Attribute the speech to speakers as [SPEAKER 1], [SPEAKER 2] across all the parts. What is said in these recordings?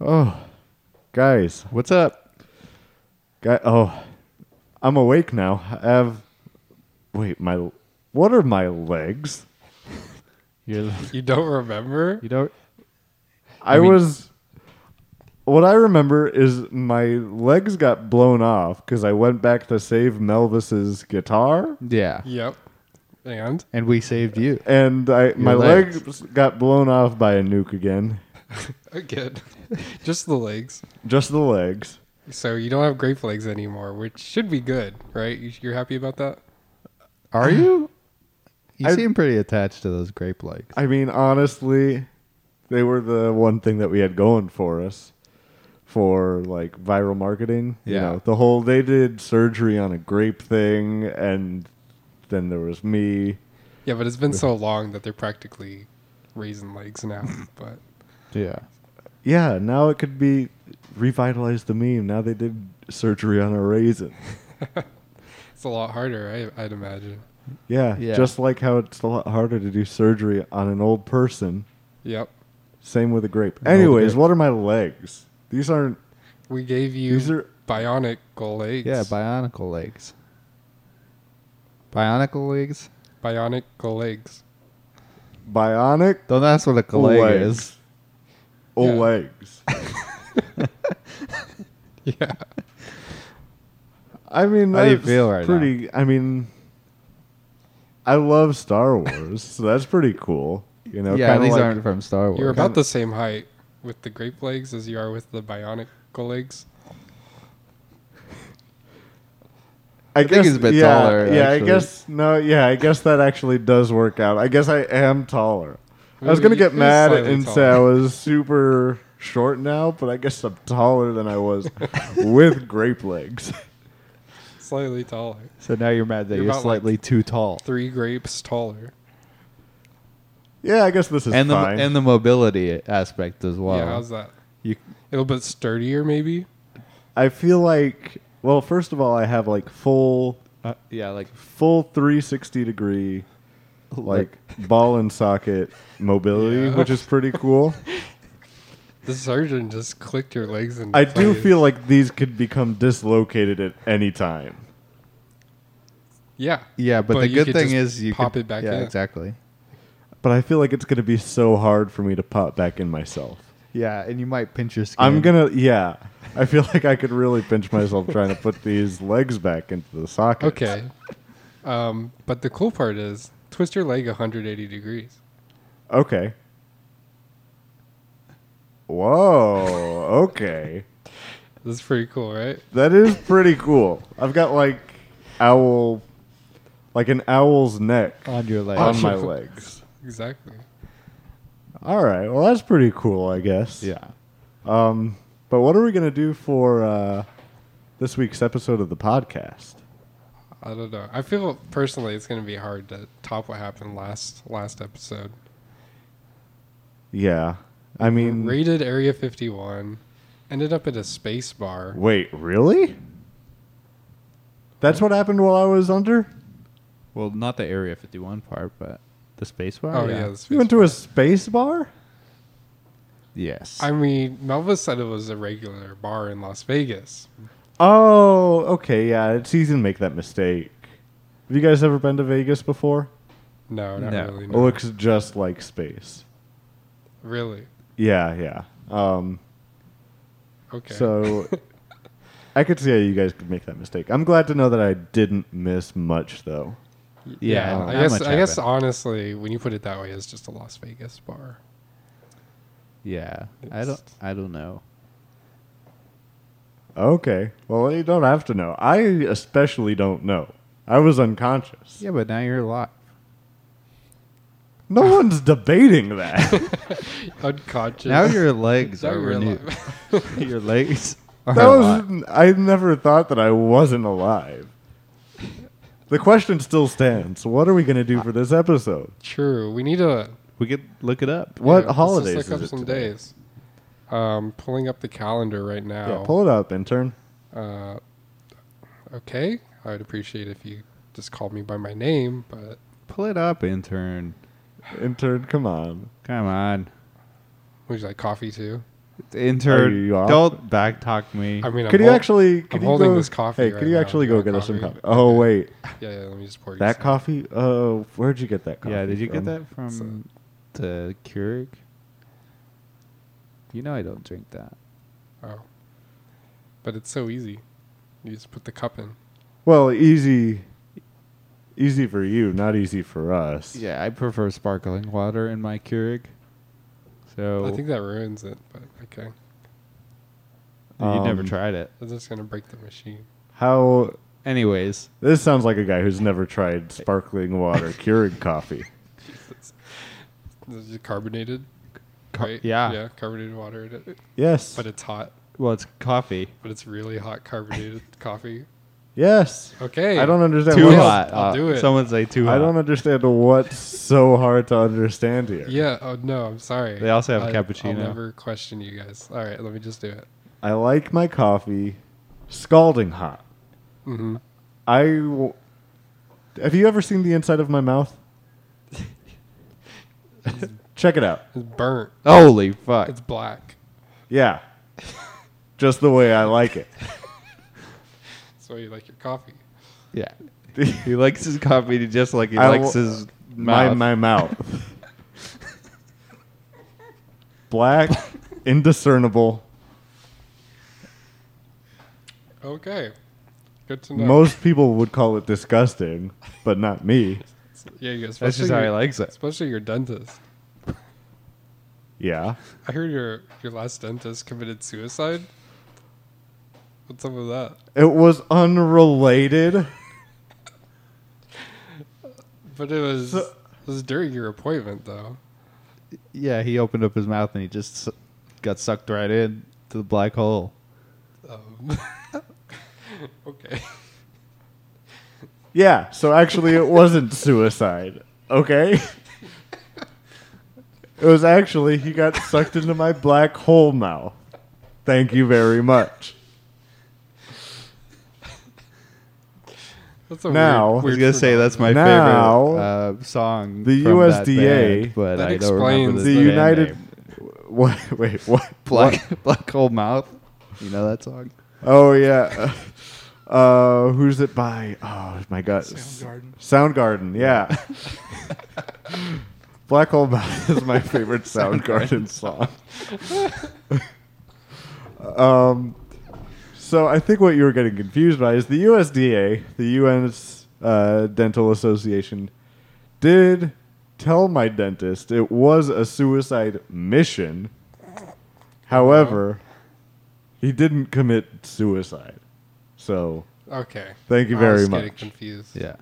[SPEAKER 1] Oh, guys,
[SPEAKER 2] What's up?
[SPEAKER 1] guy. Oh, I'm awake now. I have. Wait, my. What are my legs?
[SPEAKER 2] You're,
[SPEAKER 3] You don't remember?
[SPEAKER 2] you don't.
[SPEAKER 1] I,
[SPEAKER 2] mean-
[SPEAKER 1] was. What I remember is my legs got blown off because I went back to save Melvis's guitar,
[SPEAKER 2] Yeah.
[SPEAKER 3] Yep. And
[SPEAKER 2] And we saved you.
[SPEAKER 1] and I my
[SPEAKER 2] legs.
[SPEAKER 1] legs. got blown off by a nuke again.
[SPEAKER 3] again, just the legs.
[SPEAKER 1] Just the legs.
[SPEAKER 3] So you don't have grape legs anymore, which should be good, right? You- You're happy about that?
[SPEAKER 2] Are you? You
[SPEAKER 1] I-
[SPEAKER 2] seem pretty attached to those grape legs.
[SPEAKER 1] I mean, honestly, they were the one thing that we had going for us for like viral marketing. You
[SPEAKER 2] Yeah.
[SPEAKER 1] know, the whole they did surgery on a grape thing, and then there was me.
[SPEAKER 3] Yeah, but it's been so long that they're practically raisin legs now. But
[SPEAKER 2] Yeah.
[SPEAKER 1] Yeah, now it could be revitalized the meme. Now they did surgery on a raisin.
[SPEAKER 3] it's a lot harder, I, I'd imagine.
[SPEAKER 1] Yeah,
[SPEAKER 2] Yeah.
[SPEAKER 1] just like how it's a lot harder to do surgery on an old person.
[SPEAKER 3] Yep.
[SPEAKER 1] Same with a grape.
[SPEAKER 2] old
[SPEAKER 1] Anyways,
[SPEAKER 2] grape.
[SPEAKER 1] what are my legs? These aren't.
[SPEAKER 3] We gave you
[SPEAKER 1] These are.
[SPEAKER 3] bionic legs.
[SPEAKER 2] Yeah, bionicle legs. Bionicle legs?
[SPEAKER 3] bionic legs.
[SPEAKER 1] Bionic
[SPEAKER 2] Though that's what a leg is.
[SPEAKER 1] legs.
[SPEAKER 3] Yeah.
[SPEAKER 1] Legs.
[SPEAKER 3] Yeah.
[SPEAKER 1] I mean,
[SPEAKER 2] How do you
[SPEAKER 1] that's
[SPEAKER 2] feel right now?
[SPEAKER 1] pretty, I mean, I love Star Wars, so that's pretty cool. You know,
[SPEAKER 2] yeah,
[SPEAKER 1] kinda
[SPEAKER 2] these
[SPEAKER 1] like-
[SPEAKER 2] aren't from Star Wars.
[SPEAKER 3] You're about the same height with the grape legs as you are with the bionic legs.
[SPEAKER 1] I,
[SPEAKER 2] think he's a bit
[SPEAKER 1] yeah,
[SPEAKER 2] taller,
[SPEAKER 1] Yeah,
[SPEAKER 2] actually.
[SPEAKER 1] I guess no. Yeah, I guess that actually does work out. I guess I am taller. I was
[SPEAKER 3] Maybe
[SPEAKER 1] gonna
[SPEAKER 3] you
[SPEAKER 1] get
[SPEAKER 3] is
[SPEAKER 1] mad
[SPEAKER 3] slightly
[SPEAKER 1] and say
[SPEAKER 3] taller.
[SPEAKER 1] I was super short now, but I guess I'm taller than I was with grape legs.
[SPEAKER 3] Slightly taller.
[SPEAKER 2] So now you're mad that
[SPEAKER 3] You're
[SPEAKER 2] you're,
[SPEAKER 3] about, like,
[SPEAKER 2] slightly too tall.
[SPEAKER 3] Three grapes taller.
[SPEAKER 1] Yeah, I guess this is
[SPEAKER 2] And the
[SPEAKER 1] fine.
[SPEAKER 2] and the mobility aspect as well.
[SPEAKER 3] Yeah, how's that?
[SPEAKER 2] You-
[SPEAKER 3] a little bit sturdier, maybe.
[SPEAKER 1] I feel like well, first of all, I have like full
[SPEAKER 2] uh, yeah, like
[SPEAKER 1] full 360 degree like ball and socket mobility,
[SPEAKER 3] Yeah.
[SPEAKER 1] which is pretty cool.
[SPEAKER 3] The surgeon just clicked your legs and
[SPEAKER 1] I do feel like these could become dislocated at any time.
[SPEAKER 3] yeah,
[SPEAKER 2] Yeah, but, the
[SPEAKER 3] you
[SPEAKER 2] good
[SPEAKER 3] could
[SPEAKER 2] thing
[SPEAKER 3] just
[SPEAKER 2] is you
[SPEAKER 3] pop
[SPEAKER 2] could-
[SPEAKER 3] it back
[SPEAKER 2] yeah,
[SPEAKER 3] in.
[SPEAKER 2] Exactly.
[SPEAKER 1] But I feel like it's going to be so hard for me to pop back in myself.
[SPEAKER 2] Yeah, and you might pinch your skin.
[SPEAKER 1] I'm going to, yeah. I feel like I could really pinch myself trying to put these legs back into the socket.
[SPEAKER 3] Okay, um, but the cool part is twist your leg 180 degrees.
[SPEAKER 1] Okay. Whoa. Okay.
[SPEAKER 3] This is pretty cool, right?
[SPEAKER 1] That is pretty cool. I've got like owl, like an owl's neck
[SPEAKER 2] on your leg.
[SPEAKER 1] on my legs.
[SPEAKER 3] Exactly.
[SPEAKER 1] All right. Well, that's pretty cool, I guess.
[SPEAKER 2] yeah.
[SPEAKER 1] Um, but what are we going to do for uh, this week's episode of the podcast?
[SPEAKER 3] I don't know. I feel personally it's going to be hard to top what happened last last episode.
[SPEAKER 1] Yeah. I
[SPEAKER 2] Mm.
[SPEAKER 1] mean,
[SPEAKER 3] Rated Area 51, ended up at a space bar.
[SPEAKER 1] wait, really? That's what happened while I was under?
[SPEAKER 2] Well, not the Area 51 part, but the space bar.
[SPEAKER 3] Oh yeah, the space
[SPEAKER 1] You went to a space bar?
[SPEAKER 2] Yes.
[SPEAKER 3] I mean, Melvis said it was a regular bar in Las Vegas.
[SPEAKER 1] Oh, okay. Yeah, it's easy to make that mistake. Have you guys ever been to Vegas before?
[SPEAKER 3] No, not
[SPEAKER 2] No.
[SPEAKER 3] really.
[SPEAKER 1] It
[SPEAKER 3] no.
[SPEAKER 1] looks just like space.
[SPEAKER 3] really?
[SPEAKER 1] Yeah, yeah. Um,
[SPEAKER 3] Okay.
[SPEAKER 1] So I could see how you guys could make that mistake. I'm glad to know that I didn't miss much, though.
[SPEAKER 2] Yeah,
[SPEAKER 3] I
[SPEAKER 2] not
[SPEAKER 3] guess.
[SPEAKER 2] much
[SPEAKER 3] I guess
[SPEAKER 2] happened.
[SPEAKER 3] honestly, when you put it that way, it's just a Las Vegas bar.
[SPEAKER 2] yeah. I don't. I don't know.
[SPEAKER 1] Okay. Well, you don't have to know. I especially don't know. I was unconscious.
[SPEAKER 2] Yeah, but now you're alive.
[SPEAKER 1] No one's debating that.
[SPEAKER 3] Unconscious.
[SPEAKER 2] Now your legs
[SPEAKER 3] Now
[SPEAKER 2] are
[SPEAKER 3] you're
[SPEAKER 2] renewed.
[SPEAKER 3] alive.
[SPEAKER 2] your legs are
[SPEAKER 1] that
[SPEAKER 2] alive.
[SPEAKER 1] was I never thought that I wasn't alive. The question still stands. What are we going to do for this episode?
[SPEAKER 3] True. We need to.
[SPEAKER 2] We could look it up.
[SPEAKER 1] What
[SPEAKER 3] yeah, let's
[SPEAKER 1] holidays
[SPEAKER 3] Just
[SPEAKER 1] is
[SPEAKER 3] look up
[SPEAKER 1] it
[SPEAKER 3] some
[SPEAKER 1] today?
[SPEAKER 3] days. Um, pulling up the calendar right now.
[SPEAKER 1] Yeah, pull it up, intern.
[SPEAKER 3] uh, okay. I would appreciate if you just called me by my name, but
[SPEAKER 2] Pull it up, intern.
[SPEAKER 1] Intern, come on.
[SPEAKER 2] Come on.
[SPEAKER 3] would you like coffee too?
[SPEAKER 1] Are
[SPEAKER 2] Intern,
[SPEAKER 1] you off?
[SPEAKER 2] don't back talk me.
[SPEAKER 3] I mean,
[SPEAKER 1] Could
[SPEAKER 3] I'm
[SPEAKER 1] you
[SPEAKER 3] hol-
[SPEAKER 1] actually? Could
[SPEAKER 3] I'm
[SPEAKER 1] you
[SPEAKER 3] holding
[SPEAKER 1] go-
[SPEAKER 3] this coffee
[SPEAKER 1] Hey,
[SPEAKER 3] right
[SPEAKER 1] could you
[SPEAKER 3] now.
[SPEAKER 1] actually
[SPEAKER 3] You
[SPEAKER 1] go
[SPEAKER 3] want
[SPEAKER 1] get us some
[SPEAKER 3] coffee?
[SPEAKER 1] coffee? Oh wait,
[SPEAKER 3] Yeah, yeah. Let me just pour you
[SPEAKER 1] that
[SPEAKER 3] some.
[SPEAKER 1] coffee. Uh, where'd you get that coffee?
[SPEAKER 2] yeah, did you get
[SPEAKER 1] from?
[SPEAKER 2] that from the Keurig? You know I don't drink that.
[SPEAKER 3] Oh, but it's so easy. You just put the cup in.
[SPEAKER 1] Well, easy, easy for you, not easy for us.
[SPEAKER 2] Yeah, I prefer sparkling water in my Keurig. So
[SPEAKER 3] I think that ruins it. But okay,
[SPEAKER 2] you never
[SPEAKER 1] Um,
[SPEAKER 2] tried it.
[SPEAKER 3] I'm just gonna break the machine.
[SPEAKER 1] How
[SPEAKER 2] Anyways,
[SPEAKER 1] this sounds like a guy who's never tried sparkling water Keurig coffee.
[SPEAKER 3] Jesus. Is it carbonated?
[SPEAKER 2] Co-
[SPEAKER 3] right?
[SPEAKER 2] yeah.
[SPEAKER 3] Yeah, carbonated water. in it.
[SPEAKER 1] Yes.
[SPEAKER 3] But it's hot.
[SPEAKER 2] well, it's coffee.
[SPEAKER 3] But it's really hot carbonated coffee.
[SPEAKER 1] yes.
[SPEAKER 3] Okay.
[SPEAKER 1] I don't understand.
[SPEAKER 2] Too
[SPEAKER 1] what-
[SPEAKER 3] Yes,
[SPEAKER 2] hot.
[SPEAKER 3] I'll
[SPEAKER 2] uh,
[SPEAKER 3] do it.
[SPEAKER 2] Someone say too hot.
[SPEAKER 1] I don't understand what's so hard to understand here.
[SPEAKER 3] Yeah. Oh no. I'm sorry.
[SPEAKER 2] They also have
[SPEAKER 3] I-
[SPEAKER 2] cappuccino.
[SPEAKER 3] I'll never question you guys. All right. Let me just do it.
[SPEAKER 1] I like my coffee scalding hot.
[SPEAKER 3] Mm-hmm.
[SPEAKER 1] I w- have you ever seen the inside of my mouth? Check it out.
[SPEAKER 3] It's burnt.
[SPEAKER 2] Holy fuck!
[SPEAKER 3] It's black.
[SPEAKER 1] Yeah, just the way I like it.
[SPEAKER 3] So you like your coffee?
[SPEAKER 2] Yeah, he likes his coffee just like he
[SPEAKER 1] I
[SPEAKER 2] likes
[SPEAKER 1] will-
[SPEAKER 2] his
[SPEAKER 1] My
[SPEAKER 2] mouth.
[SPEAKER 1] my mouth. Black, indiscernible.
[SPEAKER 3] Okay. Good to know.
[SPEAKER 1] Most people would call it disgusting, but not me.
[SPEAKER 3] Yeah. You guys.
[SPEAKER 2] That's just how he likes it.
[SPEAKER 3] Especially your dentist.
[SPEAKER 1] Yeah.
[SPEAKER 3] I heard your your last dentist committed suicide. What's up with that?
[SPEAKER 1] It was unrelated.
[SPEAKER 3] But it was
[SPEAKER 1] So-
[SPEAKER 3] it was during your appointment though.
[SPEAKER 2] Yeah, he opened up his mouth and he just su- got sucked right in to the black hole.
[SPEAKER 3] Um, okay.
[SPEAKER 1] Yeah, so actually it wasn't suicide. Okay? It was actually he got sucked into my black hole mouth. Thank you very much.
[SPEAKER 3] That's a
[SPEAKER 1] Now-
[SPEAKER 3] weird,
[SPEAKER 2] I was
[SPEAKER 3] weird
[SPEAKER 2] gonna say that's my
[SPEAKER 1] Now-
[SPEAKER 2] favorite uh, song.
[SPEAKER 1] The
[SPEAKER 2] from that
[SPEAKER 1] USDA
[SPEAKER 2] band, but
[SPEAKER 3] That
[SPEAKER 2] I don't remember
[SPEAKER 3] explains
[SPEAKER 2] this
[SPEAKER 1] The
[SPEAKER 2] band
[SPEAKER 1] United
[SPEAKER 2] name.
[SPEAKER 1] what, wait, what?
[SPEAKER 2] Black Black Hole Mouth. You know that song?
[SPEAKER 1] Oh yeah. Uh, who's it by? Oh my god.
[SPEAKER 3] Soundgarden.
[SPEAKER 1] Soundgarden, yeah. Black Hole Mouth is my favorite Soundgarden song. um, so I think what you were getting confused by is the USDA, the UN's uh, dental association, did tell my dentist it was a suicide mission. However, he didn't commit suicide. So
[SPEAKER 3] Okay.
[SPEAKER 1] Thank you
[SPEAKER 3] I
[SPEAKER 1] very
[SPEAKER 3] was
[SPEAKER 1] much.
[SPEAKER 3] Getting confused.
[SPEAKER 2] Yeah.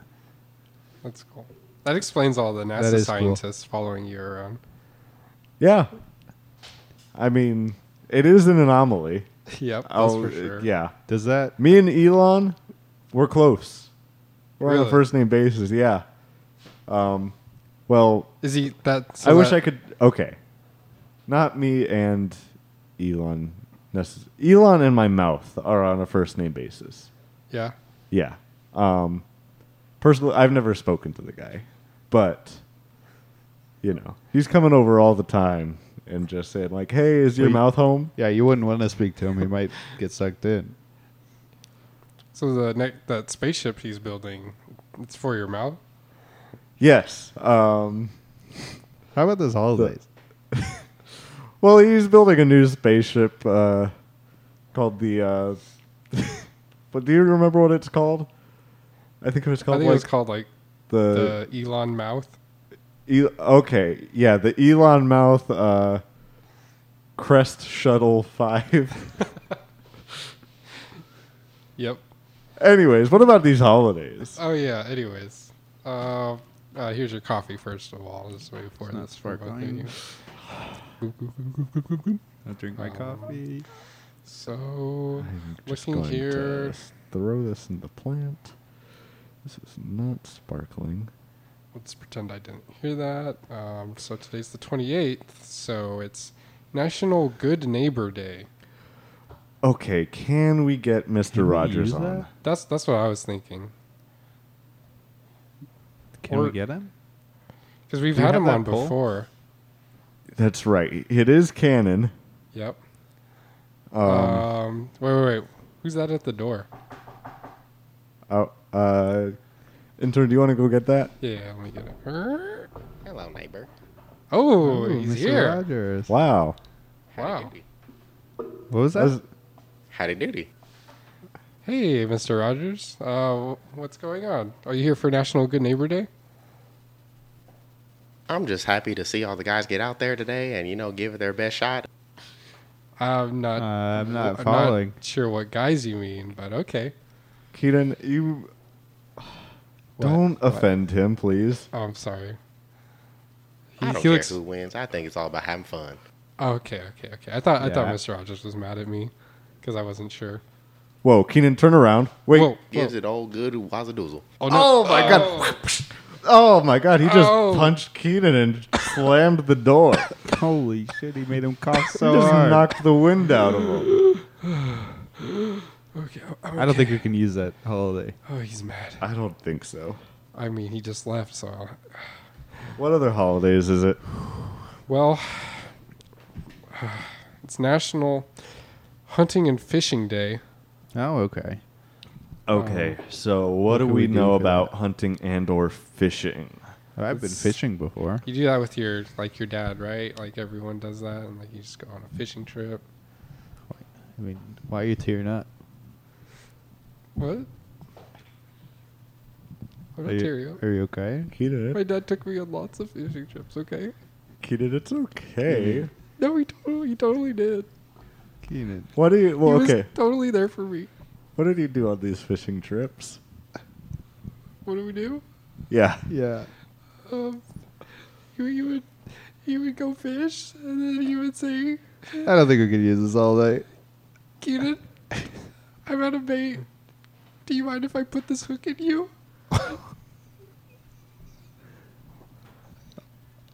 [SPEAKER 3] That's cool. That explains all the
[SPEAKER 2] That is
[SPEAKER 3] NASA
[SPEAKER 2] cool.
[SPEAKER 3] scientists following you around.
[SPEAKER 1] yeah, I mean it is an anomaly.
[SPEAKER 3] yep, that's
[SPEAKER 1] I'll-
[SPEAKER 3] for sure.
[SPEAKER 1] Oh, Yeah,
[SPEAKER 2] Does that?
[SPEAKER 1] me and Elon, we're close. We're on a
[SPEAKER 3] Really?
[SPEAKER 1] first name basis. Yeah. Um, well,
[SPEAKER 3] Is he that?
[SPEAKER 1] I wish I
[SPEAKER 3] that-
[SPEAKER 1] could. Okay, not me and Elon. necess- Elon and my mouth are on a first name basis.
[SPEAKER 3] Yeah.
[SPEAKER 1] Yeah. Um, personally, I've never spoken to the guy, but you know, he's coming over all the time and just saying like, "Hey, is your
[SPEAKER 2] Wait.
[SPEAKER 1] mouth home?"
[SPEAKER 2] Yeah, you wouldn't want to speak to him. He might get sucked in.
[SPEAKER 3] So the ne- that spaceship he's building, it's for your mouth.
[SPEAKER 1] Yes. Um,
[SPEAKER 2] How about this holidays?
[SPEAKER 1] well, he's building a new spaceship uh, called the. Uh, but do you remember what it's called? I think it was
[SPEAKER 3] I
[SPEAKER 1] called
[SPEAKER 3] think
[SPEAKER 1] like
[SPEAKER 3] it's called like
[SPEAKER 1] the.
[SPEAKER 3] the Elon mouth.
[SPEAKER 1] E- okay, yeah, the Elon mouth uh, Crest Shuttle Five.
[SPEAKER 3] Yep.
[SPEAKER 1] Anyways, what about these holidays?
[SPEAKER 3] Oh yeah. Anyways, uh, uh, here's your coffee first of all. Just wait for
[SPEAKER 2] It's not
[SPEAKER 3] this for both of
[SPEAKER 2] sparkling.
[SPEAKER 3] you.
[SPEAKER 2] I drink my
[SPEAKER 3] Um,
[SPEAKER 2] coffee.
[SPEAKER 3] So
[SPEAKER 1] I'm just
[SPEAKER 3] looking
[SPEAKER 1] going to
[SPEAKER 3] here,
[SPEAKER 1] throw this in the plant. This is not sparkling.
[SPEAKER 3] let's pretend I didn't hear that. Um, so today's the 28th. So it's National Good Neighbor Day.
[SPEAKER 1] Okay, can we get Mr.
[SPEAKER 2] Can we
[SPEAKER 1] Rogers
[SPEAKER 2] use
[SPEAKER 1] on?
[SPEAKER 2] that?
[SPEAKER 3] That's that's what I was thinking.
[SPEAKER 2] Can
[SPEAKER 3] Or-
[SPEAKER 2] we get him?
[SPEAKER 3] Because we've
[SPEAKER 2] Do you
[SPEAKER 3] had
[SPEAKER 2] have
[SPEAKER 3] him
[SPEAKER 2] that
[SPEAKER 3] on
[SPEAKER 2] poll?
[SPEAKER 3] before.
[SPEAKER 1] That's right. It is canon.
[SPEAKER 3] Yep.
[SPEAKER 1] Um,
[SPEAKER 3] Um, wait, wait, wait. Who's that at the door?
[SPEAKER 1] oh, uh, intern, do you want to go get that?
[SPEAKER 3] Yeah, yeah, let me get it.
[SPEAKER 4] Hello, neighbor.
[SPEAKER 3] Oh,
[SPEAKER 2] Ooh,
[SPEAKER 3] he's
[SPEAKER 2] Mr.
[SPEAKER 3] here.
[SPEAKER 2] Rogers.
[SPEAKER 1] Wow.
[SPEAKER 4] Howdy
[SPEAKER 3] Wow.
[SPEAKER 4] doody.
[SPEAKER 2] What was that?
[SPEAKER 1] That's-
[SPEAKER 4] Howdy doody.
[SPEAKER 3] Hey, Mr. Rogers. Uh, wh- what's going on? Are you here for National Good Neighbor Day?
[SPEAKER 4] I'm just happy to see all the guys get out there today and, you know, give it their best shot.
[SPEAKER 2] Uh,
[SPEAKER 3] I'm not.
[SPEAKER 2] I'm
[SPEAKER 3] I'm
[SPEAKER 2] not
[SPEAKER 3] not
[SPEAKER 2] following.
[SPEAKER 3] sure what guys you mean, but okay.
[SPEAKER 1] Keaton, you
[SPEAKER 3] What?
[SPEAKER 1] don't offend him, please.
[SPEAKER 3] Oh, I'm sorry.
[SPEAKER 4] I don't
[SPEAKER 3] he
[SPEAKER 4] care
[SPEAKER 3] looks-
[SPEAKER 4] who wins. I think it's all about having fun.
[SPEAKER 3] Oh, okay, okay, okay. I thought I thought
[SPEAKER 2] Yeah.
[SPEAKER 3] Mr. Rogers was mad at me because I wasn't sure.
[SPEAKER 1] Whoa, Keenan, turn around. Wait.
[SPEAKER 3] Whoa,
[SPEAKER 4] Gives
[SPEAKER 3] whoa.
[SPEAKER 4] it old good wazadoozle.
[SPEAKER 3] Oh,
[SPEAKER 1] Oh my
[SPEAKER 3] Oh.
[SPEAKER 1] god. Oh my god, he just
[SPEAKER 3] Oh.
[SPEAKER 1] punched Keenan and slammed the door.
[SPEAKER 2] Holy shit, he made him cough so
[SPEAKER 1] just
[SPEAKER 2] hard.
[SPEAKER 1] knocked the wind out of him.
[SPEAKER 3] Okay, oh,
[SPEAKER 2] I don't think
[SPEAKER 3] okay.
[SPEAKER 2] we can use that holiday.
[SPEAKER 3] Oh, he's mad.
[SPEAKER 1] I don't think so.
[SPEAKER 3] I mean, he just left, so. I'll-
[SPEAKER 1] What other holidays is it?
[SPEAKER 3] Well, it's National Hunting and Fishing Day.
[SPEAKER 2] Oh, okay.
[SPEAKER 1] Okay,
[SPEAKER 3] Oh.
[SPEAKER 1] so what, do
[SPEAKER 2] can
[SPEAKER 1] we,
[SPEAKER 2] we do
[SPEAKER 1] know
[SPEAKER 2] for
[SPEAKER 1] about hunting and or fishing?
[SPEAKER 2] I've been
[SPEAKER 3] It's-
[SPEAKER 2] fishing before.
[SPEAKER 3] You do that with your like your dad, right? Like everyone does that, and like you just go on a fishing trip.
[SPEAKER 2] I mean, why are you tearing up?
[SPEAKER 3] What? What
[SPEAKER 2] Are
[SPEAKER 3] about
[SPEAKER 2] you,
[SPEAKER 3] Terrio?
[SPEAKER 2] are you okay?
[SPEAKER 1] Keenan,
[SPEAKER 3] My dad took me on lots of fishing trips. Okay.
[SPEAKER 1] Keenan, it's okay.
[SPEAKER 3] No, he totally, he totally did.
[SPEAKER 2] Keenan.
[SPEAKER 1] What do you?
[SPEAKER 3] He
[SPEAKER 1] Well,
[SPEAKER 3] was
[SPEAKER 1] okay.
[SPEAKER 3] totally there for me.
[SPEAKER 1] What did you do on these fishing trips?
[SPEAKER 3] What do we do?
[SPEAKER 1] Yeah.
[SPEAKER 2] Yeah.
[SPEAKER 3] Um, he, he would, he would go fish, and then he would say,
[SPEAKER 2] I don't think we can use this holiday.
[SPEAKER 3] Keenan, I'm out of bait. Do you mind if I put this hook in you?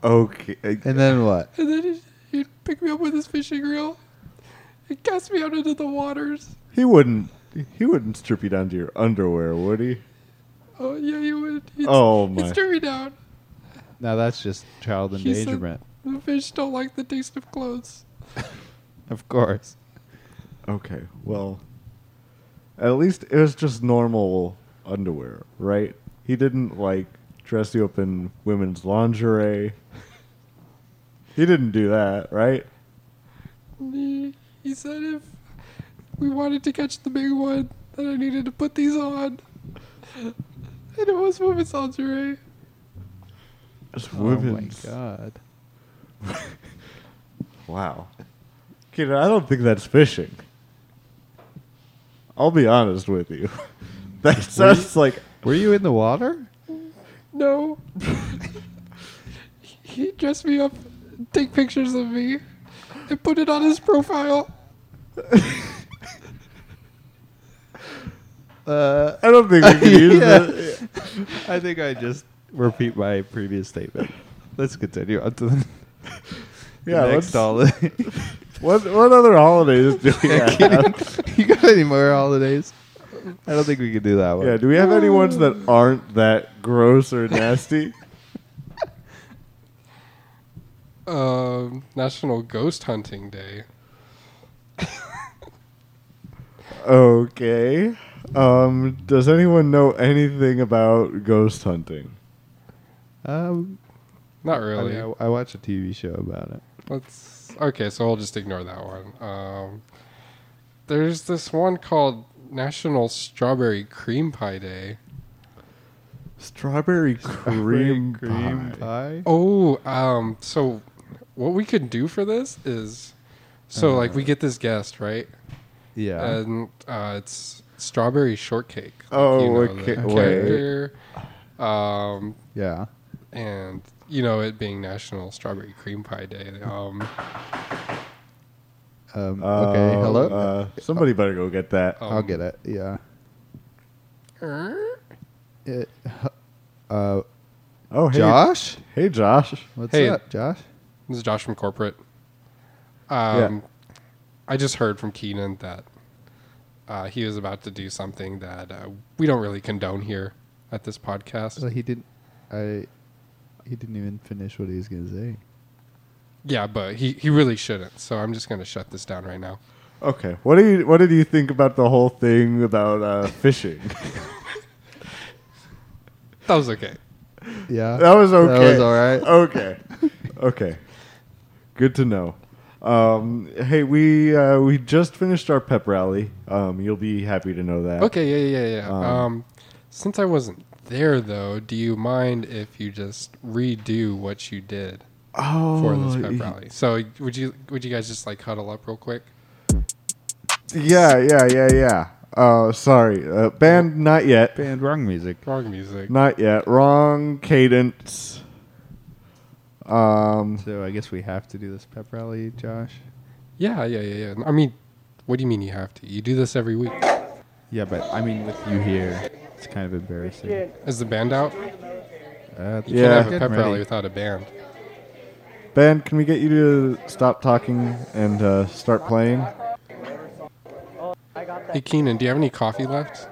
[SPEAKER 1] Okay.
[SPEAKER 2] And then what?
[SPEAKER 3] And then he'd- he'd pick me up with his fishing reel and cast me out into the waters.
[SPEAKER 1] He wouldn't. He wouldn't strip you down to your underwear, would he?
[SPEAKER 3] Oh, yeah, he would. He'd,
[SPEAKER 1] Oh my.
[SPEAKER 3] He'd stir me down.
[SPEAKER 2] Now that's just child
[SPEAKER 3] He said-
[SPEAKER 2] endangerment.
[SPEAKER 3] The fish don't like the taste of clothes.
[SPEAKER 2] Of course.
[SPEAKER 1] Okay. Well, at least it was just normal underwear, right? He didn't like dress you up in women's lingerie. He didn't do that, right?
[SPEAKER 3] And He, he said if we wanted to catch the big one, that I needed to put these on. And it was women's lingerie.
[SPEAKER 1] It's
[SPEAKER 2] Oh my god.
[SPEAKER 1] Wow. Kid, I don't think that's fishing. I'll be honest with you. That sounds like
[SPEAKER 2] Were you in the water?
[SPEAKER 3] No. he dressed me up, take pictures of me, and put it on his profile.
[SPEAKER 2] Uh,
[SPEAKER 1] I don't think we can use that.
[SPEAKER 2] I think I just repeat my previous statement. Let's continue on to the, the
[SPEAKER 1] Yeah, let's-
[SPEAKER 2] next holiday.
[SPEAKER 1] What what other holidays do we
[SPEAKER 2] Yeah,
[SPEAKER 1] have?
[SPEAKER 2] kidding. you got any more holidays? I don't think we can do that one.
[SPEAKER 1] Yeah, do we have any ones that aren't that gross or nasty?
[SPEAKER 3] Um, National Ghost Hunting Day.
[SPEAKER 1] Okay. Um, does anyone know anything about ghost hunting?
[SPEAKER 2] Um,
[SPEAKER 3] Not
[SPEAKER 2] I,
[SPEAKER 3] really.
[SPEAKER 2] mean, I, I watched a TV show about it.
[SPEAKER 3] Let's. Okay, so we'll just ignore that one. Um, there's this one called National Strawberry Cream Pie Day.
[SPEAKER 1] Strawberry cream,
[SPEAKER 2] cream
[SPEAKER 1] pie.
[SPEAKER 2] pie.
[SPEAKER 3] Oh, um, so what we could do for this is, so like we get this guest right,
[SPEAKER 2] Yeah.
[SPEAKER 3] and uh, it's strawberry shortcake. Like,
[SPEAKER 1] Oh,
[SPEAKER 3] the
[SPEAKER 1] okay, wait.
[SPEAKER 3] character. Um,
[SPEAKER 2] yeah.
[SPEAKER 3] and you know it being National Strawberry Cream Pie Day. Um,
[SPEAKER 2] Um,
[SPEAKER 1] Uh,
[SPEAKER 2] okay. Hello. Oh.
[SPEAKER 1] Uh, somebody better go get that.
[SPEAKER 3] um,
[SPEAKER 2] I'll get it. Yeah.
[SPEAKER 3] er?
[SPEAKER 2] It, uh,
[SPEAKER 1] Oh, hey,
[SPEAKER 2] Josh.
[SPEAKER 1] hey, Josh.
[SPEAKER 2] What's
[SPEAKER 3] Hey.
[SPEAKER 2] up, Josh?
[SPEAKER 3] This is Josh from corporate. Um, I just heard from Keenan that uh, he was about to do something that uh, we don't really condone here at this podcast.
[SPEAKER 2] Well, he didn't. I. He didn't even finish what he was gonna say.
[SPEAKER 3] yeah, but he, he really shouldn't. So I'm just going to shut this down right now.
[SPEAKER 1] Okay. What do you What did you think about the whole thing about uh, fishing?
[SPEAKER 3] That was okay.
[SPEAKER 2] Yeah.
[SPEAKER 1] that was okay. Oh.
[SPEAKER 2] That was all right.
[SPEAKER 1] Okay. Okay. Good to know. Um, hey, we uh, we just finished our pep rally. Um, you'll be happy to know that.
[SPEAKER 3] Okay, yeah, yeah, yeah, yeah.
[SPEAKER 1] Um,
[SPEAKER 3] Um, since I wasn't there though, do you mind if you just redo what you did
[SPEAKER 1] Oh,
[SPEAKER 3] for this pep
[SPEAKER 1] y-
[SPEAKER 3] rally? So would you would you guys just like huddle up real quick?
[SPEAKER 1] Yeah, yeah, yeah, yeah. Oh, sorry. Uh, band, not yet.
[SPEAKER 2] Band wrong music.
[SPEAKER 3] Wrong music.
[SPEAKER 1] Not yet. Wrong cadence. Um,
[SPEAKER 2] So I guess we have to do this pep rally, Josh.
[SPEAKER 3] Yeah, yeah, yeah, yeah. I mean, what do you mean you have to? You do this every week.
[SPEAKER 2] Yeah, but I mean, with you here, it's kind of embarrassing.
[SPEAKER 3] Is the band out?
[SPEAKER 2] Uh,
[SPEAKER 3] You
[SPEAKER 1] Yeah.
[SPEAKER 3] can't have a pep rally without a band.
[SPEAKER 1] Ben, can we get you to stop talking and uh, start playing?
[SPEAKER 3] Hey Keenan, do you have any coffee left?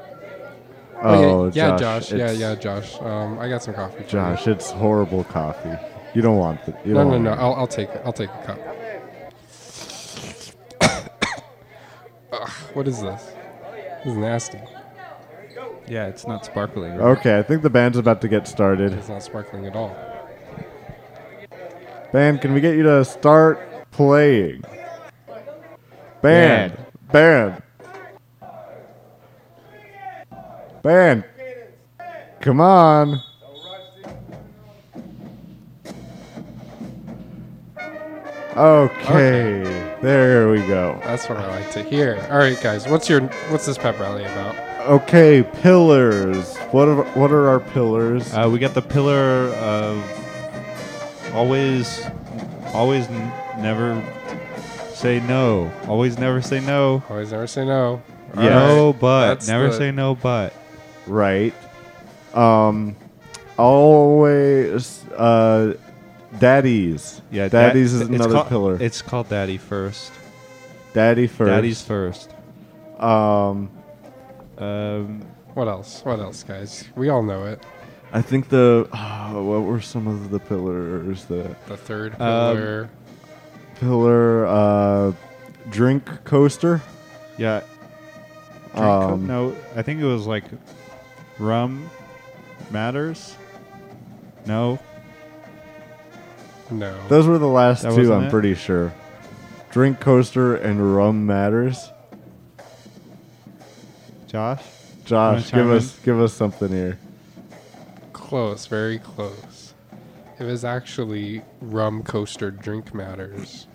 [SPEAKER 1] Oh,
[SPEAKER 3] yeah, yeah,
[SPEAKER 1] Josh.
[SPEAKER 3] Josh. Yeah,
[SPEAKER 1] it's-
[SPEAKER 3] yeah, Josh. Um, I got some coffee. for you.
[SPEAKER 1] Josh, it's horrible coffee. You don't want it.
[SPEAKER 3] No, no, no. I'll, I'll take I'll take a cup. Ugh, what is this? This is nasty.
[SPEAKER 2] Yeah, it's not sparkling. Right?
[SPEAKER 1] Okay, I think the band's about to get started.
[SPEAKER 3] It's not sparkling at all.
[SPEAKER 1] Band, can we get you to start playing? Band, band, band. Come on. Okay, there we go.
[SPEAKER 3] That's what I like to hear. All right, guys. What's your what's this pep rally about?
[SPEAKER 1] Okay, pillars. What are what are our pillars?
[SPEAKER 2] Uh, we got the pillar of always, always, n- never say no. Always, never say no.
[SPEAKER 3] Always never say no.
[SPEAKER 1] Yeah.
[SPEAKER 2] No, but
[SPEAKER 3] That's
[SPEAKER 2] never
[SPEAKER 3] the-
[SPEAKER 2] say no, but.
[SPEAKER 1] right? Um, always, uh, daddies.
[SPEAKER 2] Yeah, that-
[SPEAKER 1] daddies is
[SPEAKER 2] it's
[SPEAKER 1] another
[SPEAKER 2] called-
[SPEAKER 1] pillar.
[SPEAKER 2] It's called daddy first.
[SPEAKER 1] Daddy first.
[SPEAKER 2] Daddy's first.
[SPEAKER 1] Um,
[SPEAKER 2] Um,
[SPEAKER 3] What else? What else, guys? We all know it.
[SPEAKER 1] I think the oh, what were some of the pillars? The
[SPEAKER 3] The third
[SPEAKER 2] Um,
[SPEAKER 3] pillar.
[SPEAKER 1] pillar, uh, drink coaster.
[SPEAKER 2] yeah. Drink co-
[SPEAKER 1] Um,
[SPEAKER 2] no, I think it was like rum matters. No,
[SPEAKER 3] no.
[SPEAKER 1] Those were the last
[SPEAKER 2] That
[SPEAKER 1] two.
[SPEAKER 2] wasn't
[SPEAKER 1] I'm
[SPEAKER 2] it?
[SPEAKER 1] pretty sure. Drink coaster and rum matters.
[SPEAKER 2] Josh.
[SPEAKER 1] Josh,
[SPEAKER 2] chime
[SPEAKER 1] give us
[SPEAKER 2] in?
[SPEAKER 1] give us something here.
[SPEAKER 3] close. Very close. It was actually rum coaster drink matters.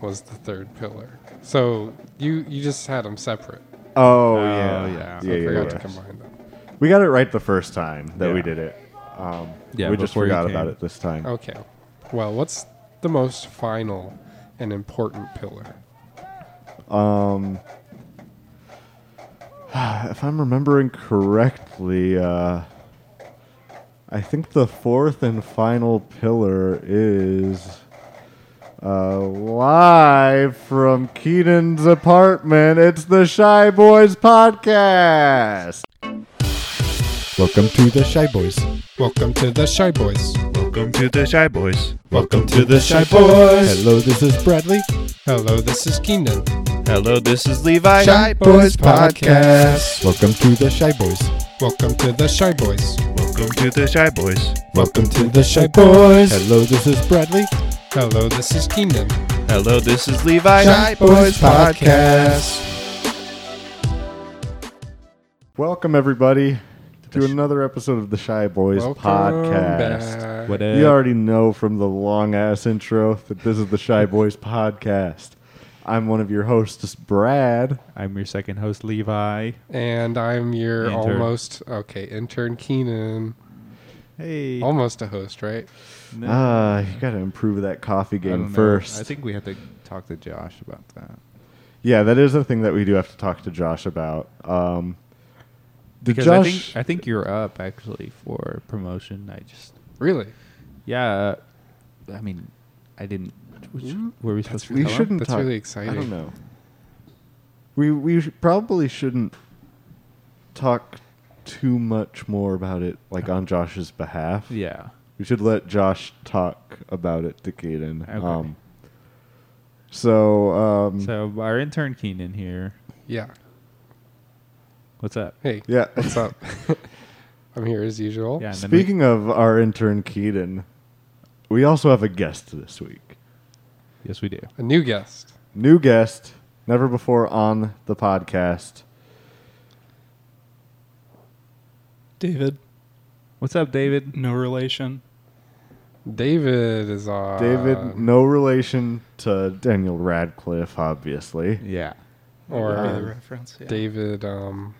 [SPEAKER 3] Was the third pillar. So you you just had them separate.
[SPEAKER 1] Oh,
[SPEAKER 2] Oh,
[SPEAKER 1] yeah,
[SPEAKER 2] yeah.
[SPEAKER 3] So
[SPEAKER 1] yeah,
[SPEAKER 3] I
[SPEAKER 1] yeah,
[SPEAKER 3] forgot
[SPEAKER 1] yeah.
[SPEAKER 3] to combine them.
[SPEAKER 1] We got it right the first time that we
[SPEAKER 2] Yeah.
[SPEAKER 1] did it. Um,
[SPEAKER 2] Yeah,
[SPEAKER 1] we just
[SPEAKER 2] before you
[SPEAKER 1] forgot about
[SPEAKER 2] came.
[SPEAKER 1] it this time.
[SPEAKER 3] Okay. Well, what's the most final and important pillar?
[SPEAKER 1] Um, if I'm remembering correctly, uh, I think the fourth and final pillar is uh, live from Keaton's apartment. It's the Shy Boys podcast.
[SPEAKER 5] Welcome to the Shy Boys.
[SPEAKER 3] Welcome to the Shy Boys.
[SPEAKER 5] Welcome to the Shy Boys.
[SPEAKER 3] Welcome to
[SPEAKER 5] the Shy Boys. Hello, this is Bradley.
[SPEAKER 3] Hello, this is Keenan.
[SPEAKER 2] Hello, this is Levi.
[SPEAKER 3] Boys
[SPEAKER 5] Welcome to the Shy Boys.
[SPEAKER 3] Welcome to the Shy Boys.
[SPEAKER 5] Welcome to the Shy Boys.
[SPEAKER 3] Welcome to the Shy
[SPEAKER 5] Boys. Hello, this is Bradley.
[SPEAKER 3] Hello, this is Keenan.
[SPEAKER 2] Hello, this is Levi.
[SPEAKER 1] Welcome, everybody, to another episode of the Shy Boys
[SPEAKER 3] Welcome
[SPEAKER 1] podcast.
[SPEAKER 3] back.
[SPEAKER 2] What
[SPEAKER 1] You already know from the long ass intro that this is the Shy Boys podcast. I'm one of your hosts, Brad.
[SPEAKER 2] I'm your second host, Levi.
[SPEAKER 3] And I'm your
[SPEAKER 2] Intern.
[SPEAKER 3] almost okay intern Keenan.
[SPEAKER 2] Hey.
[SPEAKER 1] Oh
[SPEAKER 3] Almost a host, right?
[SPEAKER 2] No,
[SPEAKER 1] Ah, you gotta improve that coffee
[SPEAKER 2] I don't
[SPEAKER 1] game
[SPEAKER 2] know.
[SPEAKER 1] first.
[SPEAKER 2] I think we have to talk to Josh about that.
[SPEAKER 1] yeah, that is a thing that we do have to talk to Josh about. Um, did
[SPEAKER 2] Because
[SPEAKER 1] Josh?
[SPEAKER 2] I think I think you're up actually for promotion. I just
[SPEAKER 3] Really?
[SPEAKER 2] yeah. uh, I mean, I didn't. which- Were we supposed to?
[SPEAKER 1] we
[SPEAKER 2] tell him?
[SPEAKER 1] shouldn't.
[SPEAKER 3] That's
[SPEAKER 1] talk-
[SPEAKER 3] really exciting.
[SPEAKER 1] I don't know. We we sh- probably shouldn't talk too much more about it, like on Josh's behalf.
[SPEAKER 2] Yeah.
[SPEAKER 1] We should let Josh talk about it to Kaden.
[SPEAKER 2] Okay.
[SPEAKER 1] Um, So, um,
[SPEAKER 2] So our intern Keenan here.
[SPEAKER 3] Yeah.
[SPEAKER 2] What's up?
[SPEAKER 3] Hey.
[SPEAKER 1] yeah.
[SPEAKER 3] What's up? I'm here as usual.
[SPEAKER 2] Yeah. and then we-
[SPEAKER 1] Speaking of our intern Keaton, we also have a guest this week.
[SPEAKER 2] yes, we do.
[SPEAKER 3] A new guest.
[SPEAKER 1] New guest, never before on the podcast.
[SPEAKER 6] David,
[SPEAKER 2] What's up, David?
[SPEAKER 6] no relation.
[SPEAKER 3] David is on.
[SPEAKER 2] Uh,
[SPEAKER 1] David, no relation to Daniel Radcliffe, obviously.
[SPEAKER 2] Yeah.
[SPEAKER 3] Or
[SPEAKER 6] That'd be the
[SPEAKER 3] um,
[SPEAKER 6] reference. Yeah.
[SPEAKER 3] David. Um,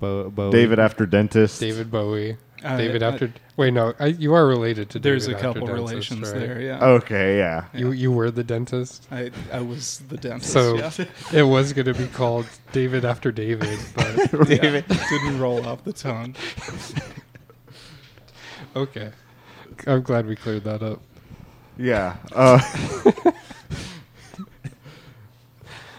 [SPEAKER 2] Bo- Bo-
[SPEAKER 1] David after dentist.
[SPEAKER 3] David Bowie.
[SPEAKER 6] Uh,
[SPEAKER 3] David
[SPEAKER 6] I-
[SPEAKER 3] after. wait, no. I, you are related to.
[SPEAKER 6] There's
[SPEAKER 3] David
[SPEAKER 6] a couple
[SPEAKER 3] after dentist,
[SPEAKER 6] relations
[SPEAKER 3] right?
[SPEAKER 6] there. Yeah.
[SPEAKER 1] Okay, yeah.
[SPEAKER 3] You you were the dentist.
[SPEAKER 6] I, I was the dentist.
[SPEAKER 3] So
[SPEAKER 6] yeah.
[SPEAKER 3] it was going to be called David after David, but
[SPEAKER 6] David didn't roll off the tongue.
[SPEAKER 3] okay. I'm glad we cleared that up.
[SPEAKER 1] Yeah. Uh,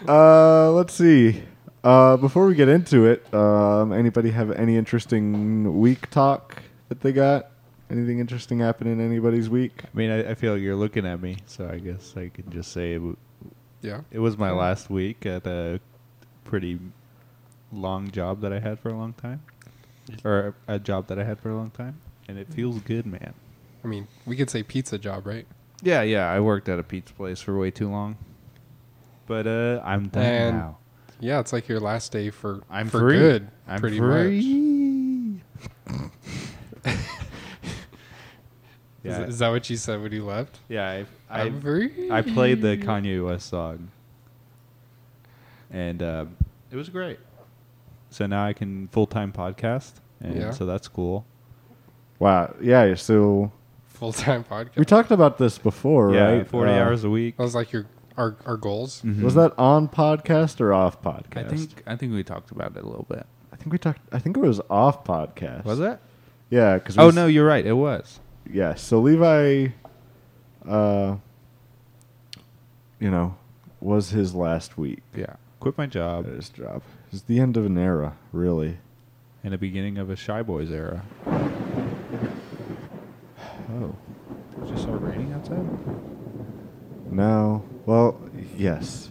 [SPEAKER 1] uh, let's see. Uh, before we get into it, um, anybody have any interesting week talk that they got? Anything interesting happen in anybody's week?
[SPEAKER 2] I mean, I, I feel like you're looking at me, so I guess I can just say it, w-
[SPEAKER 3] Yeah.
[SPEAKER 2] it was my last week at a pretty long job that I had for a long time, or a job that I had for a long time, and it feels good, man.
[SPEAKER 3] I mean, we could say pizza job, right?
[SPEAKER 2] Yeah, yeah. I worked at a pizza place for way too long, but uh, I'm done
[SPEAKER 3] And
[SPEAKER 2] now.
[SPEAKER 3] Yeah, it's like your last day for
[SPEAKER 2] I'm
[SPEAKER 3] for
[SPEAKER 2] free.
[SPEAKER 3] good.
[SPEAKER 2] I'm
[SPEAKER 3] pretty much.
[SPEAKER 2] free.
[SPEAKER 3] Is,
[SPEAKER 2] yeah,
[SPEAKER 3] is that what you said when you left?
[SPEAKER 2] yeah. I, I,
[SPEAKER 3] I'm free.
[SPEAKER 2] I played the Kanye West song, and um, it was great. So now I can full time podcast, and
[SPEAKER 3] Yeah.
[SPEAKER 2] so that's cool.
[SPEAKER 1] Wow. Yeah. So
[SPEAKER 3] full time podcast.
[SPEAKER 1] we talked about this before,
[SPEAKER 2] yeah,
[SPEAKER 1] right?
[SPEAKER 2] forty
[SPEAKER 1] Uh,
[SPEAKER 2] hours a week.
[SPEAKER 3] that was like your our our goals.
[SPEAKER 2] Mm-hmm.
[SPEAKER 1] Was that on podcast or off podcast?
[SPEAKER 2] I think I think we talked about it a little bit.
[SPEAKER 1] I think we talked. I think it was off podcast.
[SPEAKER 2] Was it?
[SPEAKER 1] Yeah. Because
[SPEAKER 2] Oh no, you're right. It was.
[SPEAKER 1] yeah, so Levi, uh, you know, was his last week
[SPEAKER 2] Yeah, quit my
[SPEAKER 1] at
[SPEAKER 2] job
[SPEAKER 1] his job. It's the end of an era, really.
[SPEAKER 2] in the beginning of a shy boys era.
[SPEAKER 1] Oh
[SPEAKER 2] Did it start raining outside?
[SPEAKER 1] no! Well, yes.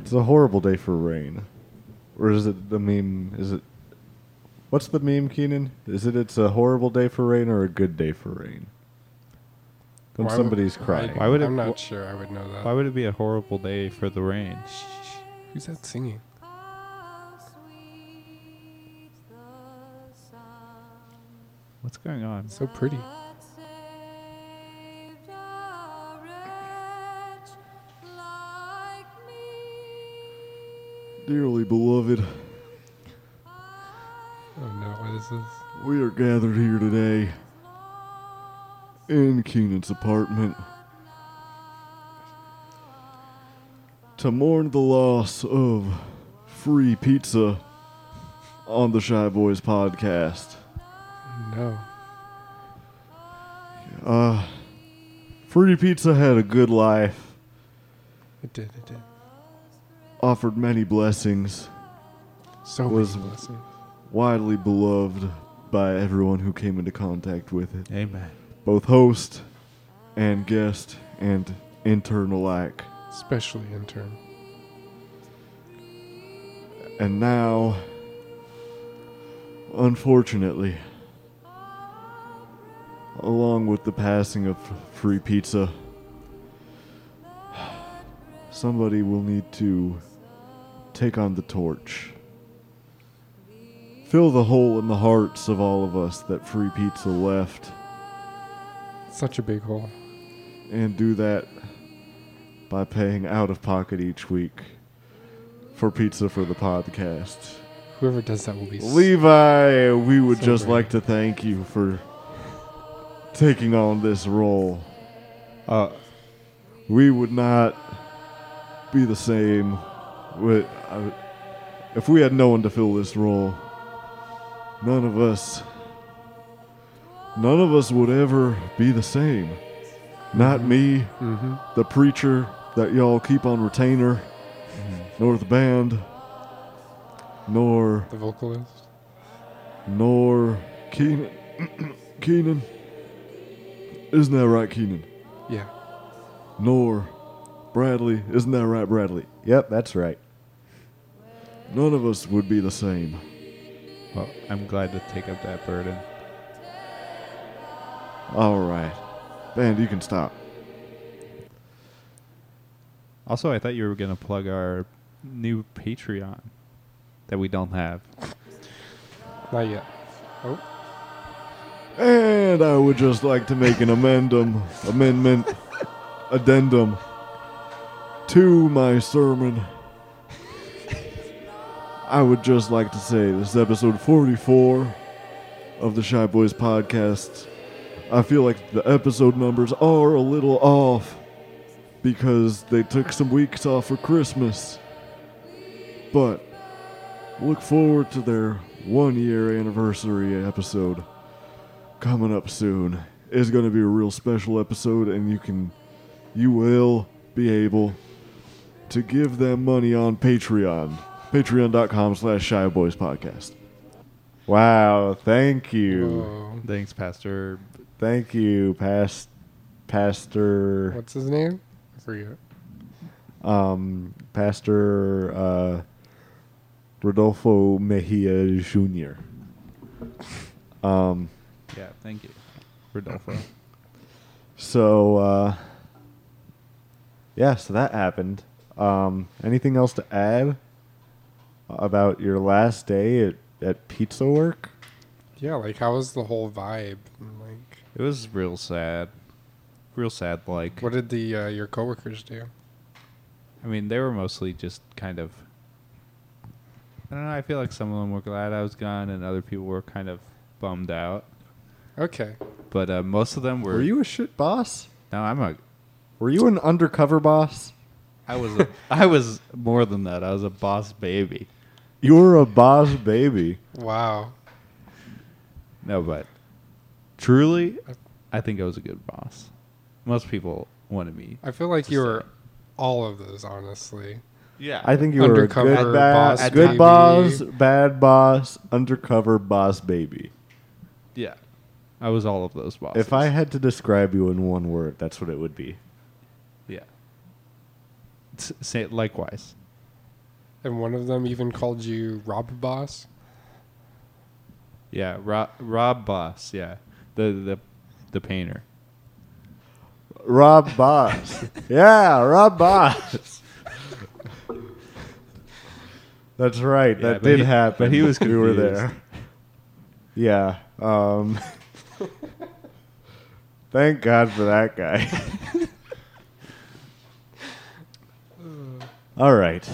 [SPEAKER 1] It's a horrible day for rain, or is it the meme? Is it? What's the meme, Keenan? Is it? It's a horrible day for rain or a good day for rain? When
[SPEAKER 3] Why would-
[SPEAKER 1] somebody's crying.
[SPEAKER 3] I,
[SPEAKER 2] Why would it-
[SPEAKER 3] I'm not
[SPEAKER 2] wh-
[SPEAKER 3] sure. I would know that.
[SPEAKER 2] Why would it be a horrible day for the rain?
[SPEAKER 3] Who's that singing?
[SPEAKER 2] What's going on?
[SPEAKER 3] So pretty.
[SPEAKER 1] Dearly beloved,
[SPEAKER 3] Oh no, what is this?
[SPEAKER 1] we are gathered here today in Keenan's apartment to mourn the loss of free pizza on the Shy Boys podcast.
[SPEAKER 3] No.
[SPEAKER 1] Uh, free pizza had a good life,
[SPEAKER 3] It did. It did.
[SPEAKER 1] offered many blessings,
[SPEAKER 3] So
[SPEAKER 1] Was-
[SPEAKER 3] many blessings.
[SPEAKER 1] widely beloved by everyone who came into contact with it,
[SPEAKER 2] Amen.
[SPEAKER 1] both host and guest and intern alike.
[SPEAKER 3] especially intern.
[SPEAKER 1] And now, unfortunately, along with the passing of free pizza, somebody will need to take on the torch. Fill the hole in the hearts of all of us that free pizza left,
[SPEAKER 3] Such a big hole.
[SPEAKER 1] and do that by paying out of pocket each week for pizza for the podcast.
[SPEAKER 3] Whoever does that will be. s-
[SPEAKER 1] Levi, we would
[SPEAKER 3] So
[SPEAKER 1] just
[SPEAKER 3] brave.
[SPEAKER 1] like to thank you for taking on this role.
[SPEAKER 2] Uh,
[SPEAKER 1] We would not be the same with, I if we had no one to fill this role. None of us, none of us would ever be the same. Not me, the preacher that y'all keep on retainer, nor the band, nor
[SPEAKER 3] the vocalist.
[SPEAKER 1] nor Keenan. Keenan. Isn't that right, Keenan?
[SPEAKER 3] Yeah.
[SPEAKER 1] Nor Bradley, isn't that right, Bradley? Yep, that's right. None of us would be the same.
[SPEAKER 2] Well, I'm glad to take up that burden.
[SPEAKER 1] All right. Band, you can stop.
[SPEAKER 2] Also, I thought you were going to plug our new Patreon that we don't have.
[SPEAKER 3] Not yet. Oh,
[SPEAKER 1] And I would just like to make an amendum, amendment, addendum to my sermon. I would just like to say this is episode 44 of the Shy Boys podcast. I feel like the episode numbers are a little off because they took some weeks off for Christmas. But look forward to their one year anniversary episode coming up soon. It's going to be a real special episode, and you can, you will be able to give them money on Patreon. Patreon.com slash Shy Boys Podcast. Wow. Thank you.
[SPEAKER 3] Whoa.
[SPEAKER 2] Thanks, Pastor.
[SPEAKER 1] Thank you, past, Pastor,
[SPEAKER 3] What's his name? I forget.
[SPEAKER 1] um, Pastor uh, Rodolfo Mejia Jr. Um,
[SPEAKER 2] Yeah, thank you, Rodolfo.
[SPEAKER 1] So uh yeah, so that happened. Um anything else to add about your last day at, at pizza work?
[SPEAKER 3] Yeah, like how was the whole vibe? Like,
[SPEAKER 2] it was real sad. Real sad, like.
[SPEAKER 3] what did the uh, your coworkers do?
[SPEAKER 2] I mean, they were mostly just kind of. I don't know. I feel like some of them were glad I was gone, and other people were kind of bummed out.
[SPEAKER 3] Okay,
[SPEAKER 2] But uh, most of them were.
[SPEAKER 1] Were you a shit boss?
[SPEAKER 2] No, I'm a.
[SPEAKER 1] Were you an undercover boss?
[SPEAKER 2] I was. A, I was more than that. I was a boss baby.
[SPEAKER 1] You were a boss baby.
[SPEAKER 3] wow.
[SPEAKER 2] No, but truly, I think I was a good boss. Most people wanted me.
[SPEAKER 3] I feel like
[SPEAKER 2] Just
[SPEAKER 3] you were all of those, honestly.
[SPEAKER 2] Yeah,
[SPEAKER 1] I think you were a
[SPEAKER 3] Undercover
[SPEAKER 1] good boss,
[SPEAKER 3] boss
[SPEAKER 1] good
[SPEAKER 3] baby.
[SPEAKER 1] boss, bad boss, undercover boss baby.
[SPEAKER 2] yeah, I was all of those bosses.
[SPEAKER 1] If I had to describe you in one word, that's what it would be.
[SPEAKER 2] yeah, S- say likewise.
[SPEAKER 3] And one of them even called you Rob Boss.
[SPEAKER 2] Yeah, Rob, Rob Boss. Yeah, the the the painter.
[SPEAKER 1] Rob Boss. yeah, Rob Boss. That's right.
[SPEAKER 2] Yeah,
[SPEAKER 1] that
[SPEAKER 2] but
[SPEAKER 1] did
[SPEAKER 2] he-
[SPEAKER 1] happen.
[SPEAKER 2] but he was
[SPEAKER 1] We were
[SPEAKER 2] confused.
[SPEAKER 1] there. Yeah. Um, thank God for that guy. All right.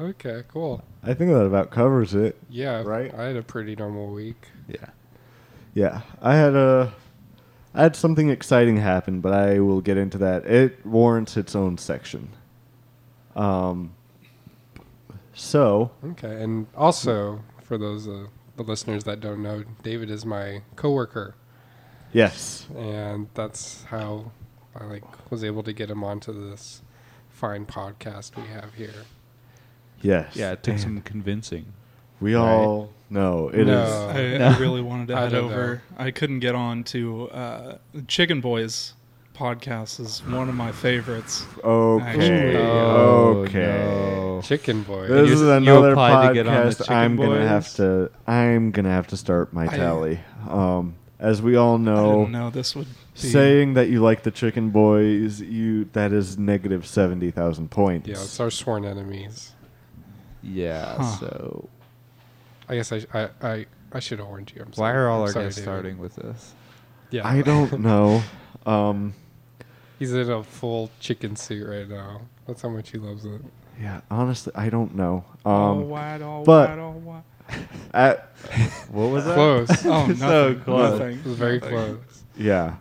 [SPEAKER 3] Okay, cool.
[SPEAKER 1] I think that about covers it.
[SPEAKER 3] Yeah,
[SPEAKER 1] Right.
[SPEAKER 3] I had a pretty normal week.
[SPEAKER 2] Yeah.
[SPEAKER 1] Yeah, I had a, I had something exciting happen, but I will get into that. It warrants its own section. Um. So
[SPEAKER 3] Okay, and also for those uh, the listeners that don't know, David is my coworker,
[SPEAKER 1] yes,
[SPEAKER 3] and that's how I like was able to get him onto this fine podcast we have here.
[SPEAKER 1] yes,
[SPEAKER 2] Yeah, it took some convincing.
[SPEAKER 1] We all know it is.
[SPEAKER 3] No.
[SPEAKER 6] I, I really wanted to
[SPEAKER 3] Uh, I
[SPEAKER 6] head
[SPEAKER 3] don't
[SPEAKER 6] over. I couldn't get on to uh, Chicken Boys podcast is one of my favorites.
[SPEAKER 1] Okay,
[SPEAKER 6] Actually,
[SPEAKER 2] Oh,
[SPEAKER 1] okay.
[SPEAKER 2] no.
[SPEAKER 3] Chicken boy.
[SPEAKER 2] And
[SPEAKER 1] This
[SPEAKER 2] you-
[SPEAKER 1] is
[SPEAKER 2] you
[SPEAKER 1] another
[SPEAKER 2] applied to get on the
[SPEAKER 1] podcast.
[SPEAKER 2] Chicken
[SPEAKER 1] I'm gonna
[SPEAKER 2] Boys?
[SPEAKER 1] have to. I'm gonna have to start my
[SPEAKER 6] I-
[SPEAKER 1] tally. Um, as we all
[SPEAKER 6] I
[SPEAKER 1] know,
[SPEAKER 6] didn't know this would be
[SPEAKER 1] saying that you like the Chicken Boys, you that is negative seventy thousand points.
[SPEAKER 3] yeah, it's our sworn enemies.
[SPEAKER 2] Yeah.
[SPEAKER 6] Huh.
[SPEAKER 2] So
[SPEAKER 3] I guess I I I, I should have warned you. I'm
[SPEAKER 2] why
[SPEAKER 3] sorry.
[SPEAKER 2] are all
[SPEAKER 3] I'm
[SPEAKER 2] our
[SPEAKER 3] sorry,
[SPEAKER 2] guests
[SPEAKER 3] David.
[SPEAKER 2] starting with this?
[SPEAKER 3] Yeah,
[SPEAKER 1] I don't know. Um,
[SPEAKER 3] He's in a full chicken suit right now. That's how much he loves it.
[SPEAKER 1] yeah, honestly, I don't know.
[SPEAKER 6] all
[SPEAKER 1] Um,
[SPEAKER 6] wide, all
[SPEAKER 1] but-
[SPEAKER 6] wide, all wide.
[SPEAKER 1] at, what was that?
[SPEAKER 3] Close. it
[SPEAKER 6] Oh, nothing,
[SPEAKER 2] So close.
[SPEAKER 6] nothing.
[SPEAKER 3] was very close.
[SPEAKER 1] Yeah.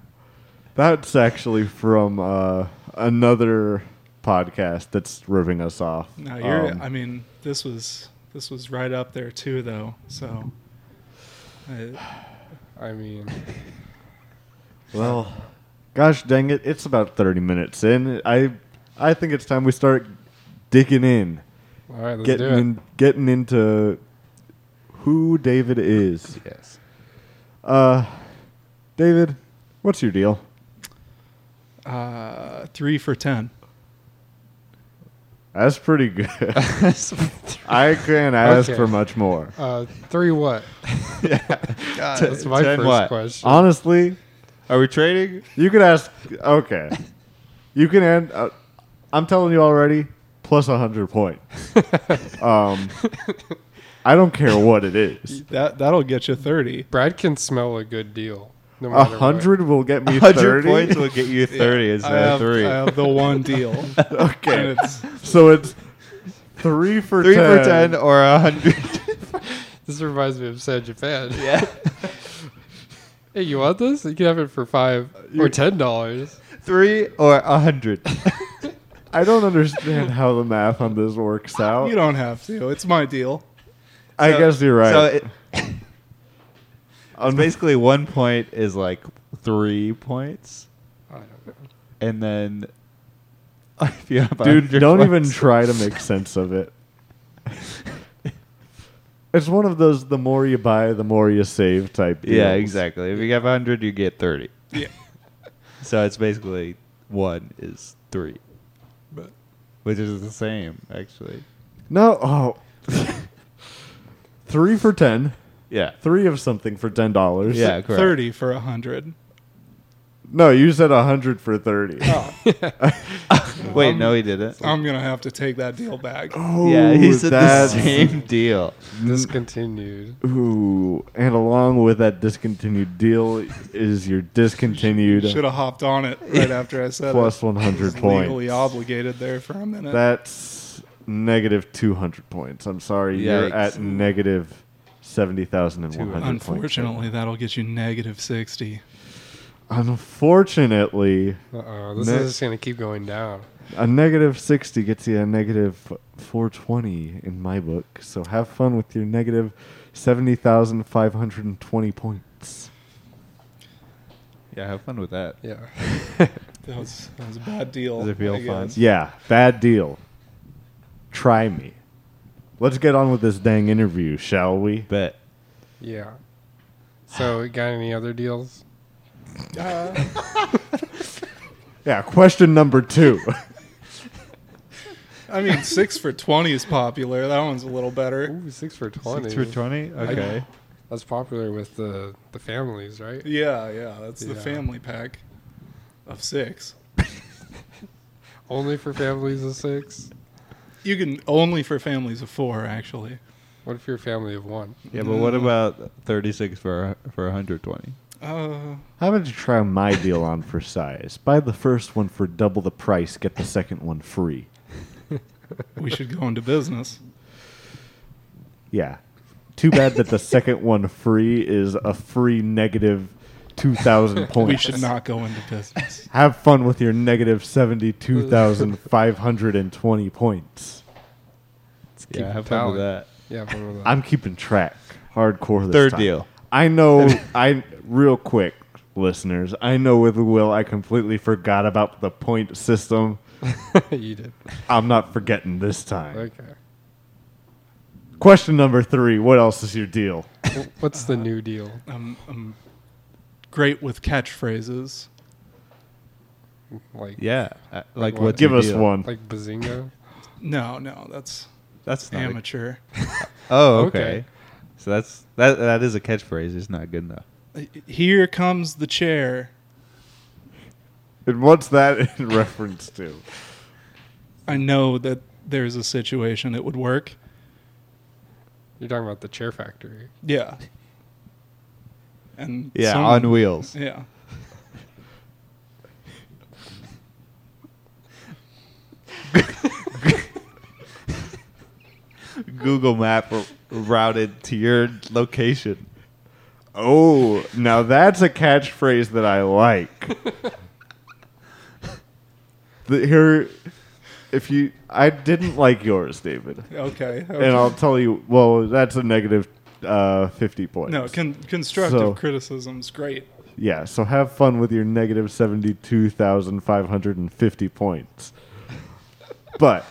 [SPEAKER 1] That's actually from uh, another podcast that's ripping us off.
[SPEAKER 6] No, you're.
[SPEAKER 1] Um,
[SPEAKER 6] I mean, this was this was right up there too, though. So, I,
[SPEAKER 3] I mean,
[SPEAKER 1] well, gosh dang it, it's about 30 minutes in. I I think it's time we start digging in,
[SPEAKER 3] all right, let's
[SPEAKER 1] getting
[SPEAKER 3] do it.
[SPEAKER 1] in, getting into who David is.
[SPEAKER 2] Yes.
[SPEAKER 1] Uh David, what's your deal?
[SPEAKER 6] uh, three for ten.
[SPEAKER 1] That's pretty good.
[SPEAKER 2] That's
[SPEAKER 1] I can't ask
[SPEAKER 3] Okay.
[SPEAKER 1] for much more.
[SPEAKER 3] Uh, three what? That's my
[SPEAKER 2] ten
[SPEAKER 3] first
[SPEAKER 2] what?
[SPEAKER 3] question.
[SPEAKER 1] Honestly,
[SPEAKER 2] Are we trading?
[SPEAKER 1] you could ask. Okay, you can end. Uh, I'm telling you already. Plus hundred point. Um, I don't care what it is.
[SPEAKER 6] That that'll get you thirty.
[SPEAKER 3] Brad can smell a good deal. No
[SPEAKER 1] A
[SPEAKER 3] matter what.
[SPEAKER 1] hundred will get me
[SPEAKER 2] Hundred
[SPEAKER 1] thirty.
[SPEAKER 2] points will get you thirty instead
[SPEAKER 6] I
[SPEAKER 2] of
[SPEAKER 6] have,
[SPEAKER 2] three.
[SPEAKER 6] I have the one deal.
[SPEAKER 1] Okay,
[SPEAKER 6] And it's
[SPEAKER 1] so it's three for
[SPEAKER 2] three
[SPEAKER 1] ten.
[SPEAKER 2] for ten or a hundred.
[SPEAKER 3] This reminds me of San Japan. Yeah. hey, you want this? You can have it for five or ten dollars.
[SPEAKER 2] three or a hundred.
[SPEAKER 1] I don't understand how the math on this works out.
[SPEAKER 6] you don't have to. It's my deal.
[SPEAKER 1] I guess you're right.
[SPEAKER 2] So it, it's basically one point is like three points,
[SPEAKER 3] I don't know.
[SPEAKER 2] and then if you have
[SPEAKER 1] Dude,
[SPEAKER 2] 100
[SPEAKER 1] don't even
[SPEAKER 2] points-
[SPEAKER 1] try to make sense of it. It's one of those the more you buy, the more you save type deals.
[SPEAKER 2] Yeah, exactly. If you have hundred, you get thirty.
[SPEAKER 6] Yeah.
[SPEAKER 2] So it's basically one is three,
[SPEAKER 6] But
[SPEAKER 2] which is the same actually.
[SPEAKER 1] No, oh. three for ten.
[SPEAKER 2] Yeah.
[SPEAKER 1] Three of something for ten dollars.
[SPEAKER 2] Yeah. Correct.
[SPEAKER 6] thirty for a hundred.
[SPEAKER 1] No, you said a hundred for thirty.
[SPEAKER 2] Oh. Wait,
[SPEAKER 1] um,
[SPEAKER 2] no, he didn't.
[SPEAKER 6] I'm gonna have to take that deal back.
[SPEAKER 1] Oh,
[SPEAKER 2] yeah, he said the
[SPEAKER 1] that's-
[SPEAKER 2] same deal.
[SPEAKER 3] Discontinued.
[SPEAKER 1] Ooh, and along with that discontinued deal is your discontinued
[SPEAKER 6] Should have hopped on it right after I said
[SPEAKER 1] plus
[SPEAKER 6] it.
[SPEAKER 1] one hundred
[SPEAKER 6] Was
[SPEAKER 1] points.
[SPEAKER 6] Legally obligated there for a minute.
[SPEAKER 1] That's negative 200 points. I'm sorry. You're
[SPEAKER 2] Yikes.
[SPEAKER 1] at negative 70,100 points.
[SPEAKER 6] Unfortunately, that'll get you negative sixty.
[SPEAKER 1] Unfortunately,
[SPEAKER 3] Uh oh. This
[SPEAKER 1] Next.
[SPEAKER 3] is just gonna keep going down.
[SPEAKER 1] a negative 60 gets you a negative 420 in my book. So have fun with your negative 70,520 points.
[SPEAKER 2] Yeah, have fun with that.
[SPEAKER 3] Yeah.
[SPEAKER 6] That was, that was a bad deal.
[SPEAKER 2] Does it feel
[SPEAKER 6] I guess.
[SPEAKER 1] Yeah, bad deal. Try me. Let's get on with this dang interview, shall we?
[SPEAKER 2] Bet.
[SPEAKER 3] Yeah. So, you got any other deals?
[SPEAKER 1] Yeah, question number two.
[SPEAKER 6] I mean, six for twenty is popular. That one's a little better.
[SPEAKER 3] Ooh, six for twenty.
[SPEAKER 2] Six for twenty. Okay.
[SPEAKER 3] That's popular with the the families, right?
[SPEAKER 6] Yeah, yeah. That's the
[SPEAKER 3] Yeah.
[SPEAKER 6] family pack of six.
[SPEAKER 3] Only for families of six.
[SPEAKER 6] You can only for families of four, actually.
[SPEAKER 3] What if you're a family of one?
[SPEAKER 2] Yeah, but what about thirty-six for for hundred twenty?
[SPEAKER 6] Uh,
[SPEAKER 1] How about you try my deal on for size? Buy the first one for double the price, get the second one free.
[SPEAKER 6] we should go into business.
[SPEAKER 1] Yeah. Too bad that the second one free is a free negative 2,000 points.
[SPEAKER 6] We should not go into business.
[SPEAKER 1] Have fun with your negative 72,520 points.
[SPEAKER 2] Yeah, have fun
[SPEAKER 3] tally.
[SPEAKER 2] with that.
[SPEAKER 3] Yeah. One of
[SPEAKER 1] I'm keeping track. Hardcore this
[SPEAKER 2] Third
[SPEAKER 1] time.
[SPEAKER 2] deal.
[SPEAKER 1] I know, I real quick, listeners, I know with Will, I completely forgot about the point system.
[SPEAKER 3] those. you did.
[SPEAKER 1] I'm not forgetting this time.
[SPEAKER 3] Okay.
[SPEAKER 1] Question number three. What else is your deal?
[SPEAKER 3] Wh- What's the new deal?
[SPEAKER 6] I'm, I'm great with catchphrases.
[SPEAKER 3] Like
[SPEAKER 2] Yeah, uh, like
[SPEAKER 3] what?
[SPEAKER 2] what's
[SPEAKER 1] Give
[SPEAKER 2] your
[SPEAKER 1] us
[SPEAKER 2] deal?
[SPEAKER 1] one.
[SPEAKER 3] like bazinga.
[SPEAKER 6] No, no, that's
[SPEAKER 2] That's not a-
[SPEAKER 6] amateur.
[SPEAKER 2] oh, okay.
[SPEAKER 3] Okay.
[SPEAKER 2] So that's that. That is a catchphrase. It's not good enough.
[SPEAKER 6] Here comes the chair.
[SPEAKER 1] and what's that in reference to?
[SPEAKER 6] I know that there's a situation it would work.
[SPEAKER 3] You're talking about the chair factory.
[SPEAKER 6] Yeah. And
[SPEAKER 2] Yeah,
[SPEAKER 6] some-
[SPEAKER 2] on wheels.
[SPEAKER 6] Yeah.
[SPEAKER 2] Google Map r- routed to your location.
[SPEAKER 1] Oh, now that's a catchphrase that I like. the, here, if you, I didn't like yours, David,
[SPEAKER 6] Okay. okay.
[SPEAKER 1] and I'll tell you. Well, that's a negative uh, fifty points.
[SPEAKER 6] no, con- constructive
[SPEAKER 1] So-
[SPEAKER 6] criticism's great.
[SPEAKER 1] yeah. So have fun with your negative seventy-two thousand five hundred and fifty points. but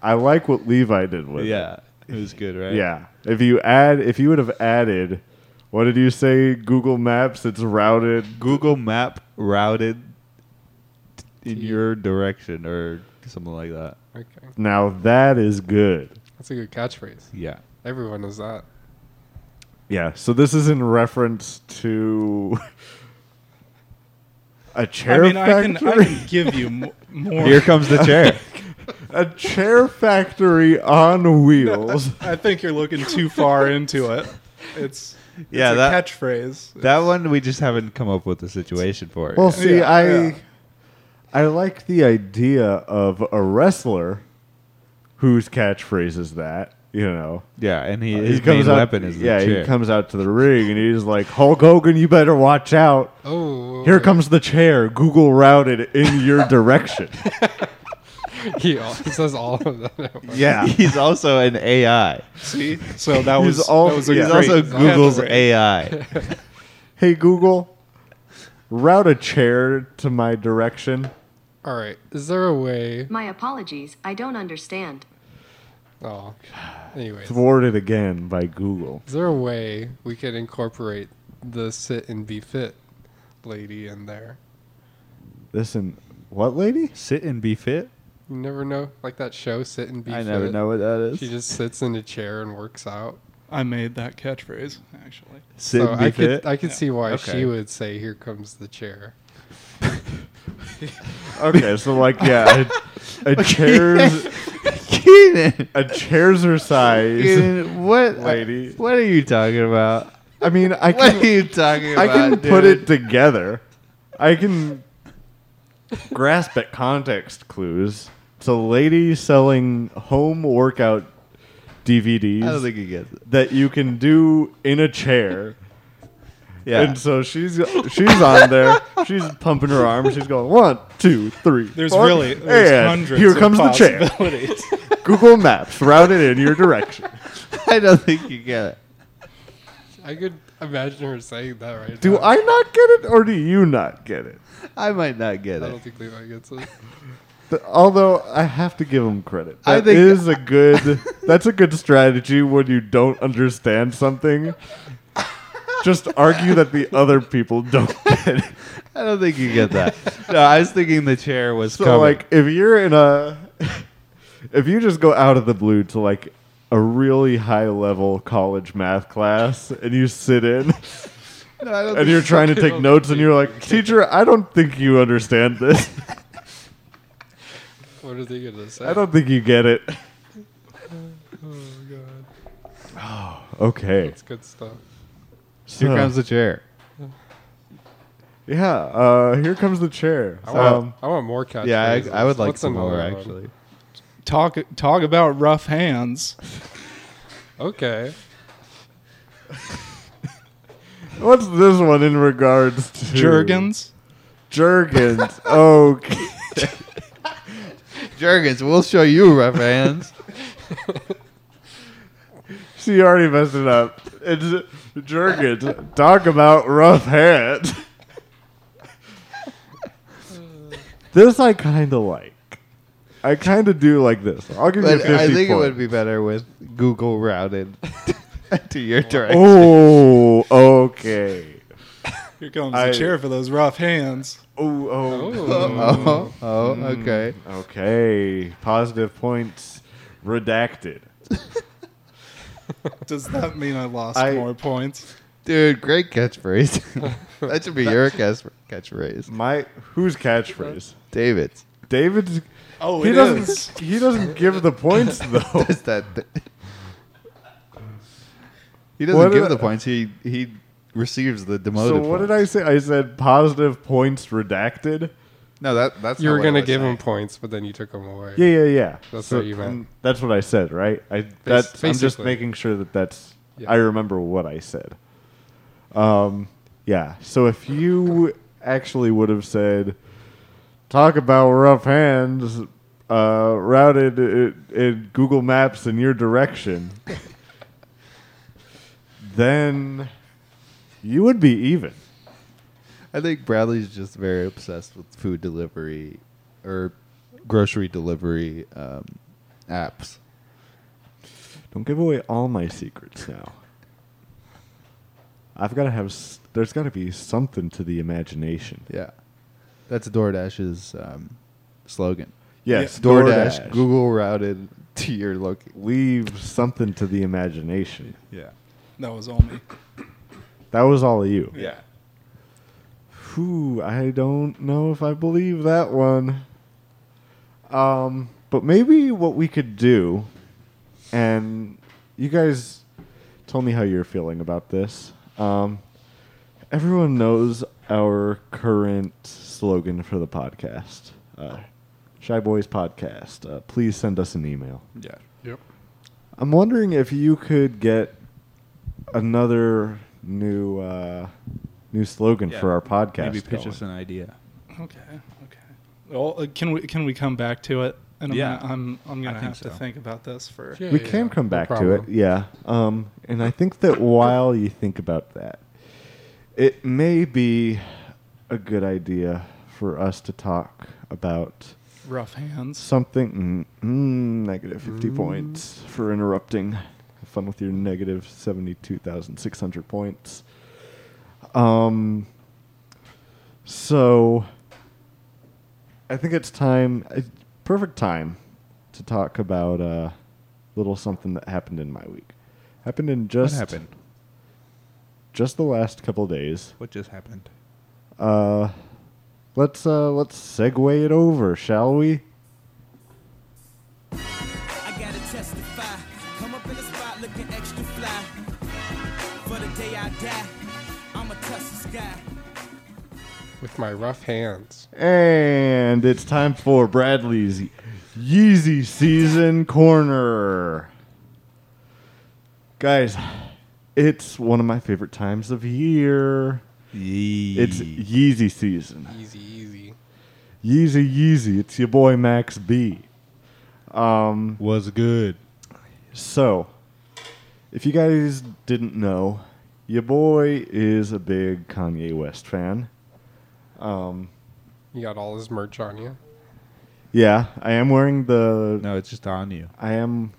[SPEAKER 1] I like what Levi did with it.
[SPEAKER 2] Yeah, it was good, right?
[SPEAKER 1] Yeah. If you add, if you would have added, what did you say? Google Maps. It's routed.
[SPEAKER 2] Google Map routed in your direction or something like that.
[SPEAKER 3] Okay.
[SPEAKER 1] Now that is good.
[SPEAKER 3] That's a good catchphrase.
[SPEAKER 2] Yeah.
[SPEAKER 3] Everyone is that.
[SPEAKER 1] Yeah, so this is in reference to a chair
[SPEAKER 6] I mean, I
[SPEAKER 1] factory.
[SPEAKER 6] can, I can give you mo- more.
[SPEAKER 2] Here comes the chair.
[SPEAKER 1] a chair factory on wheels.
[SPEAKER 6] I think you're looking too far into it. It's, it's
[SPEAKER 2] Yeah,
[SPEAKER 6] a
[SPEAKER 2] that-
[SPEAKER 6] catchphrase.
[SPEAKER 2] that one we just haven't come up with a situation for.
[SPEAKER 1] Well,
[SPEAKER 2] yet.
[SPEAKER 1] see,
[SPEAKER 6] Yeah,
[SPEAKER 1] I
[SPEAKER 6] yeah.
[SPEAKER 1] I like the idea of a wrestler whose catchphrase is that, you know.
[SPEAKER 2] yeah, and he,
[SPEAKER 1] Uh,
[SPEAKER 2] his main
[SPEAKER 1] out,
[SPEAKER 2] weapon is the
[SPEAKER 1] yeah.
[SPEAKER 2] chair.
[SPEAKER 1] He comes out to the ring and he's like, "Hulk Hogan, you better watch out!
[SPEAKER 3] Oh.
[SPEAKER 1] Here comes the chair. Google routed in your direction."
[SPEAKER 3] He al- he says all of that. at once.
[SPEAKER 1] yeah,
[SPEAKER 2] He's also an AI.
[SPEAKER 6] See? So that
[SPEAKER 1] He's
[SPEAKER 6] was,
[SPEAKER 1] all-
[SPEAKER 6] that was a
[SPEAKER 1] he's
[SPEAKER 2] He's
[SPEAKER 6] great
[SPEAKER 2] also Google's
[SPEAKER 6] catchphrase.
[SPEAKER 2] AI.
[SPEAKER 1] Hey Google, route a chair to my direction.
[SPEAKER 3] All right. Is there a way?
[SPEAKER 7] My apologies, I don't understand.
[SPEAKER 3] Oh. Anyways.
[SPEAKER 1] Thwarted again by Google.
[SPEAKER 3] Is there a way we could incorporate the sit and be fit lady in there?
[SPEAKER 1] Listen, what lady?
[SPEAKER 2] Sit and be fit.
[SPEAKER 3] You never know. Like that show, Sit and Be
[SPEAKER 2] I
[SPEAKER 3] Fit.
[SPEAKER 2] never know what that is.
[SPEAKER 3] She just sits in a chair and works out.
[SPEAKER 6] I made that catchphrase, actually.
[SPEAKER 2] sit
[SPEAKER 3] so
[SPEAKER 2] and be
[SPEAKER 3] I
[SPEAKER 2] fit.
[SPEAKER 3] could I could
[SPEAKER 6] Yeah.
[SPEAKER 3] see why
[SPEAKER 2] Okay.
[SPEAKER 3] she would say, "Here comes the chair."
[SPEAKER 1] Okay, so like yeah, a, a chair's
[SPEAKER 2] Keenan.
[SPEAKER 1] a chair's her size.
[SPEAKER 2] Keenan, what
[SPEAKER 1] Lady.
[SPEAKER 2] What are you talking about?
[SPEAKER 1] I mean, I
[SPEAKER 2] What are
[SPEAKER 1] can
[SPEAKER 2] you talking
[SPEAKER 1] I
[SPEAKER 2] about?
[SPEAKER 1] can put
[SPEAKER 2] dude?
[SPEAKER 1] it together. I can grasp at context clues. It's a lady selling home workout DVDs
[SPEAKER 2] I don't think he gets it.
[SPEAKER 1] that you can do in a chair.
[SPEAKER 2] Yeah.
[SPEAKER 1] And so she's she's on there. She's pumping her arm. She's going one, two, three.
[SPEAKER 6] There's
[SPEAKER 1] four,
[SPEAKER 6] really there's
[SPEAKER 1] and
[SPEAKER 6] hundreds
[SPEAKER 1] Here
[SPEAKER 6] of
[SPEAKER 1] comes the chair.
[SPEAKER 6] possibilities.
[SPEAKER 1] Google Maps routed in your direction.
[SPEAKER 2] I don't think you get it.
[SPEAKER 3] I could imagine her saying that right
[SPEAKER 1] Do
[SPEAKER 3] now.
[SPEAKER 1] I not get it, or do you not get it?
[SPEAKER 2] I might not get
[SPEAKER 3] I
[SPEAKER 2] it.
[SPEAKER 3] don't think Levi gets it.
[SPEAKER 1] Th- Although I have to give him credit.
[SPEAKER 2] I
[SPEAKER 1] That
[SPEAKER 2] think-
[SPEAKER 1] is a good. that's a good strategy when you don't understand something. Just argue that the other people don't get it.
[SPEAKER 2] I don't think you get that. no, I was thinking the chair was
[SPEAKER 1] So
[SPEAKER 2] coming.
[SPEAKER 1] like, if you're in a, if you just go out of the blue to like a really high level college math class and you sit in
[SPEAKER 2] No, I don't
[SPEAKER 1] and you're trying to take notes and you're like, teacher, I don't think you understand this.
[SPEAKER 3] What are they gonna say?
[SPEAKER 1] I don't think you get it.
[SPEAKER 3] Oh god,
[SPEAKER 1] Okay.
[SPEAKER 3] that's good stuff.
[SPEAKER 2] Here
[SPEAKER 1] So-
[SPEAKER 2] comes the chair.
[SPEAKER 1] Yeah, uh, here comes the chair.
[SPEAKER 3] I want,
[SPEAKER 1] Um,
[SPEAKER 3] I want more catchphrases.
[SPEAKER 2] Yeah, I, I would like
[SPEAKER 3] What's
[SPEAKER 2] some more
[SPEAKER 3] another one?
[SPEAKER 2] actually.
[SPEAKER 6] talk talk about rough hands.
[SPEAKER 3] Okay.
[SPEAKER 1] what's this one in regards to
[SPEAKER 6] Jurgens.
[SPEAKER 1] Jergens. Okay.
[SPEAKER 2] Jurgens, we'll show you rough hands.
[SPEAKER 1] She already messed it up. It's Jergens. Talk about rough hands. this I kind of like. I kind of do like this. I'll give you
[SPEAKER 2] but
[SPEAKER 1] 50
[SPEAKER 2] I think it would
[SPEAKER 1] points.
[SPEAKER 2] be better with Google routed to your direction.
[SPEAKER 1] Oh, okay.
[SPEAKER 6] Here comes
[SPEAKER 1] I-
[SPEAKER 6] the chair for those rough hands.
[SPEAKER 1] Oh, oh.
[SPEAKER 2] Oh, oh, okay.
[SPEAKER 1] Okay. Positive points redacted.
[SPEAKER 6] Does that mean I lost
[SPEAKER 1] I-
[SPEAKER 6] more points?
[SPEAKER 2] Dude, great catchphrase. that should be your catch- catchphrase.
[SPEAKER 1] My whose catchphrase?
[SPEAKER 2] David's.
[SPEAKER 1] David's.
[SPEAKER 6] Oh,
[SPEAKER 1] he
[SPEAKER 6] it
[SPEAKER 1] doesn't.
[SPEAKER 6] is.
[SPEAKER 1] He doesn't give the points though.
[SPEAKER 2] Does that th- he doesn't
[SPEAKER 1] What did
[SPEAKER 2] give
[SPEAKER 1] I-
[SPEAKER 2] the points. He he receives the demoted.
[SPEAKER 1] so what did I
[SPEAKER 2] points.
[SPEAKER 1] say? I said positive points redacted.
[SPEAKER 2] No, that that's
[SPEAKER 3] You
[SPEAKER 2] not
[SPEAKER 3] were
[SPEAKER 2] what I
[SPEAKER 3] gonna
[SPEAKER 2] was
[SPEAKER 3] give
[SPEAKER 2] saying.
[SPEAKER 3] him points, but then you took them away.
[SPEAKER 1] Yeah, yeah, yeah.
[SPEAKER 3] That's what you meant.
[SPEAKER 1] mm, That's what I said, right? I. That's. I'm just
[SPEAKER 3] basically.
[SPEAKER 1] making sure that that's.
[SPEAKER 3] Yeah.
[SPEAKER 1] I remember what I said. Um. Yeah. So if you actually would have said, "Talk about rough hands," uh, routed in, in Google Maps in your direction, then you would be even.
[SPEAKER 2] I think Bradley's just very obsessed with food delivery or grocery delivery um, apps.
[SPEAKER 1] Don't give away all my secrets now. I've got to have. S- there's got to be something to the imagination.
[SPEAKER 2] Yeah, that's DoorDash's um, slogan.
[SPEAKER 1] Yes,
[SPEAKER 8] DoorDash,
[SPEAKER 1] DoorDash.
[SPEAKER 8] Google routed to your look.
[SPEAKER 1] Leave something to the imagination.
[SPEAKER 2] Yeah.
[SPEAKER 6] That was all me.
[SPEAKER 1] That was all of you.
[SPEAKER 2] Yeah.
[SPEAKER 1] Whew, I don't know if I believe that one. Um, but maybe what we could do, and you guys tell me how you're feeling about this. Um, everyone knows our current slogan for the podcast uh, Shy Boys Podcast. Uh, please send us an email.
[SPEAKER 2] Yeah.
[SPEAKER 3] Yep.
[SPEAKER 1] I'm wondering if you could get another new uh, new slogan
[SPEAKER 2] Yeah.
[SPEAKER 1] for our podcast.
[SPEAKER 2] Maybe pitch
[SPEAKER 1] going.
[SPEAKER 2] us an idea.
[SPEAKER 6] Okay. Okay. Well, uh, can we can we come back to it? And I'm
[SPEAKER 2] Yeah.
[SPEAKER 6] gonna, I'm I'm gonna
[SPEAKER 2] think
[SPEAKER 6] have
[SPEAKER 2] so.
[SPEAKER 6] to think about this for.
[SPEAKER 3] Yeah,
[SPEAKER 1] we
[SPEAKER 3] yeah,
[SPEAKER 1] can
[SPEAKER 3] yeah.
[SPEAKER 1] come
[SPEAKER 3] No
[SPEAKER 1] back to
[SPEAKER 3] problem.
[SPEAKER 1] it, yeah. Um, and I think that while you think about that, it may be a good idea for us to talk about
[SPEAKER 6] Rough hands.
[SPEAKER 1] something. Mm, mm, negative fifty points for interrupting. Have fun with your negative seventy-two thousand six hundred points. Um. So, I think it's time, uh, perfect time, to talk about a little something that happened in my week. Happened in just
[SPEAKER 2] what happened?
[SPEAKER 1] just the last couple of days.
[SPEAKER 2] What just happened?
[SPEAKER 1] Uh, let's uh, let's segue it over, shall we?
[SPEAKER 9] I gotta testify. Come up in the spot looking extra fly. For the day I die, I'ma touch the sky.
[SPEAKER 3] With my rough hands.
[SPEAKER 1] And it's time for Bradley's Yeezy Season Corner. Guys, it's one of my favorite times of year. It's Yeezy season.
[SPEAKER 3] Easy, easy.
[SPEAKER 1] Yeezy Yeezy. It's your boy Max B. Um,
[SPEAKER 2] was good.
[SPEAKER 1] so, if you guys didn't know, your boy is a big Kanye West fan. Um,
[SPEAKER 3] You got all his merch on you.
[SPEAKER 1] yeah, I am wearing the.
[SPEAKER 2] No, it's just on you,
[SPEAKER 1] I am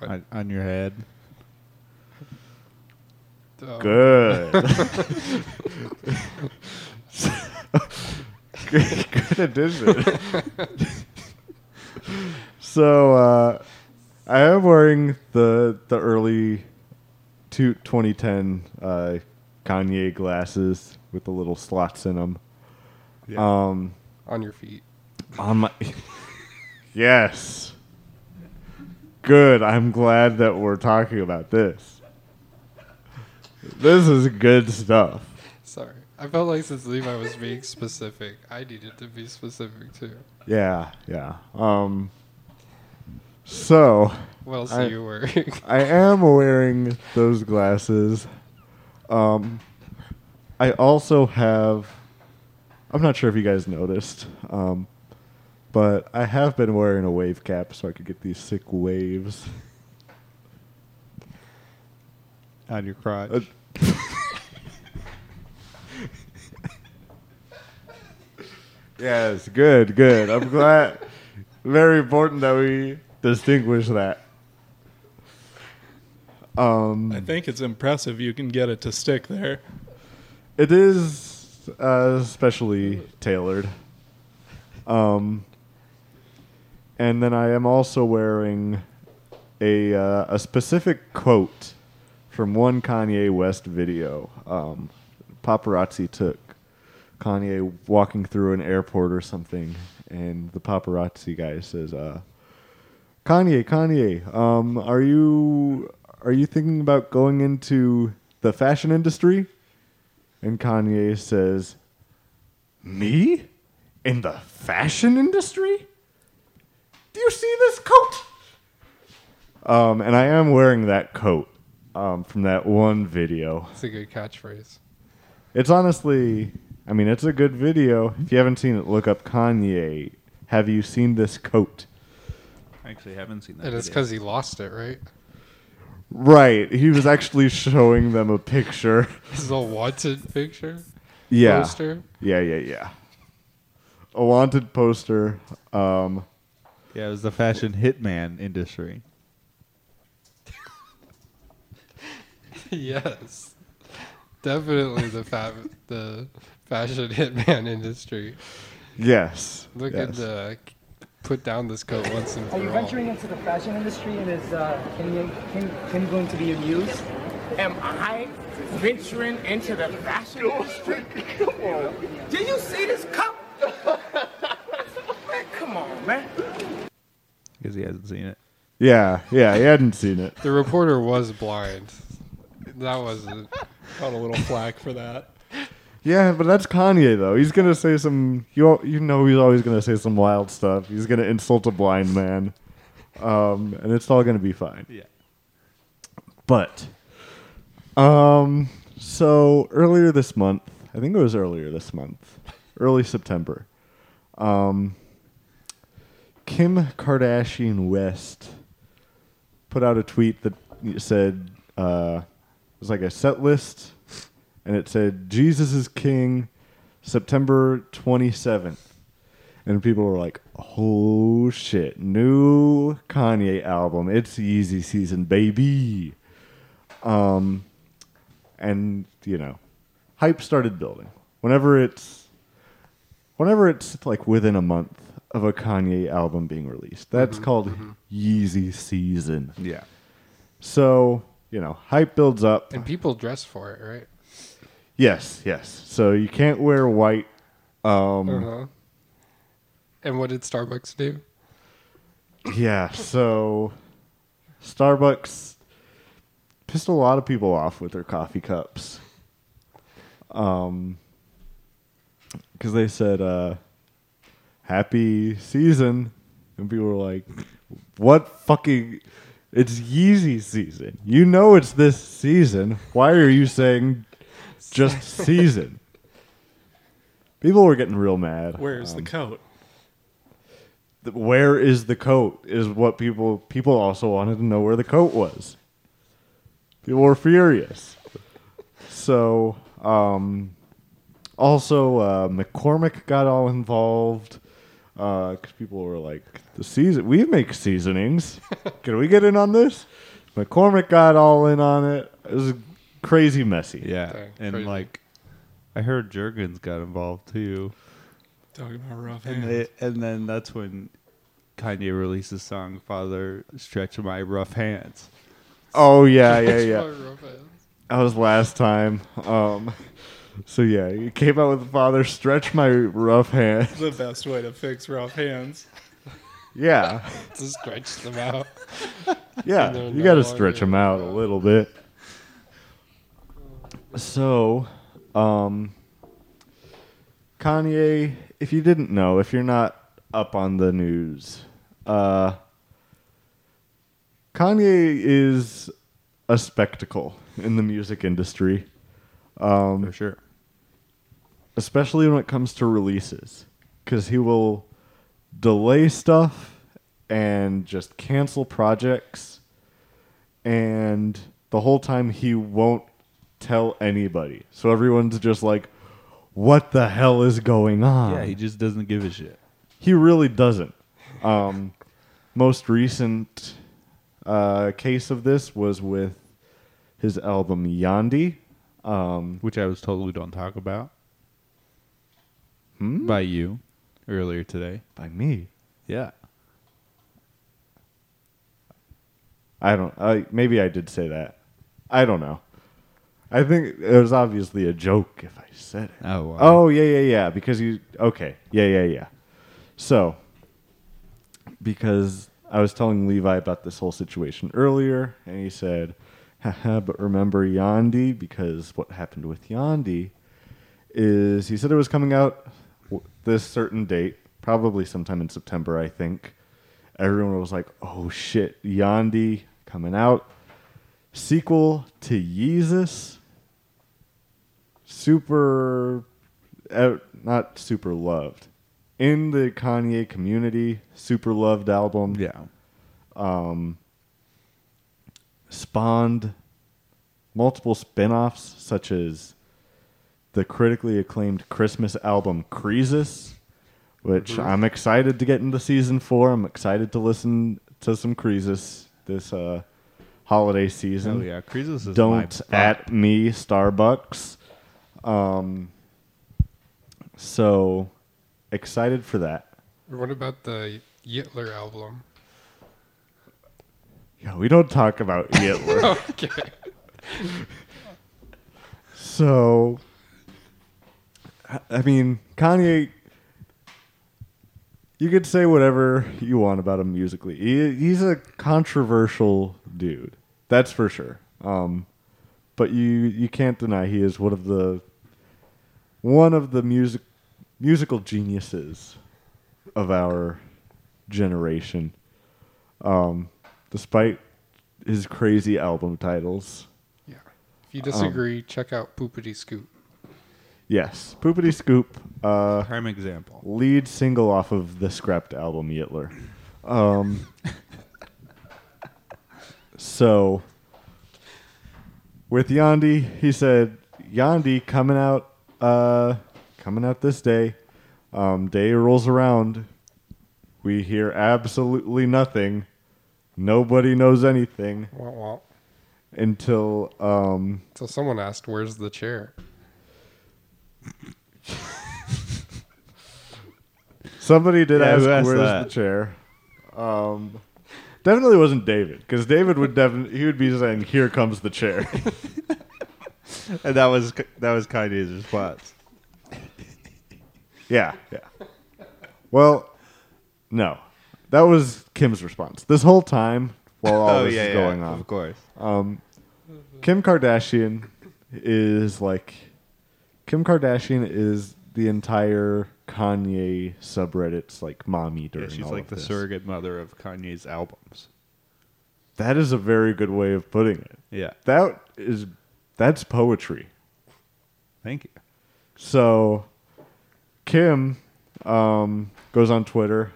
[SPEAKER 2] on, on your head.
[SPEAKER 3] Uh,
[SPEAKER 1] Good. good, good addition. so uh, I am wearing the the early two, 2010 uh, Kanye glasses with the little slots in them. Um,
[SPEAKER 3] On your feet.
[SPEAKER 1] on my yes. Good. I'm glad that we're talking about this. This is good stuff.
[SPEAKER 3] Sorry. I felt like since Levi was being specific, I needed to be specific too.
[SPEAKER 1] Yeah, yeah. Um. So
[SPEAKER 3] What else
[SPEAKER 1] I-
[SPEAKER 3] are you wearing?
[SPEAKER 1] I am wearing those glasses. Um, I also have. I'm not sure if you guys noticed, um, but I have been wearing a wave cap so I could get these sick waves.
[SPEAKER 2] On your crotch.
[SPEAKER 1] Uh, Yes, good, good. I'm glad. Very important that we distinguish that. Um,
[SPEAKER 6] I think it's impressive you can get it to stick there.
[SPEAKER 1] it is uh, specially tailored. Um, and then I am also wearing a uh, a specific quote from one Kanye West video. Um, paparazzi took Kanye walking through an airport or something, and the paparazzi guy says, uh, "Kanye, Kanye, um, are you are you thinking about going into the fashion industry?" And Kanye says, Me? In the fashion industry? Do you see this coat? Um, and I am wearing that coat um, from that one video.
[SPEAKER 3] It's a good catchphrase.
[SPEAKER 1] It's honestly, I mean, it's a good video. If you haven't seen it, look up Kanye. Have you seen this coat?
[SPEAKER 2] I actually haven't seen that.
[SPEAKER 3] And it's
[SPEAKER 2] video.
[SPEAKER 3] because he lost it, right?
[SPEAKER 1] Right. He was actually showing them a picture.
[SPEAKER 3] His little wanted picture
[SPEAKER 1] Yeah.
[SPEAKER 3] poster.
[SPEAKER 1] Yeah, yeah, yeah. A wanted poster. Um,
[SPEAKER 2] yeah, it was the fashion hitman industry.
[SPEAKER 3] yes. Definitely the fa- the fashion hitman industry.
[SPEAKER 1] yes.
[SPEAKER 3] Look
[SPEAKER 1] yes.
[SPEAKER 3] at the put down this coat once and for
[SPEAKER 10] Are you
[SPEAKER 3] all.
[SPEAKER 10] venturing into the fashion industry and is uh, Kim, Ye- Kim, Kim going to be amused?
[SPEAKER 11] Am I venturing into the fashion industry? Come on. Did you see this cup? man, come on, man.
[SPEAKER 2] because he hasn't seen it.
[SPEAKER 1] Yeah, yeah, he hadn't seen it.
[SPEAKER 3] The reporter was blind. That was a, got a little flack for that.
[SPEAKER 1] Yeah, but that's Kanye though. He's gonna say some. You al- you know he's always gonna say some wild stuff. He's gonna insult a blind man, um, and it's all gonna be fine.
[SPEAKER 2] Yeah.
[SPEAKER 1] But, um, so earlier this month, I think it was earlier this month, early September, um, Kim Kardashian West put out a tweet that said uh, it was like a set list, and it said Jesus is King, September twenty seventh, and people were like, "Oh shit, new Kanye album! It's Yeezy season, baby." Um, and you know, hype started building. Whenever it's, whenever it's like within a month of a Kanye album being released, that's called Yeezy season.
[SPEAKER 2] Yeah.
[SPEAKER 1] So you know, hype builds up.
[SPEAKER 3] And people dress for it, right?
[SPEAKER 1] Yes, yes. So you can't wear white. Um,
[SPEAKER 3] Uh-huh. And what did Starbucks do?
[SPEAKER 1] Yeah, so Starbucks pissed a lot of people off with their coffee cups. Um, because they said, uh, happy season. And people were like, what fucking. It's Yeezy season. You know it's this season. Why are you saying just season? People were getting real mad.
[SPEAKER 6] Where's
[SPEAKER 2] Um,
[SPEAKER 6] the coat?
[SPEAKER 1] th- where is the coat is what people people also wanted to know where the coat was people were furious so um also uh mccormick got all involved because people were like the season we make seasonings can we get in on this mccormick got all in on it it was crazy messy
[SPEAKER 2] Yeah, and like I heard Jurgens got involved too.
[SPEAKER 6] Talking about rough
[SPEAKER 2] And
[SPEAKER 6] hands.
[SPEAKER 2] they, and then that's when Kanye released the song "Father Stretch My Rough Hands."
[SPEAKER 1] Oh yeah, yeah,
[SPEAKER 2] That's
[SPEAKER 1] yeah.
[SPEAKER 2] my rough
[SPEAKER 1] That was last time. Um, so yeah, you came out with father stretch my rough hand.
[SPEAKER 6] The best way to fix rough hands.
[SPEAKER 1] Yeah,
[SPEAKER 3] To stretch them out.
[SPEAKER 1] yeah.
[SPEAKER 6] And they're
[SPEAKER 1] You got to
[SPEAKER 6] no
[SPEAKER 1] stretch
[SPEAKER 6] longer-
[SPEAKER 1] them out a little bit. So, um, Kanye, if you didn't know, if you're not up on the news, uh, Kanye is a spectacle in the music industry. Um, For
[SPEAKER 2] sure.
[SPEAKER 1] Especially when it comes to releases, because he will delay stuff and just cancel projects. And the whole time he won't tell anybody. So everyone's just like, what the hell is going on?
[SPEAKER 2] Yeah, he just doesn't give a shit.
[SPEAKER 1] He really doesn't. Um, most recent uh, case of this was with his album Yandi, um,
[SPEAKER 2] which I was told we don't talk about. By you earlier today.
[SPEAKER 1] By me.
[SPEAKER 2] Yeah.
[SPEAKER 1] I don't. I maybe I did say that. I don't know. I think it was obviously a joke if I said it.
[SPEAKER 2] Oh. wow.
[SPEAKER 1] Oh yeah, yeah, yeah. Because you okay? Yeah, yeah, yeah. So, because I was telling Levi about this whole situation earlier, and he said, "Haha, but remember Yandi? Because what happened with Yandi is he said it was coming out w- this certain date, probably sometime in September, I think. Everyone was like, "Oh shit, Yandi coming out." Sequel to Yeezus super uh, not super loved in the Kanye community super loved album
[SPEAKER 2] yeah
[SPEAKER 1] um spawned multiple spin-offs such as the critically acclaimed Christmas album Creases which
[SPEAKER 2] Mm-hmm.
[SPEAKER 5] Mhm.
[SPEAKER 1] I'm excited to get into season 4 I'm excited to listen to some Creases this uh holiday season
[SPEAKER 2] Hell yeah, Creases is my
[SPEAKER 1] don't
[SPEAKER 2] bop.
[SPEAKER 1] at me Starbucks. Um, so excited for that.
[SPEAKER 3] What about the Yitler album.
[SPEAKER 1] Yeah, we don't talk about E Hitler.
[SPEAKER 3] okay.
[SPEAKER 1] So, I- I mean, Kanye, you could say whatever you want about him musically. He, he's a controversial dude, that's for sure. Um, but you you can't deny he is one of the one of the music musical geniuses of our generation. Um, despite his crazy album titles.
[SPEAKER 3] If you disagree, check out Poopity Scoot.
[SPEAKER 1] Yes, Poopity Scoop. Uh,
[SPEAKER 2] Prime example.
[SPEAKER 1] Lead single off of the scrapped album Yitler. Um, so, with Yandi, he said Yandi coming out, uh, coming out this day. Um, day rolls around. We hear absolutely nothing. Nobody knows anything
[SPEAKER 3] Wah, wah.
[SPEAKER 1] until um,
[SPEAKER 3] So someone asked, "Where's the chair?"
[SPEAKER 1] Somebody did
[SPEAKER 2] Yeah,
[SPEAKER 1] ask
[SPEAKER 2] who asked
[SPEAKER 1] where's
[SPEAKER 2] that?
[SPEAKER 1] the chair. Um, definitely wasn't David because David would definitely he would be saying, "Here comes the chair."
[SPEAKER 2] And that was that was Kanye's response.
[SPEAKER 1] yeah, yeah. Well, no, that was Kim's response this whole time while all
[SPEAKER 2] Oh,
[SPEAKER 1] this
[SPEAKER 2] yeah,
[SPEAKER 1] is
[SPEAKER 2] yeah,
[SPEAKER 1] going on.
[SPEAKER 2] of course.
[SPEAKER 1] Um, Kim Kardashian is like Kim Kardashian is the entire Kanye subreddit's like mommy
[SPEAKER 2] Yeah,
[SPEAKER 1] during
[SPEAKER 2] she's
[SPEAKER 1] all
[SPEAKER 2] like
[SPEAKER 1] of
[SPEAKER 2] the
[SPEAKER 1] this.
[SPEAKER 2] surrogate mother of Kanye's albums.
[SPEAKER 1] That is a very good way of putting it.
[SPEAKER 2] Yeah.
[SPEAKER 1] That is that's poetry.
[SPEAKER 2] Thank you.
[SPEAKER 1] So Kim um, goes on Twitter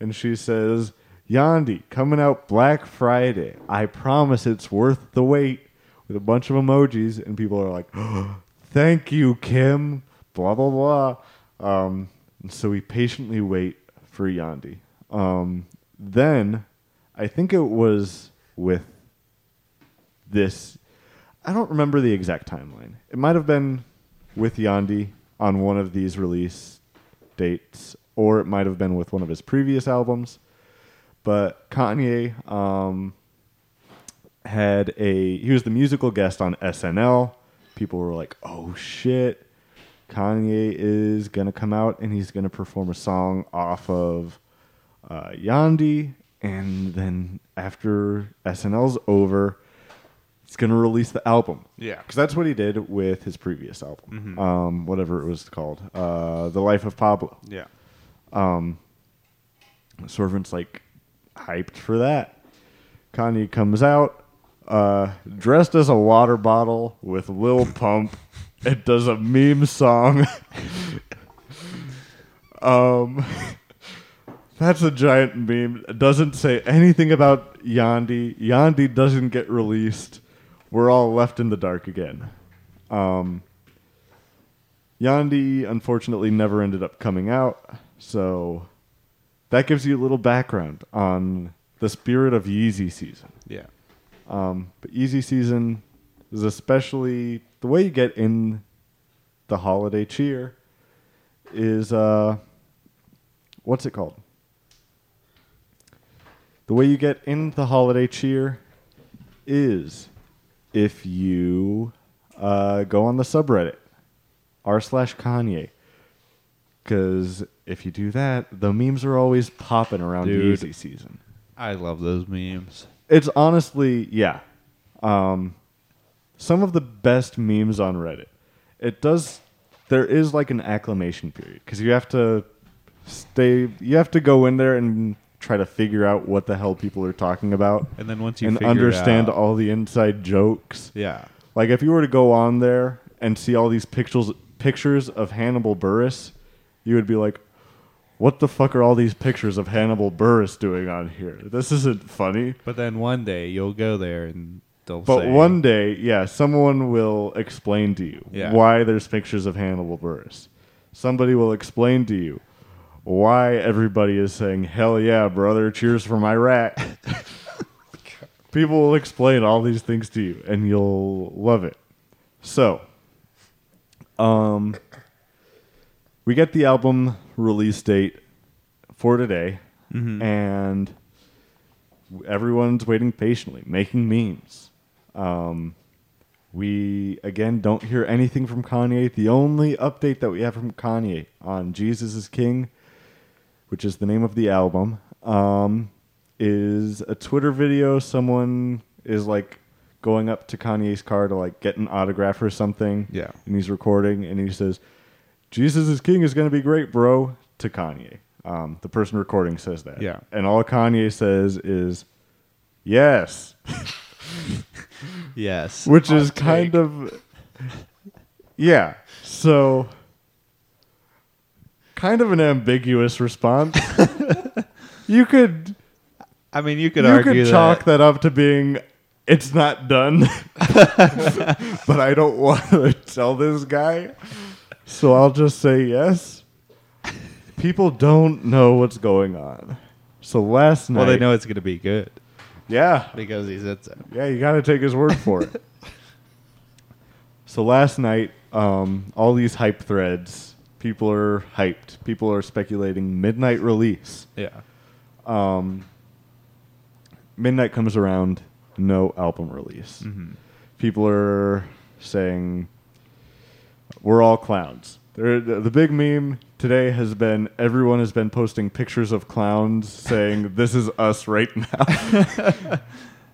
[SPEAKER 1] and she says, Yandi, coming out Black Friday. I promise it's worth the wait with a bunch of emojis and people are like, Thank you, Kim. Blah blah blah. Um, and so we patiently wait for Yandi. Um, then I think it was with this. I don't remember the exact timeline. It might have been with Yandi on one of these release dates, or it might have been with one of his previous albums. But Kanye um, had a. He was the musical guest on SNL. People were like, oh shit. Kanye is going to come out and he's going to perform a song off of uh, Yandi. And then after SNL's over, he's going to release the album.
[SPEAKER 2] Yeah.
[SPEAKER 1] Because that's what he did with his previous album, um, whatever it was called uh, The Life of Pablo.
[SPEAKER 2] Yeah.
[SPEAKER 1] Um, Servant's like hyped for that. Kanye comes out uh, dressed as a water bottle with Lil Pump and does a meme song. um, that's a giant meme. It doesn't say anything about Yandi. Yandi doesn't get released. We're all left in the dark again. Um, Yandi unfortunately never ended up coming out, so that gives you a little background on the spirit of Yeezy season.
[SPEAKER 2] Yeah.
[SPEAKER 1] Um, but Yeezy season is especially the way you get in the holiday cheer is uh, what's it called? The way you get in the holiday cheer is if you uh, go on the subreddit r slash Kanye. Because if you do that, the memes are always popping around
[SPEAKER 2] Dude.
[SPEAKER 1] Yeezy season.
[SPEAKER 2] I love those memes.
[SPEAKER 1] It's honestly, yeah. Um, some of the best memes on Reddit. It does. There is like an acclimation period because you have to stay. You have to go in there and try to figure out what the hell people are talking about.
[SPEAKER 2] And then once you
[SPEAKER 1] and
[SPEAKER 2] figure it
[SPEAKER 1] understand
[SPEAKER 2] out-
[SPEAKER 1] all the inside jokes.
[SPEAKER 2] Yeah.
[SPEAKER 1] Like if you were to go on there and see all these pictures pictures of Hannibal Burris, you would be like, "What the fuck are all these pictures of Hannibal Burris doing on here? This isn't funny."
[SPEAKER 2] But then one day you'll go there and they'll
[SPEAKER 1] But
[SPEAKER 2] say,
[SPEAKER 1] one day, yeah, someone will explain to you
[SPEAKER 2] Yeah.
[SPEAKER 1] why there's pictures of Hannibal Burris. Somebody will explain to you why everybody is saying, hell yeah, brother, cheers for my rat. People will explain all these things to you, and you'll love it. So, um, we get the album release date for today. Mm-hmm. And everyone's waiting patiently, making memes. Um, we again don't hear anything from Kanye. The only update that we have from Kanye on Jesus is King, which is the name of the album, um, is a Twitter video. Someone is like going up to Kanye's car to like get an autograph or something.
[SPEAKER 2] Yeah.
[SPEAKER 1] And he's recording and he says, Jesus is King is going to be great, bro, to Kanye. Um, the person recording says that.
[SPEAKER 2] Yeah.
[SPEAKER 1] And all Kanye says is, yes.
[SPEAKER 2] Yes.
[SPEAKER 1] Which is kind of Yeah. So kind of an ambiguous response. you could
[SPEAKER 2] I mean, you could
[SPEAKER 1] you
[SPEAKER 2] argue
[SPEAKER 1] could chalk that. up to being it's not done. but I don't want to tell this guy. So I'll just say yes. People don't know what's going on. So last night
[SPEAKER 2] well, they know it's going to be good
[SPEAKER 1] Yeah.
[SPEAKER 2] because he said so.
[SPEAKER 1] Yeah, you got to take his word for it. so last night, um, all these hype threads, people are hyped. People are speculating midnight release.
[SPEAKER 2] Yeah.
[SPEAKER 1] Um, midnight comes around, no album release.
[SPEAKER 2] Mhm.
[SPEAKER 1] People are saying, we're all clowns. There, the the big meme today has been everyone has been posting pictures of clowns saying, this is us right now.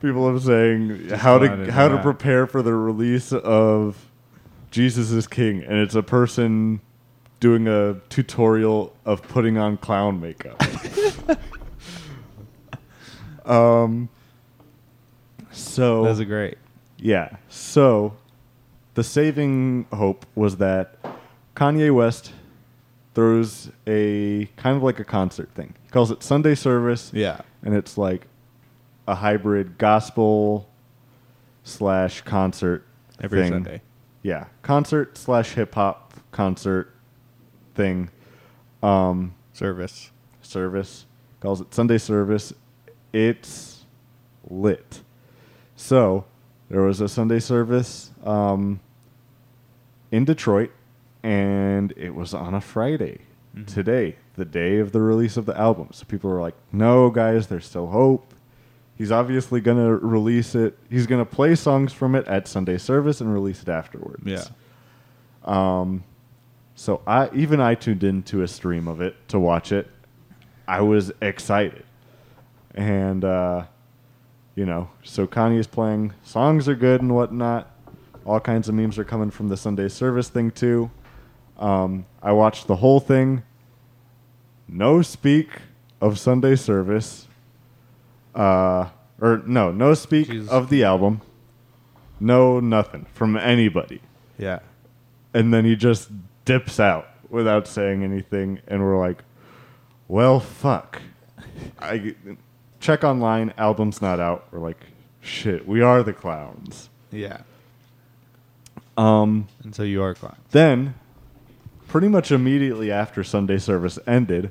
[SPEAKER 1] People are saying
[SPEAKER 2] Just
[SPEAKER 1] how
[SPEAKER 2] wanted
[SPEAKER 1] to
[SPEAKER 2] to
[SPEAKER 1] how to
[SPEAKER 2] laugh.
[SPEAKER 1] prepare for the release of Jesus is King, and it's a person doing a tutorial of putting on clown makeup. um, so
[SPEAKER 2] Those are great.
[SPEAKER 1] yeah. So the saving hope was that Kanye West throws a kind of like a concert thing. He calls it Sunday service.
[SPEAKER 2] Yeah.
[SPEAKER 1] And it's like a hybrid gospel slash concert
[SPEAKER 2] Every
[SPEAKER 1] thing.
[SPEAKER 2] Sunday.
[SPEAKER 1] Yeah. Concert slash hip hop concert thing. Um,
[SPEAKER 2] Service.
[SPEAKER 1] service calls it Sunday service. It's lit. So there was a Sunday service um, in Detroit, and it was on a Friday today, the day of the release of the album. So people were like, "No, guys, there's still hope." He's obviously gonna release it. He's gonna play songs from it at Sunday service and release it afterwards.
[SPEAKER 2] Yeah.
[SPEAKER 1] Um, so I even I tuned into a stream of it to watch it. I was excited, and uh, you know, so Kanye's playing. Songs are good and whatnot. All kinds of memes are coming from the Sunday service thing too. Um, I watched the whole thing. No speak of Sunday service. Uh, or no, no speak
[SPEAKER 2] Jesus.
[SPEAKER 1] of the album. No, nothing from anybody
[SPEAKER 2] Yeah.
[SPEAKER 1] and then he just dips out without saying anything and we're like well fuck i check online album's not out we're like shit we are the clowns
[SPEAKER 2] Yeah.
[SPEAKER 1] um
[SPEAKER 2] And so you are clowns.
[SPEAKER 1] then pretty much immediately after sunday service ended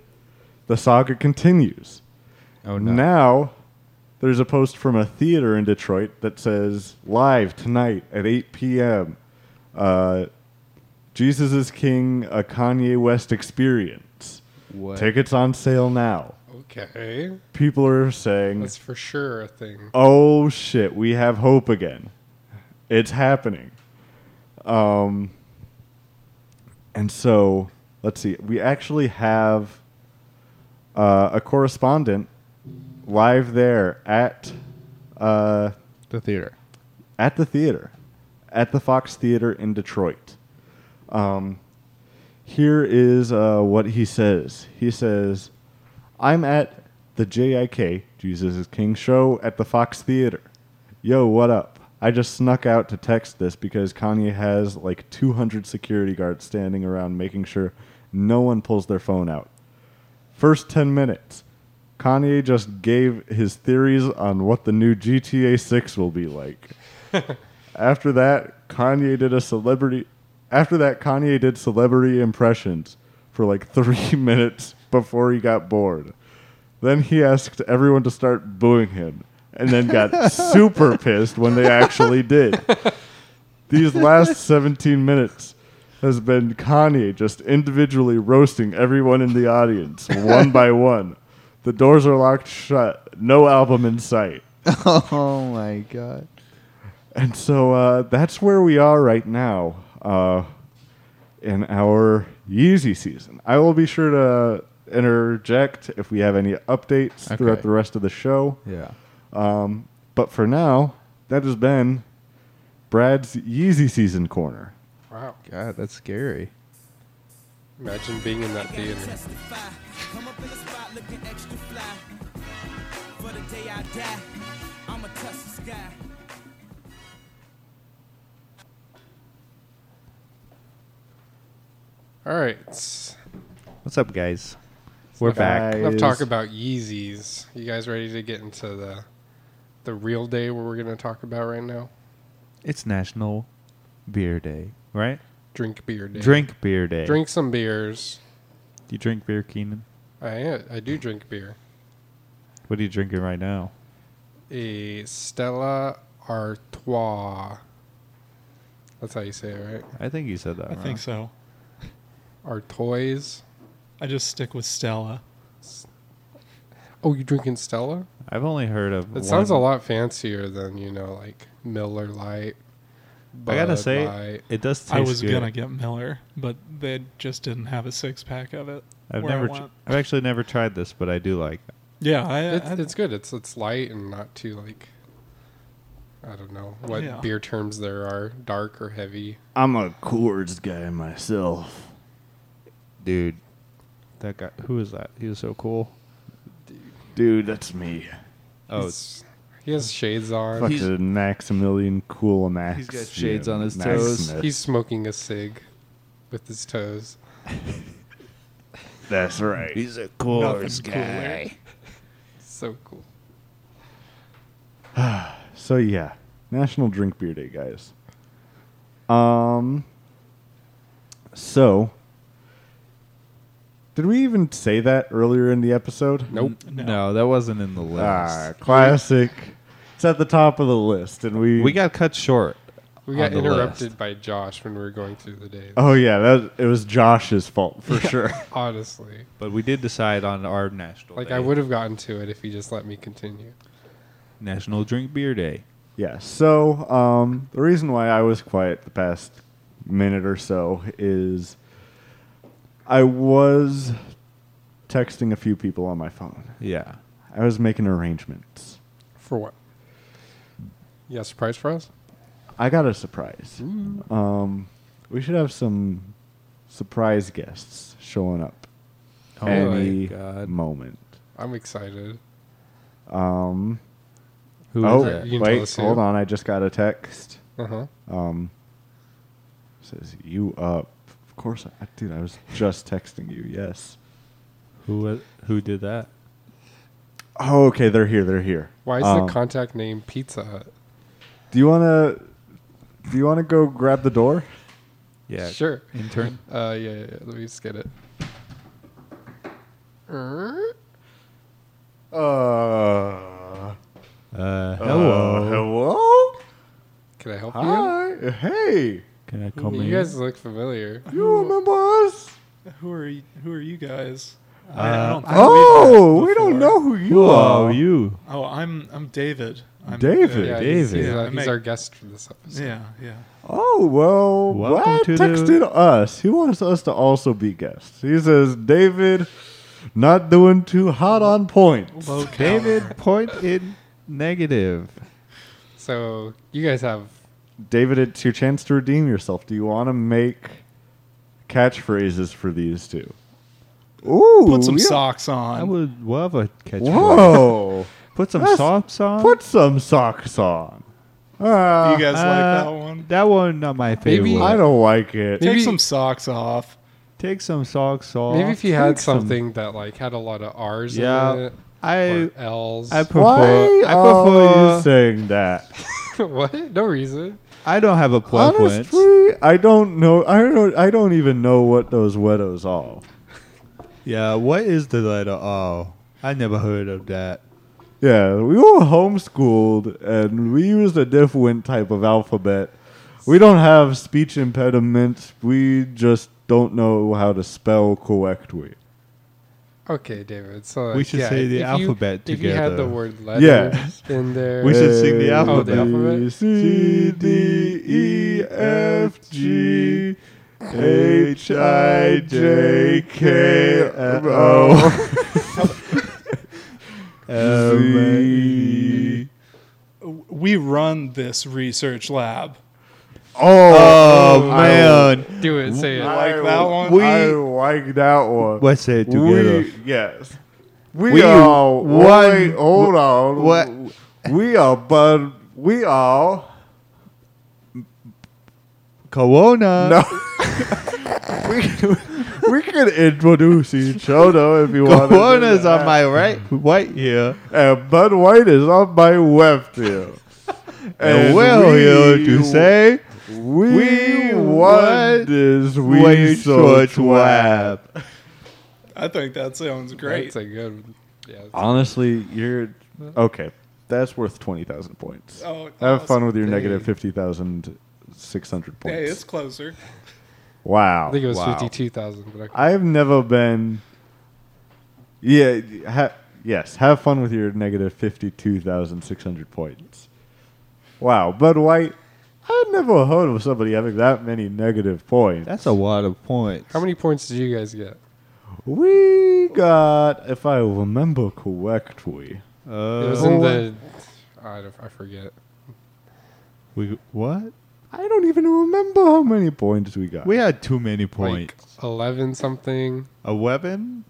[SPEAKER 1] the saga continues
[SPEAKER 2] Oh no.
[SPEAKER 1] now there's a post from a theater in Detroit that says live tonight at 8 p.m. Uh, Jesus is King, a Kanye West experience.
[SPEAKER 2] What?
[SPEAKER 1] Tickets on sale now.
[SPEAKER 3] Okay.
[SPEAKER 1] People are saying,
[SPEAKER 3] That's for sure a thing.
[SPEAKER 1] "Oh shit, we have hope again. It's happening." Um, and so let's see. We actually have uh, a correspondent live there at uh,
[SPEAKER 2] the theater.
[SPEAKER 1] at the theater, at the Fox Theater in Detroit. Um, here is uh, what he says. He says, "I'm at the JIK Jesus is King show at the Fox Theater. Yo, what up? I just snuck out to text this because Kanye has like 200 security guards standing around making sure no one pulls their phone out. First 10 minutes, Kanye just gave his theories on what the new GTA 6 will be like. after that, Kanye did a celebrity after that Kanye did celebrity impressions for like 3 minutes before he got bored. Then he asked everyone to start booing him and then got super pissed when they actually did. These last 17 minutes has been Kanye just individually roasting everyone in the audience one by one. The doors are locked shut. No album in sight.
[SPEAKER 12] oh my god.
[SPEAKER 1] And so uh, that's where we are right now uh, in our Yeezy season. I will be sure to interject if we have any updates throughout
[SPEAKER 12] Okay.
[SPEAKER 1] the rest of the show.
[SPEAKER 12] Yeah.
[SPEAKER 1] Um, but for now, that has been Brad's Yeezy season corner.
[SPEAKER 3] Wow.
[SPEAKER 12] God, that's scary.
[SPEAKER 3] Imagine being in that theater.
[SPEAKER 9] Come up in the spot looking extra fly. For the day I die, I'ma touch the sky.
[SPEAKER 3] All right. it's-
[SPEAKER 2] What's up, guys? We're back.
[SPEAKER 3] Enough talk about Yeezys. You guys ready to get into the the real day where we're going to talk about right now?
[SPEAKER 2] It's National Beer Day, right?
[SPEAKER 3] Drink beer day.
[SPEAKER 2] Drink beer day.
[SPEAKER 3] Drink some beers.
[SPEAKER 2] Do you drink beer, Keenan?
[SPEAKER 3] I I do drink beer.
[SPEAKER 2] What are you drinking right now?
[SPEAKER 3] A Stella Artois. That's how you say it, right?
[SPEAKER 2] I think you said that.
[SPEAKER 6] I think so.
[SPEAKER 3] Artois.
[SPEAKER 6] I just stick with Stella.
[SPEAKER 3] Oh, you drinking Stella?
[SPEAKER 2] I've only heard of.
[SPEAKER 3] It sounds a lot fancier than you know, like Miller Light.
[SPEAKER 2] I gotta
[SPEAKER 3] Bud
[SPEAKER 2] say,
[SPEAKER 3] Light.
[SPEAKER 2] it does taste
[SPEAKER 6] I was
[SPEAKER 2] good.
[SPEAKER 6] gonna get Miller, but they just didn't have a six pack of it.
[SPEAKER 2] I've
[SPEAKER 6] where I
[SPEAKER 2] never.
[SPEAKER 6] went.
[SPEAKER 2] tr- I've actually never tried this, but I do like.
[SPEAKER 6] Yeah, I-
[SPEAKER 3] it's,
[SPEAKER 6] I-
[SPEAKER 3] it's good. It's it's light and not too like. I don't know what
[SPEAKER 6] Yeah.
[SPEAKER 3] beer terms there are: dark or heavy.
[SPEAKER 1] I'm a Coors guy myself.
[SPEAKER 2] Dude, that guy. Who is that? He was so cool.
[SPEAKER 1] Dude, that's me.
[SPEAKER 2] Oh,
[SPEAKER 3] He's- he has shades on.
[SPEAKER 1] Fucking Maximilian Cool Max.
[SPEAKER 12] he's got shades
[SPEAKER 1] you
[SPEAKER 12] on his
[SPEAKER 1] Max
[SPEAKER 12] toes.
[SPEAKER 1] Smith.
[SPEAKER 3] He's smoking a cig with his toes.
[SPEAKER 1] That's right.
[SPEAKER 12] He's a
[SPEAKER 1] Nothing's
[SPEAKER 12] Coors
[SPEAKER 1] cooler.
[SPEAKER 12] guy.
[SPEAKER 3] So cool.
[SPEAKER 1] So yeah, National Drink Beer Day, guys. Um. So, did we even say that earlier in the episode?
[SPEAKER 3] Nope.
[SPEAKER 2] No. that wasn't in the list.
[SPEAKER 1] Ah, classic. It's at the top of the list, and we
[SPEAKER 2] We got cut short.
[SPEAKER 3] We
[SPEAKER 2] on
[SPEAKER 3] got
[SPEAKER 2] the
[SPEAKER 3] interrupted
[SPEAKER 2] list.
[SPEAKER 3] by Josh when we were going through the day.
[SPEAKER 1] Oh yeah, that it was Josh's fault for sure.
[SPEAKER 3] Honestly,
[SPEAKER 2] but we did decide on our national.
[SPEAKER 3] like
[SPEAKER 2] day.
[SPEAKER 3] I would have gotten to it if he just let me continue.
[SPEAKER 2] National Drink Beer Day.
[SPEAKER 1] Yeah. So um, the reason why I was quiet the past minute or so is I was texting a few people on my phone.
[SPEAKER 2] Yeah.
[SPEAKER 1] I was making arrangements.
[SPEAKER 3] For what? You got a surprise for us?
[SPEAKER 1] I got a surprise. Um, we should have some surprise guests showing up
[SPEAKER 2] Oh my
[SPEAKER 1] any
[SPEAKER 2] God.
[SPEAKER 1] moment.
[SPEAKER 3] I'm excited.
[SPEAKER 1] Um,
[SPEAKER 2] Who
[SPEAKER 1] oh,
[SPEAKER 2] is it?
[SPEAKER 3] You can tell
[SPEAKER 1] wait,
[SPEAKER 3] us who.
[SPEAKER 1] hold on. I just got a text.
[SPEAKER 3] Uh huh.
[SPEAKER 1] Um, says you up. Of course, I, dude. I was just texting you. Yes.
[SPEAKER 2] Who wa- who did that?
[SPEAKER 1] Oh, okay. They're here. They're here.
[SPEAKER 3] Why is
[SPEAKER 1] Um,
[SPEAKER 3] the contact name Pizza Hut?
[SPEAKER 1] do you wanna? Do you wanna go grab the door?
[SPEAKER 2] Yeah.
[SPEAKER 3] Sure.
[SPEAKER 2] Intern.
[SPEAKER 3] Uh, yeah, yeah, yeah. Let me just get it. Er?
[SPEAKER 1] Uh. Hello.
[SPEAKER 2] Uh, hello.
[SPEAKER 1] hello.
[SPEAKER 3] Can I help
[SPEAKER 1] Hi. Hey.
[SPEAKER 2] Can I
[SPEAKER 3] you?
[SPEAKER 2] come in?
[SPEAKER 3] You guys look familiar.
[SPEAKER 1] You remember us?
[SPEAKER 6] Who are you, who are you guys?
[SPEAKER 2] Uh,
[SPEAKER 6] think we've
[SPEAKER 1] Oh,
[SPEAKER 6] met
[SPEAKER 1] we
[SPEAKER 6] before.
[SPEAKER 1] don't know who you
[SPEAKER 2] Who
[SPEAKER 1] are.
[SPEAKER 2] are you?
[SPEAKER 6] Oh, I'm I'm David. I'm
[SPEAKER 1] David.
[SPEAKER 3] Yeah,
[SPEAKER 6] uh,
[SPEAKER 3] he's,
[SPEAKER 2] David.
[SPEAKER 3] he's, uh,
[SPEAKER 6] Yeah, I
[SPEAKER 3] he's
[SPEAKER 6] make-
[SPEAKER 3] our guest for this episode.
[SPEAKER 6] yeah, yeah.
[SPEAKER 1] Oh well,
[SPEAKER 2] Welcome
[SPEAKER 1] Vlad
[SPEAKER 2] to the-
[SPEAKER 1] texted us. He wants us to also be guests. He says, "David, not doing too hot on points."
[SPEAKER 6] Low cal-
[SPEAKER 2] David, point in negative.
[SPEAKER 3] So you guys have
[SPEAKER 1] David, it's your chance to redeem yourself. Do you want to make catchphrases for these two? Ooh,
[SPEAKER 6] Put some
[SPEAKER 1] yeah.
[SPEAKER 6] socks on.
[SPEAKER 2] I would love a catch.
[SPEAKER 1] Whoa!
[SPEAKER 2] Put some
[SPEAKER 1] That's-
[SPEAKER 2] socks on.
[SPEAKER 1] Put some socks on. Ah,
[SPEAKER 6] you guys
[SPEAKER 2] Uh,
[SPEAKER 6] like that one?
[SPEAKER 2] That one not my favorite.
[SPEAKER 3] Maybe-
[SPEAKER 1] I don't like it.
[SPEAKER 3] Maybe-
[SPEAKER 6] Take some socks off.
[SPEAKER 2] Take some socks off.
[SPEAKER 3] maybe if you had
[SPEAKER 1] take some-
[SPEAKER 3] something that like had a lot of R's in
[SPEAKER 2] Yeah.
[SPEAKER 3] it
[SPEAKER 2] I
[SPEAKER 3] or L's.
[SPEAKER 2] I prefer
[SPEAKER 1] Why Uh,
[SPEAKER 2] I
[SPEAKER 1] are you
[SPEAKER 2] prefer
[SPEAKER 1] saying that?
[SPEAKER 3] what? No reason.
[SPEAKER 2] I don't have a plug went.
[SPEAKER 1] Honestly, I don't know. I don't. I don't even know what those wedos are.
[SPEAKER 2] Yeah, what is the letter O? I never heard of that.
[SPEAKER 1] Yeah, we were homeschooled and we used a different type of alphabet. We don't have speech impediments. We just don't know how to spell correctly.
[SPEAKER 3] Okay, David. So
[SPEAKER 2] We should
[SPEAKER 3] yeah,
[SPEAKER 2] say
[SPEAKER 3] if-
[SPEAKER 2] the
[SPEAKER 3] if you-
[SPEAKER 2] alphabet
[SPEAKER 3] If you had the
[SPEAKER 2] together.
[SPEAKER 3] word
[SPEAKER 2] Yeah.
[SPEAKER 3] letter in there,
[SPEAKER 2] We should sing the
[SPEAKER 3] Oh, the
[SPEAKER 2] alphabet.
[SPEAKER 3] alphabet.
[SPEAKER 1] C D E F G H I J K L O Z.
[SPEAKER 6] We run this research lab.
[SPEAKER 2] Oh,
[SPEAKER 6] I
[SPEAKER 2] man.
[SPEAKER 6] will do it. Say it.
[SPEAKER 1] I
[SPEAKER 6] like that one.
[SPEAKER 1] We I like that one.
[SPEAKER 2] Let's say it together.
[SPEAKER 1] We, yes. We,
[SPEAKER 2] We
[SPEAKER 1] are
[SPEAKER 2] one-
[SPEAKER 1] one. Wait, hold on.
[SPEAKER 2] what-
[SPEAKER 1] We are bud. We are
[SPEAKER 2] Corona.
[SPEAKER 1] no. we we can introduce each other if you want.
[SPEAKER 2] Corona's on my right, white here.
[SPEAKER 1] And Bud White is on my left here.
[SPEAKER 2] And we're here to say
[SPEAKER 1] we,
[SPEAKER 2] we
[SPEAKER 1] won
[SPEAKER 2] want
[SPEAKER 1] this
[SPEAKER 2] research
[SPEAKER 1] research
[SPEAKER 2] lab.
[SPEAKER 1] lab.
[SPEAKER 6] I think that sounds great.
[SPEAKER 3] That's a good. one. Yeah.
[SPEAKER 1] Honestly, you're okay. That's worth twenty thousand points.
[SPEAKER 6] Oh,
[SPEAKER 1] Have
[SPEAKER 6] awesome.
[SPEAKER 1] fun with your
[SPEAKER 6] Dang.
[SPEAKER 1] negative fifty thousand six hundred
[SPEAKER 6] Hey,
[SPEAKER 1] points.
[SPEAKER 6] it's closer.
[SPEAKER 1] wow,
[SPEAKER 3] I think it was
[SPEAKER 1] Wow.
[SPEAKER 3] fifty-two thousand. But I,
[SPEAKER 1] I've never been. Yeah. Ha, yes. Have fun with your negative fifty-two thousand six hundred points. Wow, Bud White. I've never heard of somebody having that many negative points.
[SPEAKER 2] That's a lot of points.
[SPEAKER 3] how many points did you guys get?
[SPEAKER 1] We got, if I remember correctly,
[SPEAKER 3] it was in the. I, don't, I forget.
[SPEAKER 2] we what?
[SPEAKER 1] I don't even remember how many points we got.
[SPEAKER 2] We had too many
[SPEAKER 3] Like
[SPEAKER 2] points.
[SPEAKER 3] eleven something.
[SPEAKER 2] a weapon,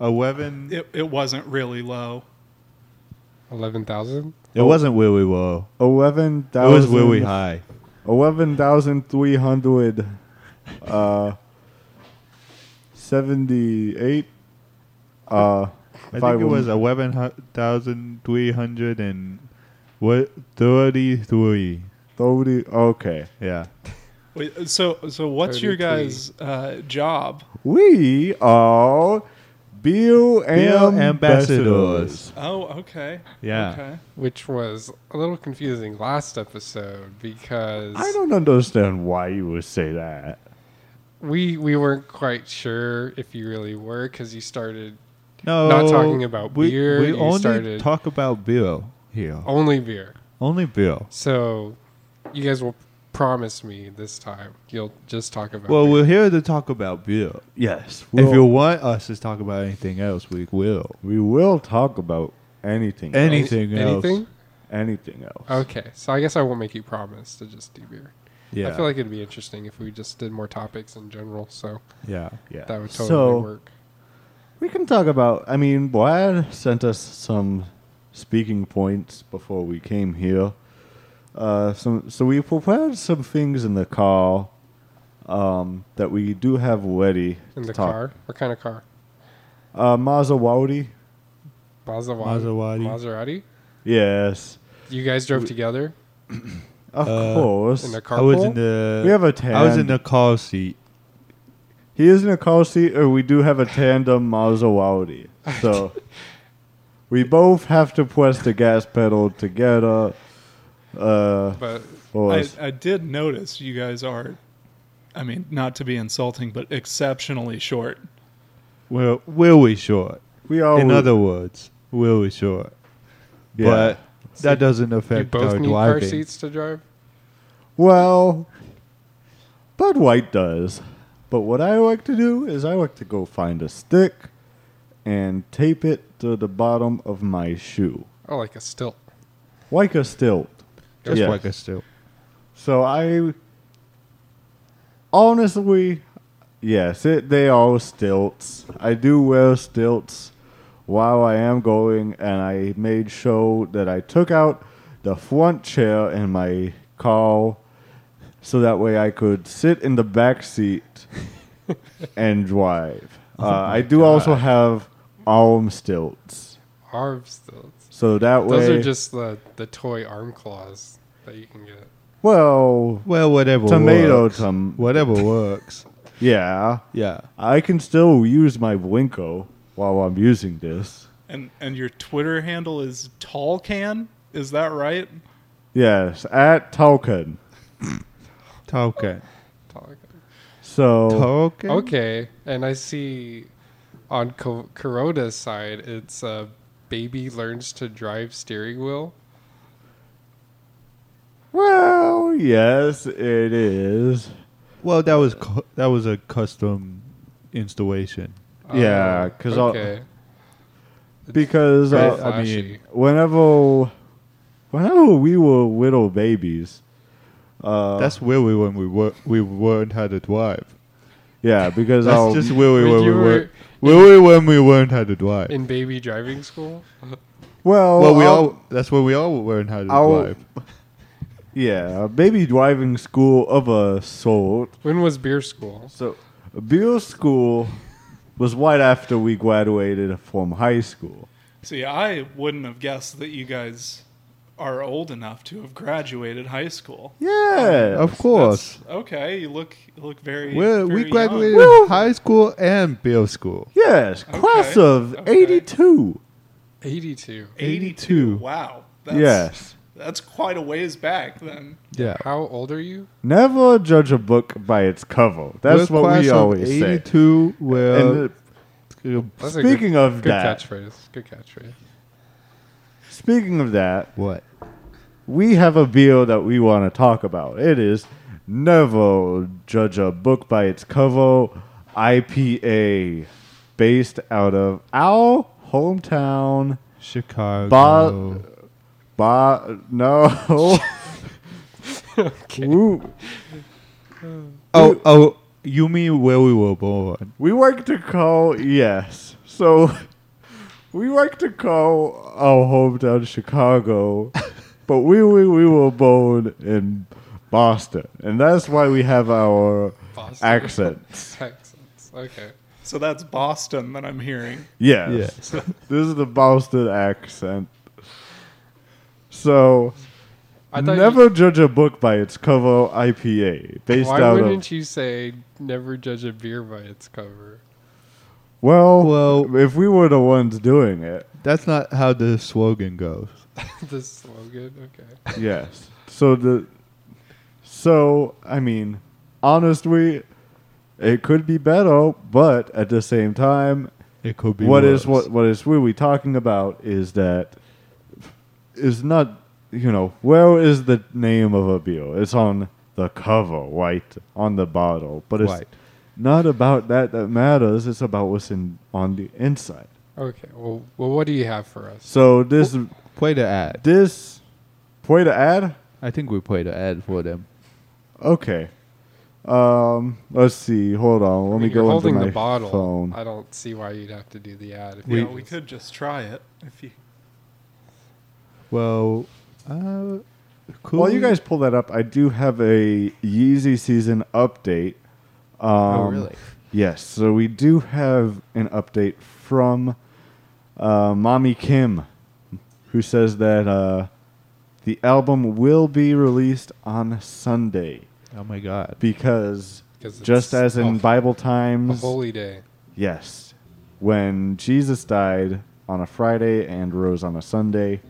[SPEAKER 2] a weapon.
[SPEAKER 6] It, it wasn't really low.
[SPEAKER 3] Eleven thousand.
[SPEAKER 2] It wasn't where we were.
[SPEAKER 1] Eleven
[SPEAKER 2] It was
[SPEAKER 1] thousand.
[SPEAKER 2] where we high.
[SPEAKER 1] Eleven thousand three hundred, uh, seventy-eight. Uh,
[SPEAKER 2] I think it was eleven thousand three hundred and what thirty three.
[SPEAKER 1] thirty. Okay,
[SPEAKER 2] Yeah.
[SPEAKER 6] Wait, so so what's
[SPEAKER 3] 33.
[SPEAKER 6] your guys' uh, job?
[SPEAKER 1] we are Bill
[SPEAKER 2] ambassadors.
[SPEAKER 1] ambassadors.
[SPEAKER 6] Oh, okay.
[SPEAKER 2] Yeah.
[SPEAKER 6] Okay.
[SPEAKER 3] which was a little confusing last episode because
[SPEAKER 1] I don't understand why you would say that.
[SPEAKER 3] we we weren't quite sure if you really were because you started
[SPEAKER 2] No,
[SPEAKER 3] Not talking about
[SPEAKER 2] we,
[SPEAKER 3] beer,
[SPEAKER 2] We
[SPEAKER 3] you
[SPEAKER 2] only
[SPEAKER 3] started-
[SPEAKER 2] talk about beer here.
[SPEAKER 3] only beer.
[SPEAKER 2] Only beer.
[SPEAKER 3] So you guys will promise me this time you'll just talk about.
[SPEAKER 2] Well,
[SPEAKER 3] beer.
[SPEAKER 2] we're here to talk about beer.
[SPEAKER 1] Yes,
[SPEAKER 2] if you want us to talk about anything else, we will.
[SPEAKER 1] we will talk about anything.
[SPEAKER 2] Any-
[SPEAKER 1] else.
[SPEAKER 2] anything else.
[SPEAKER 3] anything?
[SPEAKER 1] anything else.
[SPEAKER 3] Okay, so I guess I won't make you promise to just do beer.
[SPEAKER 2] Yeah.
[SPEAKER 3] I feel like it'd be interesting if we just did more topics in general. So
[SPEAKER 2] yeah.
[SPEAKER 1] Yeah.
[SPEAKER 3] that would totally
[SPEAKER 1] So-
[SPEAKER 3] work.
[SPEAKER 1] We can talk about. I mean, Brad sent us some speaking points before we came here. Uh, some, so we prepared some things in the car um, that we do have ready.
[SPEAKER 3] In
[SPEAKER 1] to
[SPEAKER 3] the
[SPEAKER 1] talk.
[SPEAKER 3] car, what kind of car?
[SPEAKER 1] Uh, Maserati.
[SPEAKER 3] Maserati.
[SPEAKER 2] Maserati.
[SPEAKER 3] Maserati?
[SPEAKER 1] Yes,
[SPEAKER 3] You guys drove together
[SPEAKER 1] of
[SPEAKER 2] Uh,
[SPEAKER 1] course.
[SPEAKER 3] in a carpool.
[SPEAKER 2] I was in the.
[SPEAKER 1] We have a
[SPEAKER 2] I was
[SPEAKER 1] tandem.
[SPEAKER 2] in the car seat.
[SPEAKER 1] he is in a car seat, or we do have a tandem Maserati. So we both have to press the gas pedal together. Uh,
[SPEAKER 3] but
[SPEAKER 1] for
[SPEAKER 6] I,
[SPEAKER 1] us.
[SPEAKER 6] I did notice you guys are, I mean, not to be insulting, but exceptionally short.
[SPEAKER 2] Well, will we short?
[SPEAKER 1] we are
[SPEAKER 2] in other words, will we short? But that doesn't
[SPEAKER 3] you
[SPEAKER 2] affect
[SPEAKER 3] both
[SPEAKER 2] our
[SPEAKER 3] need
[SPEAKER 2] driving.
[SPEAKER 3] car seats to drive.
[SPEAKER 1] Well, Bud White does. But what I like to do is I like to go find a stick and tape it to the bottom of my shoe,
[SPEAKER 3] Oh, like a stilt.
[SPEAKER 1] like a stilt.
[SPEAKER 2] Just
[SPEAKER 1] Yeah.
[SPEAKER 2] like a still.
[SPEAKER 1] So I honestly, yes, it, they are stilts. I do wear stilts while I am going, and I made sure that I took out the front chair in my car so that way I could sit in the back seat and drive.
[SPEAKER 3] Oh
[SPEAKER 1] Uh, I do also have arm stilts.
[SPEAKER 3] Arm stilts.
[SPEAKER 1] So that
[SPEAKER 3] Those
[SPEAKER 1] way,
[SPEAKER 3] are just the, the toy arm claws that you can get.
[SPEAKER 1] well,
[SPEAKER 2] Well, whatever.
[SPEAKER 1] tomato,
[SPEAKER 2] works.
[SPEAKER 1] tom-
[SPEAKER 2] whatever works.
[SPEAKER 1] yeah.
[SPEAKER 2] Yeah.
[SPEAKER 1] I can still use my Winko while I'm using this.
[SPEAKER 6] And and your Twitter handle is Tall Can. Is that right?
[SPEAKER 1] Yes, at Tolkien.
[SPEAKER 2] Talking.
[SPEAKER 3] Talk.
[SPEAKER 1] So Oh.
[SPEAKER 2] Talking.
[SPEAKER 3] Okay, and I see on Co- Kuroda's side, it's uh, baby learns to drive steering wheel.
[SPEAKER 1] Well, yes, it is.
[SPEAKER 2] Well, that was cu- that was a custom installation.
[SPEAKER 1] yeah, because
[SPEAKER 3] Okay.
[SPEAKER 1] because
[SPEAKER 2] Very
[SPEAKER 1] uh, I mean,
[SPEAKER 2] flashy.
[SPEAKER 1] whenever whenever we were little babies, uh,
[SPEAKER 2] That's where we when we were we learned how to drive.
[SPEAKER 1] yeah, because
[SPEAKER 2] That's
[SPEAKER 1] our-
[SPEAKER 2] just where we
[SPEAKER 3] When
[SPEAKER 2] were. We
[SPEAKER 3] you
[SPEAKER 2] were
[SPEAKER 3] were-
[SPEAKER 2] where we when we learned how to drive.
[SPEAKER 3] In baby driving school?
[SPEAKER 1] Well,
[SPEAKER 2] well, we
[SPEAKER 1] our-
[SPEAKER 2] all that's where we all learned how to
[SPEAKER 1] I'll-
[SPEAKER 2] drive.
[SPEAKER 1] yeah, baby driving school of a sort.
[SPEAKER 3] When was beer school?
[SPEAKER 1] So, Beer school was right after we graduated from high school.
[SPEAKER 6] See, I wouldn't have guessed that you guys are old enough to have graduated high school.
[SPEAKER 1] Yeah,
[SPEAKER 2] of course.
[SPEAKER 6] Okay, you look you look very.
[SPEAKER 2] We're,
[SPEAKER 6] very
[SPEAKER 2] we
[SPEAKER 6] young.
[SPEAKER 2] graduated high school and bill school.
[SPEAKER 1] Yes, class of '82.
[SPEAKER 3] 82.
[SPEAKER 1] 82.
[SPEAKER 6] Wow.
[SPEAKER 1] Yes.
[SPEAKER 6] That's quite a ways back then.
[SPEAKER 1] Yeah.
[SPEAKER 3] How old are you?
[SPEAKER 1] Never judge a book by its cover. That's
[SPEAKER 2] We're
[SPEAKER 1] what
[SPEAKER 2] class
[SPEAKER 1] we
[SPEAKER 2] of
[SPEAKER 1] always say.
[SPEAKER 2] 82
[SPEAKER 1] And,
[SPEAKER 2] were-
[SPEAKER 1] uh,
[SPEAKER 3] That's a good-
[SPEAKER 1] speaking of
[SPEAKER 3] good
[SPEAKER 1] that,
[SPEAKER 3] catchphrase. Good catchphrase.
[SPEAKER 1] speaking of that,
[SPEAKER 2] what
[SPEAKER 1] we have a beer that we want to talk about. It is never judge a book by its cover. IPA, based out of our hometown,
[SPEAKER 2] Chicago.
[SPEAKER 1] Ba, ba, no. Woo.
[SPEAKER 2] Oh, oh, you mean where we were born?
[SPEAKER 1] We like to call yes. So we like to call our hometown Chicago, but we we, we were born in Boston, and that's why we have our
[SPEAKER 6] Boston.
[SPEAKER 1] accents.
[SPEAKER 3] Accents. Okay.
[SPEAKER 6] So that's Boston that I'm hearing.
[SPEAKER 1] Yes.
[SPEAKER 6] Yes.
[SPEAKER 1] this is the Boston accent. So
[SPEAKER 3] I thought
[SPEAKER 1] never judge a book by its cover IPA based
[SPEAKER 3] Why
[SPEAKER 1] out
[SPEAKER 3] wouldn't
[SPEAKER 1] of
[SPEAKER 3] you say never judge a beer by its cover?
[SPEAKER 1] well, well if we were the ones doing it.
[SPEAKER 2] That's not how the slogan goes.
[SPEAKER 3] the slogan? Okay.
[SPEAKER 1] yes. So the so I mean, honestly, it could be better, but at the same time,
[SPEAKER 2] it could be
[SPEAKER 1] What is
[SPEAKER 2] worse.
[SPEAKER 1] what what is really talking about is that is not you know where is the name of a beer? It's on the cover, right on the bottle, but it's
[SPEAKER 2] Right.
[SPEAKER 1] not about that that matters. It's about what's in on the inside.
[SPEAKER 3] Okay. Well, well, what do you have for us?
[SPEAKER 1] So this
[SPEAKER 2] play the ad.
[SPEAKER 1] This play the ad.
[SPEAKER 2] I think we played an ad for them.
[SPEAKER 1] Okay. Um, let's see. Hold on. Let
[SPEAKER 3] I
[SPEAKER 1] me
[SPEAKER 3] mean, you're
[SPEAKER 1] go into
[SPEAKER 3] holding
[SPEAKER 1] my
[SPEAKER 3] the bottle.
[SPEAKER 1] phone.
[SPEAKER 3] I don't see why you'd have to do the ad. If
[SPEAKER 6] We,
[SPEAKER 3] you
[SPEAKER 6] yeah, we could just try it if you
[SPEAKER 2] Well, uh, cool.
[SPEAKER 1] While you guys pull that up, I do have a Yeezy season update. Um,
[SPEAKER 2] Oh, really?
[SPEAKER 1] Yes. So we do have an update from uh, Mommy Kim, who says that uh, the album will be released on Sunday.
[SPEAKER 2] Oh my God!
[SPEAKER 1] Because
[SPEAKER 3] 'Cause
[SPEAKER 1] just
[SPEAKER 3] it's
[SPEAKER 1] as in
[SPEAKER 3] a-
[SPEAKER 1] Bible
[SPEAKER 3] a
[SPEAKER 1] times,
[SPEAKER 3] holy day.
[SPEAKER 1] Yes. When Jesus died on a Friday and rose on a Sunday,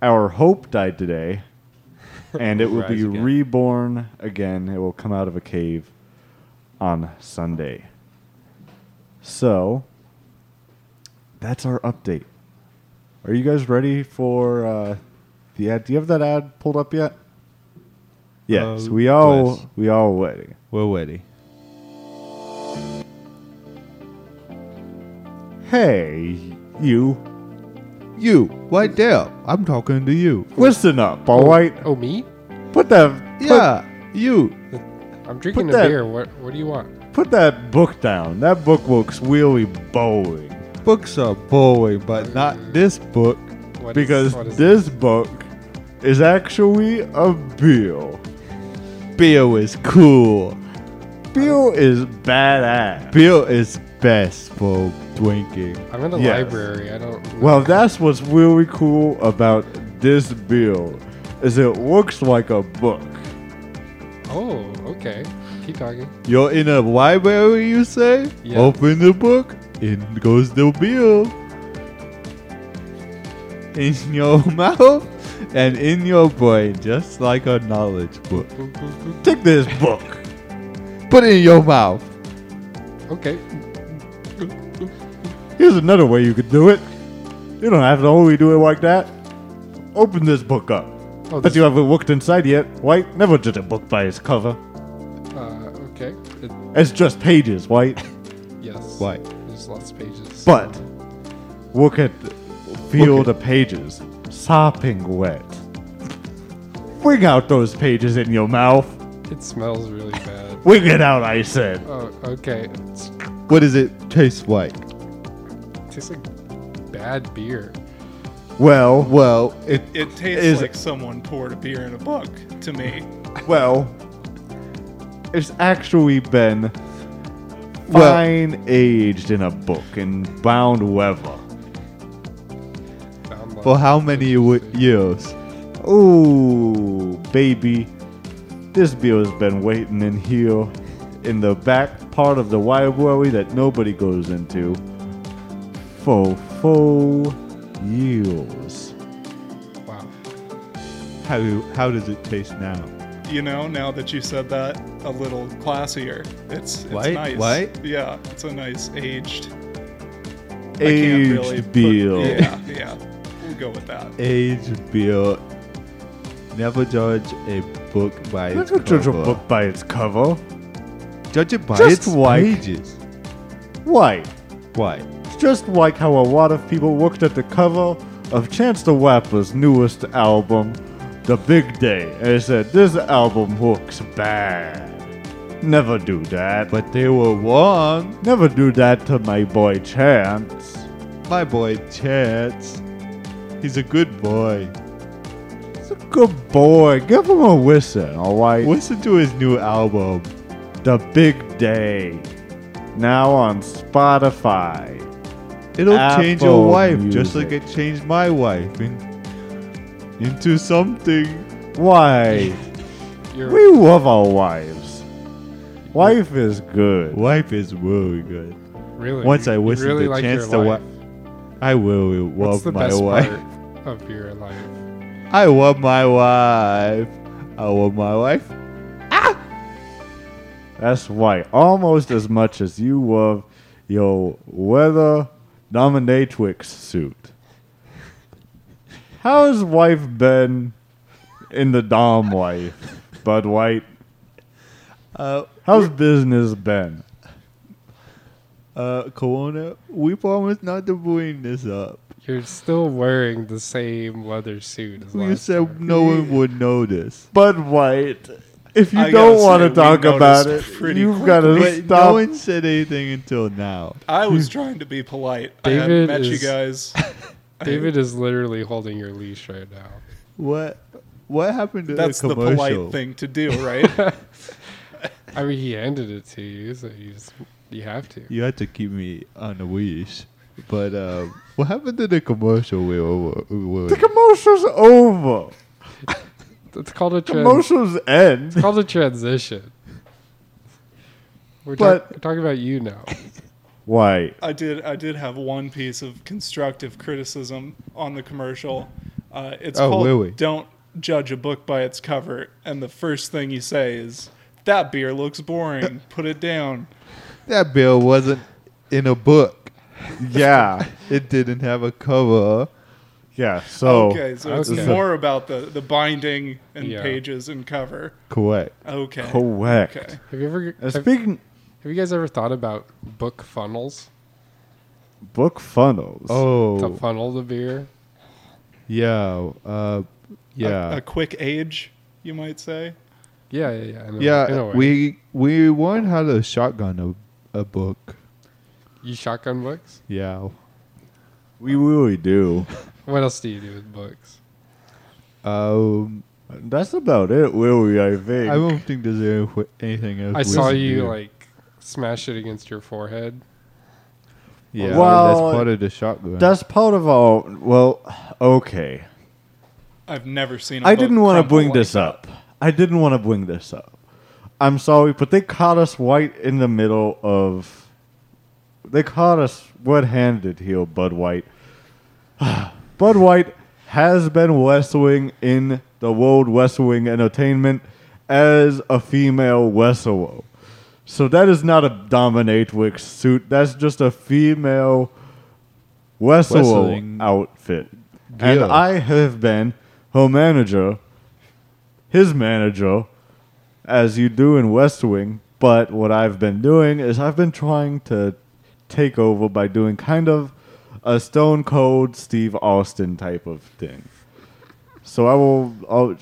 [SPEAKER 1] our hope died today, and it will be
[SPEAKER 2] Rise again.
[SPEAKER 1] reborn again. It will come out of a cave on Sunday. So, that's our update. Are you guys ready for uh, the ad? Do you have that ad pulled up yet? Yes,
[SPEAKER 2] Uh,
[SPEAKER 1] we all
[SPEAKER 2] yes.
[SPEAKER 1] we all waiting.
[SPEAKER 2] We're waiting.
[SPEAKER 1] Hey, you.
[SPEAKER 2] You, right there. I'm talking to you.
[SPEAKER 1] Listen up, all right?
[SPEAKER 3] Oh, me?
[SPEAKER 1] Put that. put-
[SPEAKER 2] Yeah, you.
[SPEAKER 3] I'm drinking
[SPEAKER 1] Put
[SPEAKER 3] a
[SPEAKER 1] that-
[SPEAKER 3] beer. What What do you want?
[SPEAKER 1] Put that book down. That book looks really boring.
[SPEAKER 2] Books are boring, but not this book.
[SPEAKER 3] What is-
[SPEAKER 1] because
[SPEAKER 3] what is
[SPEAKER 1] this book is actually a bill.
[SPEAKER 2] Bill is cool.
[SPEAKER 1] Bill is badass.
[SPEAKER 2] Bill is best for drinking.
[SPEAKER 3] I'm in the
[SPEAKER 1] Yes.
[SPEAKER 3] library. I don't.
[SPEAKER 1] Well, that's what's really cool about this bill is it looks like a book.
[SPEAKER 3] Oh, okay. Keep talking.
[SPEAKER 2] You're in a library, you say?
[SPEAKER 3] Yeah.
[SPEAKER 2] Open the book, in goes the bill. In your mouth and in your brain, just like a knowledge book.
[SPEAKER 1] Take this book.
[SPEAKER 2] Put it in your mouth.
[SPEAKER 3] Okay.
[SPEAKER 1] Here's another way you could do it. You don't have to only do it like that. Open this book up.
[SPEAKER 3] Oh,
[SPEAKER 1] but you haven't looked inside yet. White never judge a book by its cover.
[SPEAKER 3] Uh, okay. It,
[SPEAKER 1] It's just pages, White.
[SPEAKER 3] yes.
[SPEAKER 1] Why?
[SPEAKER 3] There's lots of pages.
[SPEAKER 1] But look at feel
[SPEAKER 3] Look
[SPEAKER 1] the pages, sopping wet. Bring out those pages in your mouth.
[SPEAKER 3] It smells really bad.
[SPEAKER 1] Wing it out, I said.
[SPEAKER 3] Oh, okay. It's,
[SPEAKER 1] What does it taste like?
[SPEAKER 3] tastes like bad beer.
[SPEAKER 1] Well, well,
[SPEAKER 6] It, it tastes like someone poured a beer in a book to me.
[SPEAKER 1] Well, it's actually been
[SPEAKER 6] Well-
[SPEAKER 1] fine aged in a book in bound leather.
[SPEAKER 12] For how many wo- years?
[SPEAKER 1] Ooh, baby. This beer has been waiting in here in the back part of the library that nobody goes into for four years.
[SPEAKER 3] Wow.
[SPEAKER 2] How how does it taste now?
[SPEAKER 6] You know, now that you said that, a little classier. It's, it's
[SPEAKER 2] White?
[SPEAKER 6] nice.
[SPEAKER 2] White?
[SPEAKER 6] Yeah, it's a nice aged. I can't
[SPEAKER 1] Aged
[SPEAKER 6] put-
[SPEAKER 1] beer.
[SPEAKER 6] yeah, yeah. We'll go with that.
[SPEAKER 2] Age, beer. Never judge a book by its
[SPEAKER 1] Never judge a
[SPEAKER 2] cover.
[SPEAKER 1] book by its cover.
[SPEAKER 2] Judge it by
[SPEAKER 1] Just
[SPEAKER 2] its
[SPEAKER 1] like-
[SPEAKER 2] pages.
[SPEAKER 1] Why?
[SPEAKER 2] Why?
[SPEAKER 1] It's just like how a lot of people looked at the cover of Chance the Rapper's newest album, The Big Day, and they said, This album looks bad. Never do that.
[SPEAKER 2] But they were wrong.
[SPEAKER 1] Never do that to my boy Chance.
[SPEAKER 2] My boy Chance. He's a good boy.
[SPEAKER 1] Good boy. Give him a listen, alright?
[SPEAKER 2] Listen to his new album,
[SPEAKER 1] The Big Day. Now on Spotify.
[SPEAKER 2] It'll change your
[SPEAKER 1] Apple
[SPEAKER 2] wife just
[SPEAKER 1] Music.
[SPEAKER 2] like it changed my wife in, into something.
[SPEAKER 1] Why?
[SPEAKER 3] You're-
[SPEAKER 1] we love our wives. Wife is good.
[SPEAKER 2] Wife is really good.
[SPEAKER 3] Really?
[SPEAKER 2] Once I
[SPEAKER 3] You
[SPEAKER 2] listen
[SPEAKER 3] really
[SPEAKER 2] to
[SPEAKER 3] like your
[SPEAKER 2] Chance the wife,
[SPEAKER 3] life?
[SPEAKER 2] I really love
[SPEAKER 3] What's the
[SPEAKER 2] my
[SPEAKER 3] best
[SPEAKER 2] wife.
[SPEAKER 3] part of beer life?
[SPEAKER 2] I love my wife. I love my wife.
[SPEAKER 1] Ah! That's why almost as much as you love your weather dominatrix suit. How's wife been in the dom life, Bud White?
[SPEAKER 2] Uh,
[SPEAKER 1] How's business been?
[SPEAKER 2] Uh, Corona, we promise not to bring this up.
[SPEAKER 3] You're still wearing the same leather suit as
[SPEAKER 2] You
[SPEAKER 3] last
[SPEAKER 2] said
[SPEAKER 3] time.
[SPEAKER 2] no one would notice.
[SPEAKER 1] Bud White, if you
[SPEAKER 6] I gotta
[SPEAKER 1] don't want to
[SPEAKER 6] say, we
[SPEAKER 1] talk about it,
[SPEAKER 6] noticed pretty
[SPEAKER 1] you've got
[SPEAKER 2] But
[SPEAKER 1] to
[SPEAKER 2] no
[SPEAKER 1] stop.
[SPEAKER 2] one said anything until now.
[SPEAKER 6] I was
[SPEAKER 2] Hmm.
[SPEAKER 6] trying to be polite.
[SPEAKER 3] David
[SPEAKER 6] I had met you
[SPEAKER 3] is-
[SPEAKER 6] guys.
[SPEAKER 3] David is literally holding your leash right now.
[SPEAKER 2] What? What happened to
[SPEAKER 6] That's
[SPEAKER 2] the
[SPEAKER 6] the
[SPEAKER 2] commercial?
[SPEAKER 6] polite thing to do, right?
[SPEAKER 3] I mean, he handed it to you, so you just you have to.
[SPEAKER 2] You had to keep me on a leash. But uh, what happened to the commercial we were? We were
[SPEAKER 1] The commercial's over.
[SPEAKER 3] It's called a trans-
[SPEAKER 1] Commercials end.
[SPEAKER 3] It's called a transition. We're,
[SPEAKER 1] But-
[SPEAKER 3] talk- we're talking about you now.
[SPEAKER 1] Why?
[SPEAKER 6] I did. I did have one piece of constructive criticism on the commercial. Uh, it's
[SPEAKER 2] Oh,
[SPEAKER 6] called
[SPEAKER 2] really?
[SPEAKER 6] "Don't Judge a Book by Its Cover," and the first thing you say is, "That beer looks boring. Put it down."
[SPEAKER 2] that bill wasn't in a book.
[SPEAKER 1] Yeah,
[SPEAKER 2] it didn't have a cover.
[SPEAKER 1] yeah. So
[SPEAKER 6] okay, so it's
[SPEAKER 2] Okay.
[SPEAKER 6] more about the the binding and
[SPEAKER 3] Yeah.
[SPEAKER 6] pages and cover.
[SPEAKER 2] Correct.
[SPEAKER 6] Okay.
[SPEAKER 1] Correct.
[SPEAKER 6] Okay.
[SPEAKER 3] Have you ever
[SPEAKER 1] Uh,
[SPEAKER 3] have,
[SPEAKER 1] speaking
[SPEAKER 3] have you guys ever thought about book funnels
[SPEAKER 1] book funnels.
[SPEAKER 3] to
[SPEAKER 2] Oh,
[SPEAKER 3] funnel the beer?
[SPEAKER 2] yeah, uh,
[SPEAKER 6] A, a
[SPEAKER 2] yeah,
[SPEAKER 6] quick age, you might say.
[SPEAKER 3] Yeah, yeah, yeah. I know- I know
[SPEAKER 2] yeah.
[SPEAKER 3] where-
[SPEAKER 2] We we learned how to shotgun a, a book.
[SPEAKER 3] you shotgun books.
[SPEAKER 2] Yeah.
[SPEAKER 1] We really do.
[SPEAKER 3] What else do you do with books?
[SPEAKER 2] Um,
[SPEAKER 1] That's about it, really. I think.
[SPEAKER 2] I don't think there's any, anything else.
[SPEAKER 3] I
[SPEAKER 2] we
[SPEAKER 3] saw
[SPEAKER 2] can
[SPEAKER 3] you
[SPEAKER 2] do.
[SPEAKER 3] like smash it against your forehead.
[SPEAKER 2] Yeah,
[SPEAKER 1] Well,
[SPEAKER 2] that's part of the shotgun.
[SPEAKER 1] That's part of our. Well, okay.
[SPEAKER 6] I've never seen. I
[SPEAKER 1] I didn't want to bring this up. I didn't want to bring this up. I'm sorry, but they caught us right in the middle of. They caught us red-handed here, Bud White. Bud White has been wrestling in the World Wrestling Entertainment as a female wrestler. So that is not a dominatrix suit. That's just a female Wessel
[SPEAKER 2] Wesseling
[SPEAKER 1] outfit.
[SPEAKER 2] gear.
[SPEAKER 1] And I have been her manager, his manager, as you do in West Wing. But what I've been doing is I've been trying to take over by doing kind of a Stone Cold Steve Austin type of thing. So I will. I'll,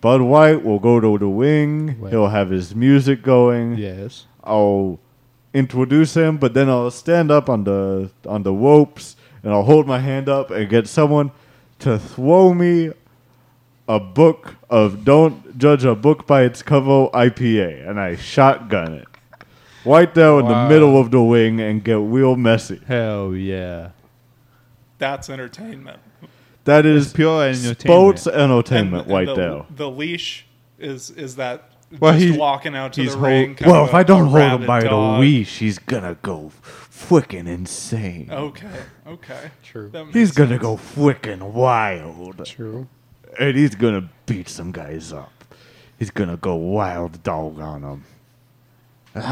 [SPEAKER 1] Bud White will go to the wing.
[SPEAKER 2] Wait.
[SPEAKER 1] He'll have his music going.
[SPEAKER 2] Yes.
[SPEAKER 1] I'll introduce him, but then I'll stand up on the on the ropes and I'll hold my hand up and get someone to throw me a book of "Don't Judge a Book by Its Cover" IPA, and I shotgun it right there in
[SPEAKER 6] Wow.
[SPEAKER 1] the middle of the wing and get real messy.
[SPEAKER 2] Hell yeah!
[SPEAKER 6] That's entertainment.
[SPEAKER 1] That is
[SPEAKER 2] pure
[SPEAKER 1] sports
[SPEAKER 2] entertainment.
[SPEAKER 1] entertainment
[SPEAKER 6] And
[SPEAKER 1] right
[SPEAKER 6] the,
[SPEAKER 1] there.
[SPEAKER 6] The leash is is that
[SPEAKER 1] Well,
[SPEAKER 6] just
[SPEAKER 1] he-
[SPEAKER 6] walking out to
[SPEAKER 2] he's
[SPEAKER 6] the
[SPEAKER 2] hold-
[SPEAKER 6] ring. kind
[SPEAKER 1] Well,
[SPEAKER 6] of
[SPEAKER 1] if I
[SPEAKER 6] a-
[SPEAKER 1] don't
[SPEAKER 6] a
[SPEAKER 1] hold him
[SPEAKER 6] rabid
[SPEAKER 1] by
[SPEAKER 6] dog.
[SPEAKER 1] the leash, he's gonna go freaking insane.
[SPEAKER 6] Okay. Okay. True.
[SPEAKER 1] He's gonna go freaking wild.
[SPEAKER 3] True.
[SPEAKER 1] And he's gonna beat some guys up. He's gonna go wild dog on them.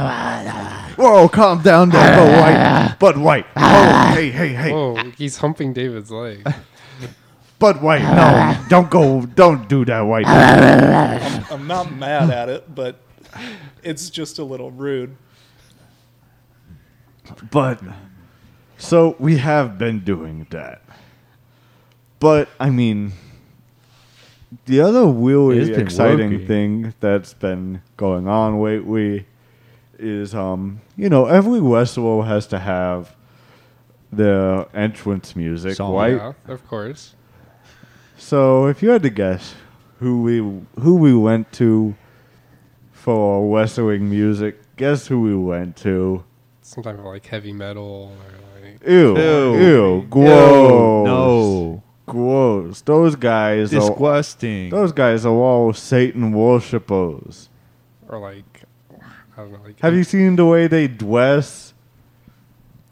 [SPEAKER 1] Whoa, calm down there, Bud White. Bud White. Oh, hey, hey, hey.
[SPEAKER 3] Whoa, he's humping David's leg.
[SPEAKER 1] Bud White, no. Don't go, don't do that, White.
[SPEAKER 6] I'm, I'm not mad at it, but it's just a little rude.
[SPEAKER 1] But so we have been doing that. But I mean, the other
[SPEAKER 2] It's
[SPEAKER 1] really
[SPEAKER 2] been
[SPEAKER 1] exciting
[SPEAKER 2] working.
[SPEAKER 1] thing that's been going on lately is, um, you know, every Westworld has to have their entrance music,
[SPEAKER 2] Song.
[SPEAKER 1] right?
[SPEAKER 3] Yeah, of course.
[SPEAKER 1] So if you had to guess who we who we went to for West Wing music, guess who we went to?
[SPEAKER 3] Some type of like heavy metal or like
[SPEAKER 1] Ew. Ew.
[SPEAKER 2] Ew.
[SPEAKER 1] Gross.
[SPEAKER 2] No.
[SPEAKER 1] Gross. Those guys
[SPEAKER 2] Disgusting.
[SPEAKER 1] are those guys are all Satan worshippers.
[SPEAKER 3] or like I don't know, like
[SPEAKER 1] Have you seen the way they dress?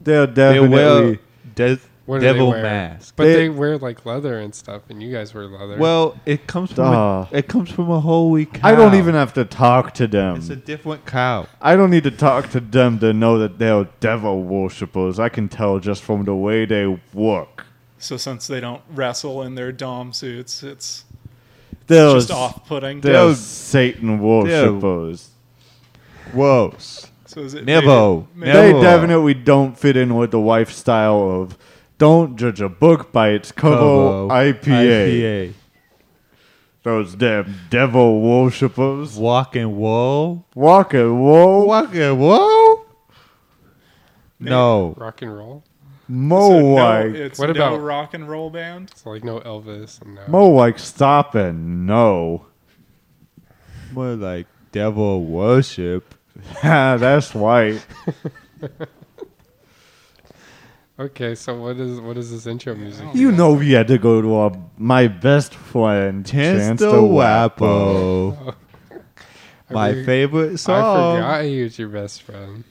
[SPEAKER 1] They're
[SPEAKER 2] They
[SPEAKER 1] definitely
[SPEAKER 2] wear de-
[SPEAKER 3] what do
[SPEAKER 2] devil
[SPEAKER 3] they wear?
[SPEAKER 2] mask.
[SPEAKER 3] But
[SPEAKER 1] They-
[SPEAKER 3] they, wear like leather and stuff, and you guys wear leather.
[SPEAKER 2] Well, it comes from
[SPEAKER 1] Duh.
[SPEAKER 2] a, it comes from a holy cow.
[SPEAKER 1] I don't even have to talk to
[SPEAKER 2] It's a
[SPEAKER 1] them.
[SPEAKER 2] different cow.
[SPEAKER 1] I don't need to talk to them to know that they're devil worshippers. I can tell just from the way they work.
[SPEAKER 6] So since they don't wrestle in their dom suits, it's
[SPEAKER 1] They're
[SPEAKER 6] just
[SPEAKER 1] s-
[SPEAKER 6] off-putting.
[SPEAKER 1] They're
[SPEAKER 6] They're-
[SPEAKER 1] Satan worshippers.
[SPEAKER 2] Whoa.
[SPEAKER 6] So is it
[SPEAKER 2] Nevo.
[SPEAKER 6] maybe-
[SPEAKER 1] They
[SPEAKER 2] Nevo.
[SPEAKER 1] definitely don't fit in with the lifestyle of don't judge a book by its cover
[SPEAKER 2] Cover
[SPEAKER 1] IPA.
[SPEAKER 2] IPA.
[SPEAKER 1] Those damn devil worshippers.
[SPEAKER 2] Walk and woe.
[SPEAKER 1] Walk and roll.
[SPEAKER 2] Walk and woe. No.
[SPEAKER 3] rock and roll.
[SPEAKER 1] Mo
[SPEAKER 6] so no-
[SPEAKER 1] like.
[SPEAKER 6] it's
[SPEAKER 3] What
[SPEAKER 6] no
[SPEAKER 3] about-
[SPEAKER 6] rock and roll band?
[SPEAKER 3] So like no Elvis and no.
[SPEAKER 1] Mo like, stop and no.
[SPEAKER 2] More like devil worship.
[SPEAKER 1] Ha, That's white.
[SPEAKER 3] Okay, so what is what is this intro music?
[SPEAKER 1] You know we had to go to a, my best friend,
[SPEAKER 2] Chance
[SPEAKER 1] Chance
[SPEAKER 2] the
[SPEAKER 1] the Wapo.
[SPEAKER 2] Wapo.
[SPEAKER 3] I
[SPEAKER 2] My
[SPEAKER 3] forg-
[SPEAKER 2] favorite
[SPEAKER 3] I
[SPEAKER 2] song.
[SPEAKER 3] forgot he was your best friend.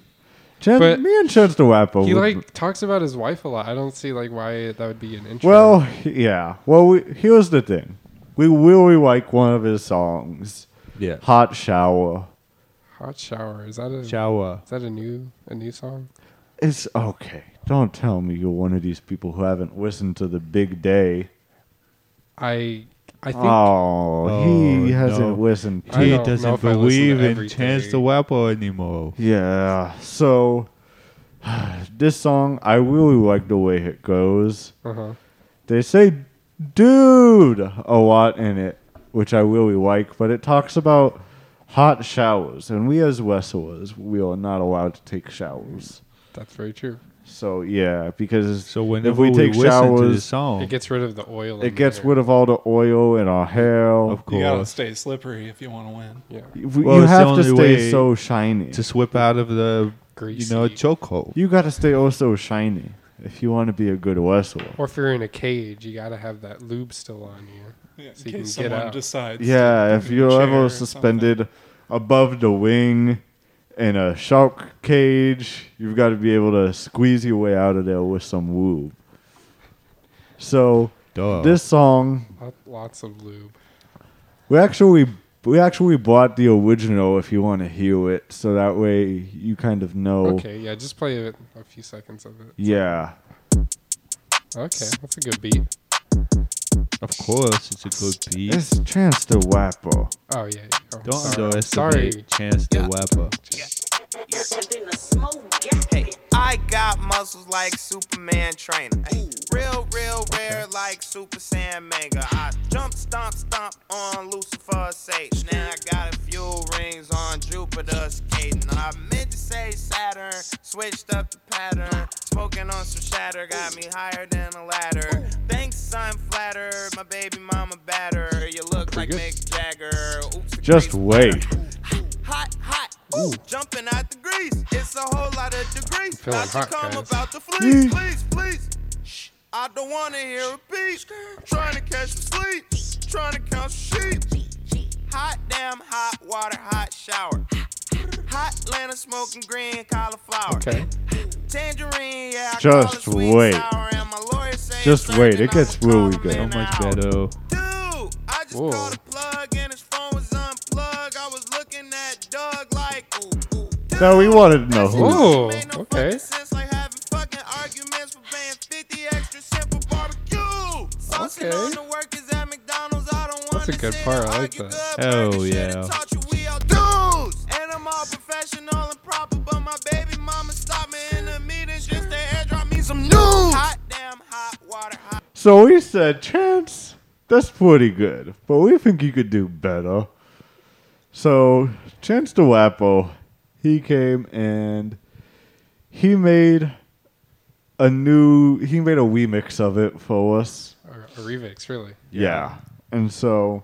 [SPEAKER 1] Chance,
[SPEAKER 3] But-
[SPEAKER 1] me and Chance the Wapo.
[SPEAKER 3] He
[SPEAKER 1] would-
[SPEAKER 3] like talks about his wife a lot. I don't see like why that would be an intro.
[SPEAKER 1] Well, yeah. Well, we, here's the thing. We really like one of his songs.
[SPEAKER 2] Yeah.
[SPEAKER 1] Hot Shower.
[SPEAKER 3] hot shower is that a
[SPEAKER 2] Shower.
[SPEAKER 3] is that a new a new song?
[SPEAKER 1] It's okay. Don't tell me you're one of these people who haven't listened to The Big Day.
[SPEAKER 3] I I think
[SPEAKER 1] Oh, he
[SPEAKER 2] Oh,
[SPEAKER 1] hasn't
[SPEAKER 2] no.
[SPEAKER 1] listened
[SPEAKER 3] I
[SPEAKER 1] to
[SPEAKER 2] He
[SPEAKER 3] don't know
[SPEAKER 2] doesn't
[SPEAKER 3] if I listen to
[SPEAKER 2] believe in
[SPEAKER 3] everything.
[SPEAKER 2] Chance the Wapo anymore.
[SPEAKER 1] Yeah. So, this song, I really like the way it goes.
[SPEAKER 3] uh-huh.
[SPEAKER 1] They say dude a lot in it, which I really like, but it talks about hot showers, and we as wrestlers, we are not allowed to take showers.
[SPEAKER 3] that's very true.
[SPEAKER 1] So yeah, because
[SPEAKER 2] So
[SPEAKER 1] if
[SPEAKER 2] whenever
[SPEAKER 1] we take
[SPEAKER 2] listen to this
[SPEAKER 1] showers,
[SPEAKER 2] song,
[SPEAKER 3] It gets rid of the oil.
[SPEAKER 1] Oh. it
[SPEAKER 3] in
[SPEAKER 1] gets
[SPEAKER 3] there.
[SPEAKER 1] rid of all the oil in our hair.
[SPEAKER 2] of
[SPEAKER 6] You gotta
[SPEAKER 2] course,
[SPEAKER 6] stay slippery if you want to win.
[SPEAKER 3] yeah.
[SPEAKER 1] You- you
[SPEAKER 2] Well, it's the
[SPEAKER 1] have to
[SPEAKER 2] only
[SPEAKER 1] stay
[SPEAKER 2] way
[SPEAKER 1] so shiny.
[SPEAKER 2] to slip out of the you
[SPEAKER 3] Greasy.
[SPEAKER 2] know chokehold.
[SPEAKER 1] you got to stay oh so shiny if you want to be a good wrestler.
[SPEAKER 3] Or if you're in a cage, you gotta have that lube still on you.
[SPEAKER 6] Yeah, in
[SPEAKER 3] So you can
[SPEAKER 6] case
[SPEAKER 3] get
[SPEAKER 6] someone
[SPEAKER 3] out.
[SPEAKER 6] decides.
[SPEAKER 1] Yeah, if you're
[SPEAKER 6] chair
[SPEAKER 1] ever
[SPEAKER 6] or
[SPEAKER 1] suspended above the wing in a shark cage, you've got to be able to squeeze your way out of there with some woo. So
[SPEAKER 2] Duh.
[SPEAKER 1] this song,
[SPEAKER 3] Lot- Lots of lube.
[SPEAKER 1] we actually we actually bought the original if you want to hear it, so that way you kind of know.
[SPEAKER 3] Okay, yeah, just play a, a few seconds of it.
[SPEAKER 1] Yeah.
[SPEAKER 3] Okay, that's a good beat.
[SPEAKER 2] Of course, it's a good beat.
[SPEAKER 1] It's Chance the Rapper.
[SPEAKER 3] Oh yeah. Oh,
[SPEAKER 2] Don't
[SPEAKER 3] sorry.
[SPEAKER 2] underestimate
[SPEAKER 3] Sorry.
[SPEAKER 2] Chance the Rapper.
[SPEAKER 13] Hey, I got muscles like Superman trainer. Hey, real, real rare like Super Saiyan manga. I jump, stomp, stomp on Lucifer's Satan. Now I got a few rings on Jupiter skating. I meant to say Saturn, switched up the pattern. Smoking on some shatter, got me higher than a ladder. Thanks, I'm flattered. My baby mama batter. You look like Mick Jagger. Oops,
[SPEAKER 1] Just wait.
[SPEAKER 13] hot, hot. Ooh, jumping out the grease. It's a whole lot of degrees.
[SPEAKER 3] feeling
[SPEAKER 13] Not to
[SPEAKER 3] hot,
[SPEAKER 13] come
[SPEAKER 3] guys.
[SPEAKER 13] about the fleece.
[SPEAKER 3] Yeet.
[SPEAKER 13] Please, please. Shh. I don't wanna hear a beat. Trying to catch some sleep. Trying to count some sheep. Hot damn, hot water, hot shower. Hot Atlanta smoking green cauliflower.
[SPEAKER 1] Okay.
[SPEAKER 13] Tangerine, yeah. I call it
[SPEAKER 1] Just
[SPEAKER 13] sweet and
[SPEAKER 1] wait.
[SPEAKER 13] sour, and my lawyer says
[SPEAKER 1] Just wait. It gets really good. Oh
[SPEAKER 2] So much better.
[SPEAKER 13] I just called a plug and his phone was unplugged. I was looking at Doug like, ooh, ooh.
[SPEAKER 1] So we wanted to know who.
[SPEAKER 3] Whoa. Okay.
[SPEAKER 13] Okay.
[SPEAKER 3] That's a good part. I like that.
[SPEAKER 2] Oh yeah.
[SPEAKER 13] Dudes! And I'm all professional and proper, but my baby mama stopped me in the meeting just to air drop me some news. Hot damn hot water, hot.
[SPEAKER 1] So we said, Chance, that's pretty good, but we think you could do better. So Chance DeWapo, he came and he made a new, he made a remix of it for us.
[SPEAKER 3] A, a remix, really.
[SPEAKER 1] Yeah. And so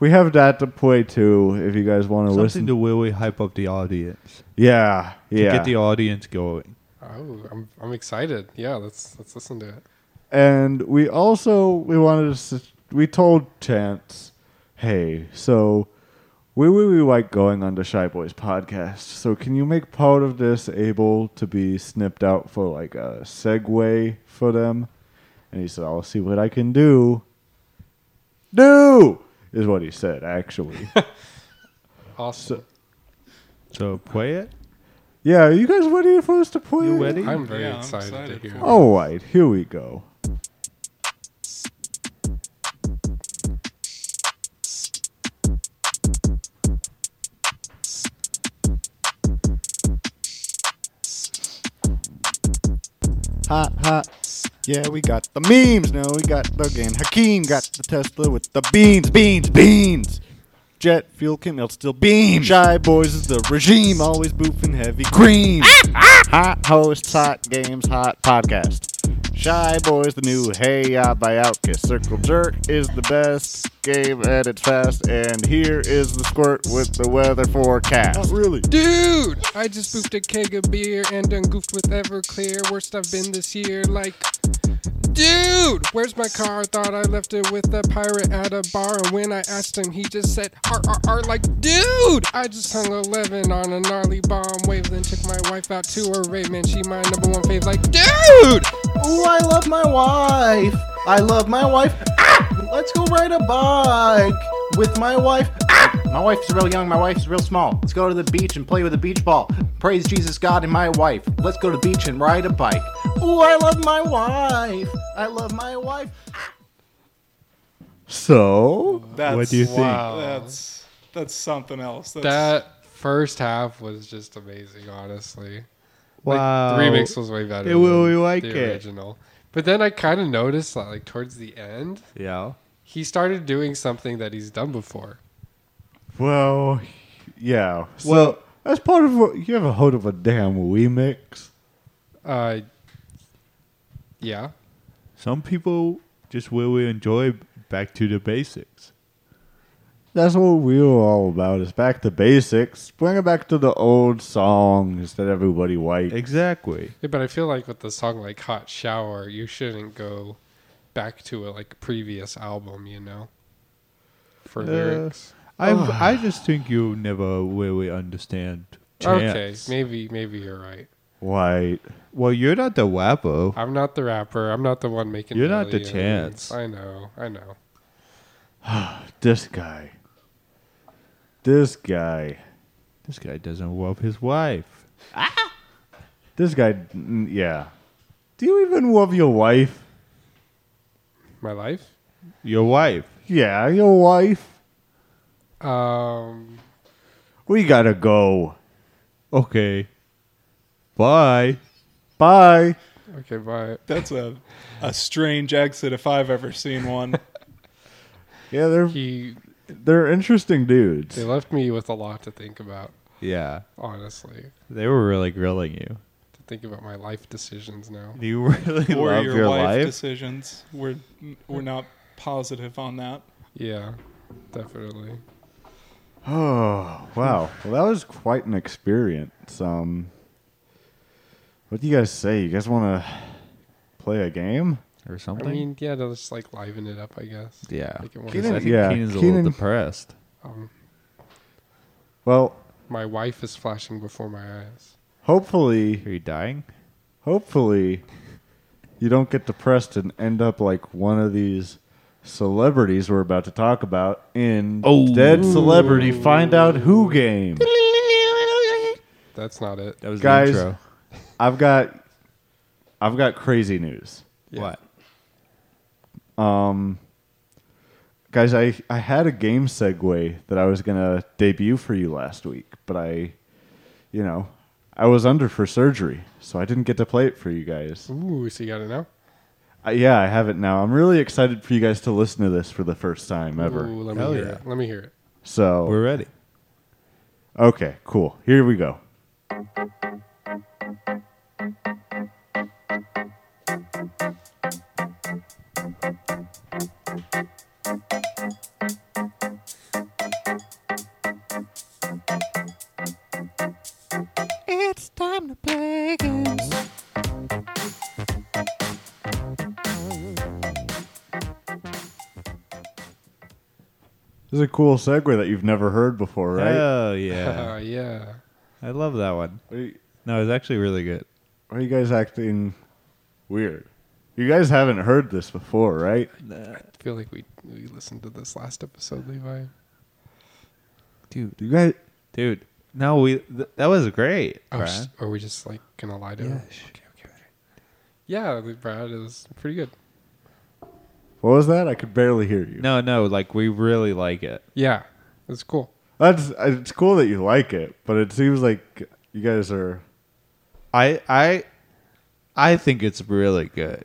[SPEAKER 1] we have that to play too if you guys want to
[SPEAKER 2] Something
[SPEAKER 1] listen.
[SPEAKER 2] to really hype up the audience.
[SPEAKER 1] yeah,
[SPEAKER 2] To
[SPEAKER 1] yeah.
[SPEAKER 2] get the audience going.
[SPEAKER 3] Oh, I'm, I'm excited. Yeah, let's let's listen to it.
[SPEAKER 1] and we also we wanted to s- we told chance hey so we really like going on the shy boys podcast so can you make part of this able to be snipped out for like a segue for them and he said i'll see what i can do do is what he said actually
[SPEAKER 3] Awesome.
[SPEAKER 2] So play it.
[SPEAKER 1] yeah are you guys ready for us to play
[SPEAKER 2] You
[SPEAKER 1] it?
[SPEAKER 2] ready?
[SPEAKER 3] I'm very
[SPEAKER 6] Yeah, I'm
[SPEAKER 3] excited,
[SPEAKER 6] excited
[SPEAKER 3] to hear. it. Oh,
[SPEAKER 1] all right here we go
[SPEAKER 5] Hot, hot. Yeah, we got the memes. Now we got Doug and Hakeem. Got the Tesla with the beans, beans, beans. Jet fuel can melt still beam. Shy boys is the regime. Always boofing heavy cream. hot hosts, hot games, hot podcast. Shy boys the new hey ya by Outkast. Circle jerk is the best game and it's fast. And here is the squirt with the weather forecast. Not really.
[SPEAKER 3] Dude, I just boofed a keg of beer and done goofed with Everclear. Worst I've been this year. Like, dude, where's my car? Thought I left it with a pirate at a bar. And when I asked him, he just said, R R R. Like, dude, I just hung 11 on a gnarly bomb wave. Then took my wife out to a rave. Man, she my number one fave. Like, dude,
[SPEAKER 14] Ooh, I love my wife. I love my wife. Ah! Let's go ride a bike with my wife. Ah! My wife's real young. My wife's real small. Let's go to the beach and play with a beach ball. Praise Jesus, God, and my wife. Let's go to the beach and ride a bike. Ooh, I love my wife. I love my wife.
[SPEAKER 1] so what do you think
[SPEAKER 6] That's that's something else. That's,
[SPEAKER 3] that first half was just amazing, honestly.
[SPEAKER 2] Wow.
[SPEAKER 3] Like, the remix was way better.
[SPEAKER 2] Oh, It will-
[SPEAKER 3] than
[SPEAKER 2] we like
[SPEAKER 3] the
[SPEAKER 2] it.
[SPEAKER 3] original. But then I kind of noticed that, like, towards the end,
[SPEAKER 2] Yeah.
[SPEAKER 3] he started doing something that he's done before.
[SPEAKER 1] Well, yeah. well, that's part of what you ever heard of a damn remix?
[SPEAKER 3] Uh, yeah.
[SPEAKER 2] Some people just really enjoy back to the basics.
[SPEAKER 1] That's what we were all about. Is back to basics. Bring it back to the old songs that everybody likes.
[SPEAKER 2] Exactly.
[SPEAKER 3] Yeah, but I feel like with the song like "Hot Shower," you shouldn't go back to a like previous album, you know, for
[SPEAKER 2] Uh,
[SPEAKER 3] lyrics.
[SPEAKER 2] I I just think you never really understand.
[SPEAKER 3] Okay,
[SPEAKER 2] Chance.
[SPEAKER 3] maybe maybe you're right.
[SPEAKER 1] White.
[SPEAKER 2] Well, you're not the WAPO.
[SPEAKER 3] I'm not the rapper. I'm not the one making.
[SPEAKER 2] You're not the
[SPEAKER 3] millions.
[SPEAKER 2] Chance.
[SPEAKER 3] I know. I know.
[SPEAKER 1] This guy. This guy.
[SPEAKER 2] This guy doesn't love his wife.
[SPEAKER 1] Ah! This guy. mm, Yeah. Do you even love your wife?
[SPEAKER 3] My life?
[SPEAKER 2] Your wife.
[SPEAKER 1] Yeah, your wife.
[SPEAKER 3] Um,
[SPEAKER 1] We gotta go.
[SPEAKER 2] Okay. Bye.
[SPEAKER 1] Bye.
[SPEAKER 3] okay, bye.
[SPEAKER 6] That's a, a strange exit if I've ever seen one.
[SPEAKER 1] Yeah, they're
[SPEAKER 3] He,
[SPEAKER 1] they're interesting dudes.
[SPEAKER 3] they left me with a lot to think about,
[SPEAKER 2] Yeah.
[SPEAKER 3] honestly.
[SPEAKER 2] They were really grilling you.
[SPEAKER 3] To think about my life decisions now.
[SPEAKER 2] You really
[SPEAKER 6] or
[SPEAKER 2] love
[SPEAKER 6] your,
[SPEAKER 2] your
[SPEAKER 6] wife,
[SPEAKER 2] life?
[SPEAKER 6] decisions. We're we're not positive on that.
[SPEAKER 3] Yeah, definitely.
[SPEAKER 1] Oh wow! Well, that was quite an experience. Um, what do you guys say? You guys want to play a game
[SPEAKER 2] or
[SPEAKER 3] I
[SPEAKER 2] something?
[SPEAKER 3] mean, yeah, to just like liven it up, I guess.
[SPEAKER 2] yeah.
[SPEAKER 3] Make it more
[SPEAKER 2] Because
[SPEAKER 1] Keenan-
[SPEAKER 2] I think
[SPEAKER 1] yeah,
[SPEAKER 2] Keenan's a
[SPEAKER 1] Keenan-
[SPEAKER 2] little depressed.
[SPEAKER 3] Um,
[SPEAKER 1] Well,
[SPEAKER 3] my wife is flashing before my eyes.
[SPEAKER 1] hopefully,
[SPEAKER 2] Are you dying?
[SPEAKER 1] hopefully, you don't get depressed and end up like one of these celebrities we're about to talk about in
[SPEAKER 2] Oh.
[SPEAKER 1] Dead Celebrity Find Out Who game.
[SPEAKER 3] That's not it.
[SPEAKER 2] That was
[SPEAKER 1] Guys,
[SPEAKER 2] the intro.
[SPEAKER 1] I've got, I've got crazy news.
[SPEAKER 2] What?
[SPEAKER 1] Um, guys, I, I had a game segue that I was gonna debut for you last week, but I, you know, I was under for surgery, so I didn't get to play it for you guys.
[SPEAKER 3] Ooh, so you got it now?
[SPEAKER 1] Uh, yeah, I have it now. I'm really excited for you guys to listen to this for the first time ever.
[SPEAKER 3] Ooh, let me
[SPEAKER 2] Hell
[SPEAKER 3] hear
[SPEAKER 2] yeah.
[SPEAKER 3] it. Let me hear it.
[SPEAKER 1] So
[SPEAKER 2] We're ready.
[SPEAKER 1] okay, cool. Here we go.
[SPEAKER 9] It's time to play games.
[SPEAKER 1] This is a cool segue that you've never heard before, right?
[SPEAKER 2] Oh yeah.
[SPEAKER 3] Uh, yeah.
[SPEAKER 2] I love that one.
[SPEAKER 1] Why are you-
[SPEAKER 2] No, it's actually really good.
[SPEAKER 1] why are you guys acting weird? You guys haven't heard this before, right?
[SPEAKER 3] I feel like we, we listened to this last episode, Levi.
[SPEAKER 2] Dude,
[SPEAKER 1] You guys,
[SPEAKER 2] dude. No, we th- that was great.
[SPEAKER 3] Oh,
[SPEAKER 2] Brian.
[SPEAKER 3] sh- are we just like gonna lie to him?
[SPEAKER 2] Yeah, sh-
[SPEAKER 3] Okay, okay, okay. Yeah, Lee- Brad is pretty good.
[SPEAKER 1] what was that? I could barely hear you.
[SPEAKER 2] No, no, like we really like it.
[SPEAKER 3] Yeah, that's cool.
[SPEAKER 1] That's it's cool that you like it, but it seems like you guys are.
[SPEAKER 2] I I I think it's really good.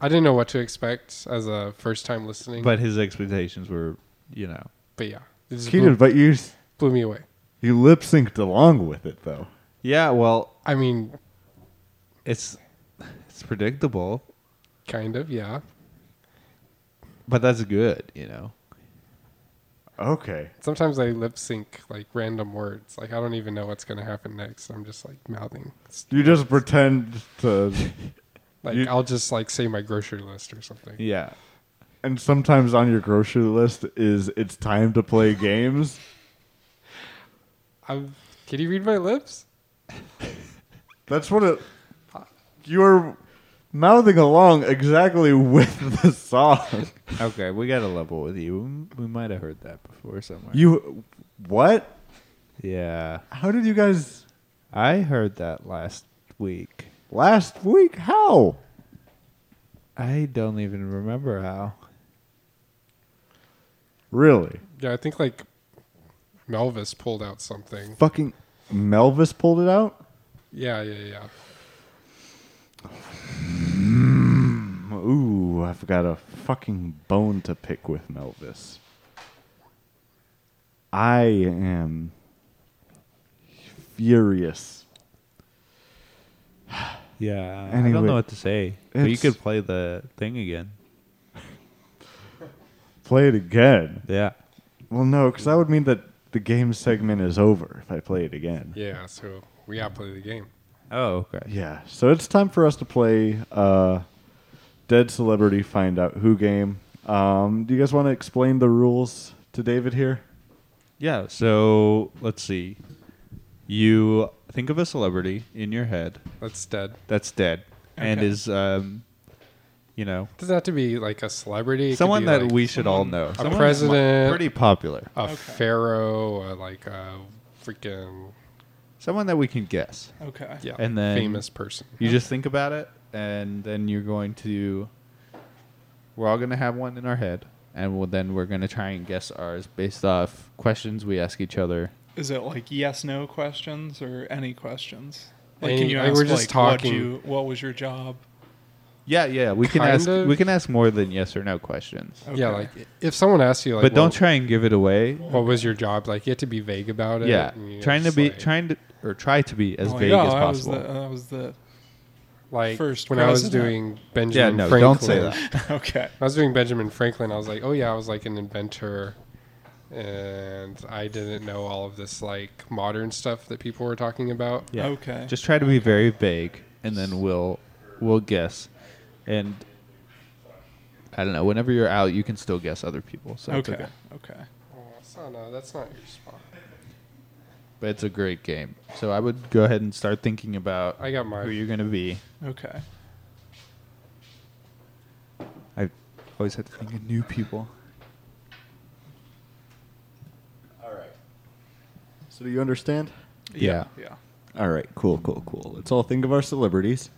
[SPEAKER 3] I didn't know what to expect as a first time listening,
[SPEAKER 2] But his expectations were, you know.
[SPEAKER 3] but yeah, it just
[SPEAKER 1] Keenan,
[SPEAKER 3] blew,
[SPEAKER 1] but you s-
[SPEAKER 3] blew me away.
[SPEAKER 1] you lip synced along with it though.
[SPEAKER 2] Yeah, well,
[SPEAKER 3] I mean,
[SPEAKER 2] it's it's predictable,
[SPEAKER 3] kind of, yeah.
[SPEAKER 2] but that's good, you know.
[SPEAKER 1] Okay,
[SPEAKER 3] Sometimes I lip sync like random words, like I don't even know what's gonna happen next. I'm just like mouthing.
[SPEAKER 1] you just pretend to,
[SPEAKER 3] Like
[SPEAKER 1] You-
[SPEAKER 3] I'll just like say my grocery list or something.
[SPEAKER 2] Yeah.
[SPEAKER 1] and sometimes on your grocery list is it's time to play games.
[SPEAKER 3] I'm, can you read my lips?
[SPEAKER 1] That's what it. You're mouthing along exactly with the song.
[SPEAKER 2] Okay, we got to level with you. We might have heard that before somewhere.
[SPEAKER 1] You what?
[SPEAKER 2] yeah.
[SPEAKER 1] How did you guys
[SPEAKER 2] I heard that last week.
[SPEAKER 1] last week? How?
[SPEAKER 2] I don't even remember how.
[SPEAKER 1] Really?
[SPEAKER 3] Yeah, I think like Melvis pulled out something.
[SPEAKER 1] Fucking Melvis pulled it out.
[SPEAKER 3] Yeah, yeah, yeah.
[SPEAKER 1] Ooh, I've got a fucking bone to pick with Melvis. I am furious.
[SPEAKER 2] Yeah. I
[SPEAKER 1] Anyway,
[SPEAKER 2] don't know what to say. But you
[SPEAKER 1] it's-
[SPEAKER 2] could play the thing again.
[SPEAKER 1] Play it again.
[SPEAKER 2] Yeah.
[SPEAKER 1] Well, no, because that would mean that the game segment is over if I play it again.
[SPEAKER 3] Yeah, so we gotta play the game.
[SPEAKER 2] Oh, okay.
[SPEAKER 1] Yeah, so it's time for us to play uh, Dead Celebrity Find Out Who game. Um, do you guys want to explain the rules to David here?
[SPEAKER 2] Yeah, so let's see. You think of a celebrity in your head
[SPEAKER 3] That's dead.
[SPEAKER 2] that's dead and
[SPEAKER 6] Okay.
[SPEAKER 2] is um you know,
[SPEAKER 3] Doesn't have to be like a celebrity. It could
[SPEAKER 2] someone
[SPEAKER 3] be,
[SPEAKER 2] that
[SPEAKER 3] like,
[SPEAKER 2] we should all know.
[SPEAKER 3] a
[SPEAKER 2] Someone
[SPEAKER 3] president,
[SPEAKER 2] pretty popular.
[SPEAKER 3] a pharaoh, a, like a freaking
[SPEAKER 2] Someone that we can guess.
[SPEAKER 6] Okay.
[SPEAKER 3] yeah,
[SPEAKER 2] And then- Oh.
[SPEAKER 3] famous person.
[SPEAKER 2] You just think about it, and then you're going to We're all gonna have one in our head, and we'll, then we're gonna try and guess ours based off questions we ask each other.
[SPEAKER 6] Is it like yes no questions or any questions? Like
[SPEAKER 3] Any-
[SPEAKER 6] can you
[SPEAKER 3] like,
[SPEAKER 6] ask
[SPEAKER 3] we're just
[SPEAKER 6] like
[SPEAKER 3] talking.
[SPEAKER 6] what you what was your job?
[SPEAKER 2] Yeah, yeah, we can
[SPEAKER 3] Kind
[SPEAKER 2] ask
[SPEAKER 3] of.
[SPEAKER 2] we can ask more than yes or no questions.
[SPEAKER 3] Yeah, like if someone asks you, like,
[SPEAKER 2] but don't
[SPEAKER 3] well,
[SPEAKER 2] try and give it away.
[SPEAKER 3] What was your job? Like you have to be vague about it.
[SPEAKER 2] Yeah,
[SPEAKER 3] and you're
[SPEAKER 2] trying to
[SPEAKER 3] just
[SPEAKER 2] be
[SPEAKER 3] like-
[SPEAKER 2] trying to or try to be as
[SPEAKER 6] Oh,
[SPEAKER 2] vague
[SPEAKER 6] yeah,
[SPEAKER 2] as
[SPEAKER 6] I was
[SPEAKER 2] possible.
[SPEAKER 6] the, I was the
[SPEAKER 3] like
[SPEAKER 6] first
[SPEAKER 3] when I was
[SPEAKER 6] president.
[SPEAKER 3] doing Benjamin
[SPEAKER 2] no,
[SPEAKER 3] Franklin.
[SPEAKER 2] don't say
[SPEAKER 6] that. Okay.
[SPEAKER 3] I was doing Benjamin Franklin. I was like, oh yeah, I was like an inventor, and I didn't know all of this like modern stuff that people were talking about.
[SPEAKER 2] Yeah.
[SPEAKER 6] Okay.
[SPEAKER 2] Just try to be very vague, and then we'll we'll guess. And I don't know. Whenever you're out, you can still guess other people. So it's
[SPEAKER 6] okay.
[SPEAKER 2] okay.
[SPEAKER 6] Okay.
[SPEAKER 3] Oh, no, that's not your spot.
[SPEAKER 2] But it's a great game. So I would go ahead and start thinking about
[SPEAKER 3] I got mine.
[SPEAKER 2] who you're gonna be.
[SPEAKER 6] Okay.
[SPEAKER 2] I always have to think of new people.
[SPEAKER 1] So do you understand?
[SPEAKER 2] Yeah.
[SPEAKER 6] Yeah.
[SPEAKER 1] All right. Cool. Cool. Cool. Let's all think of our celebrities.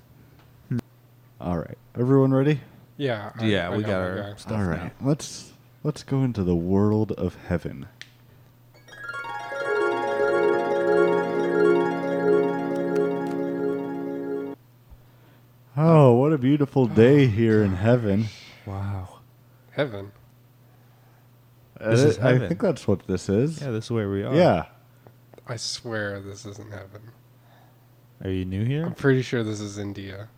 [SPEAKER 1] All right. Everyone ready?
[SPEAKER 3] Yeah.
[SPEAKER 2] Yeah, we got
[SPEAKER 3] my
[SPEAKER 2] our
[SPEAKER 3] guy.
[SPEAKER 1] all right. Let's let's go into the world of heaven. Oh, what a beautiful
[SPEAKER 2] Oh,
[SPEAKER 1] day here in heaven.
[SPEAKER 2] Wow.
[SPEAKER 3] Heaven.
[SPEAKER 2] This
[SPEAKER 1] Uh,
[SPEAKER 2] is
[SPEAKER 1] I
[SPEAKER 2] heaven.
[SPEAKER 1] think that's what this is.
[SPEAKER 2] Yeah, this is where we are.
[SPEAKER 1] Yeah.
[SPEAKER 3] I swear this isn't heaven.
[SPEAKER 2] Are you new
[SPEAKER 3] I'm
[SPEAKER 2] here?
[SPEAKER 3] pretty sure this is India.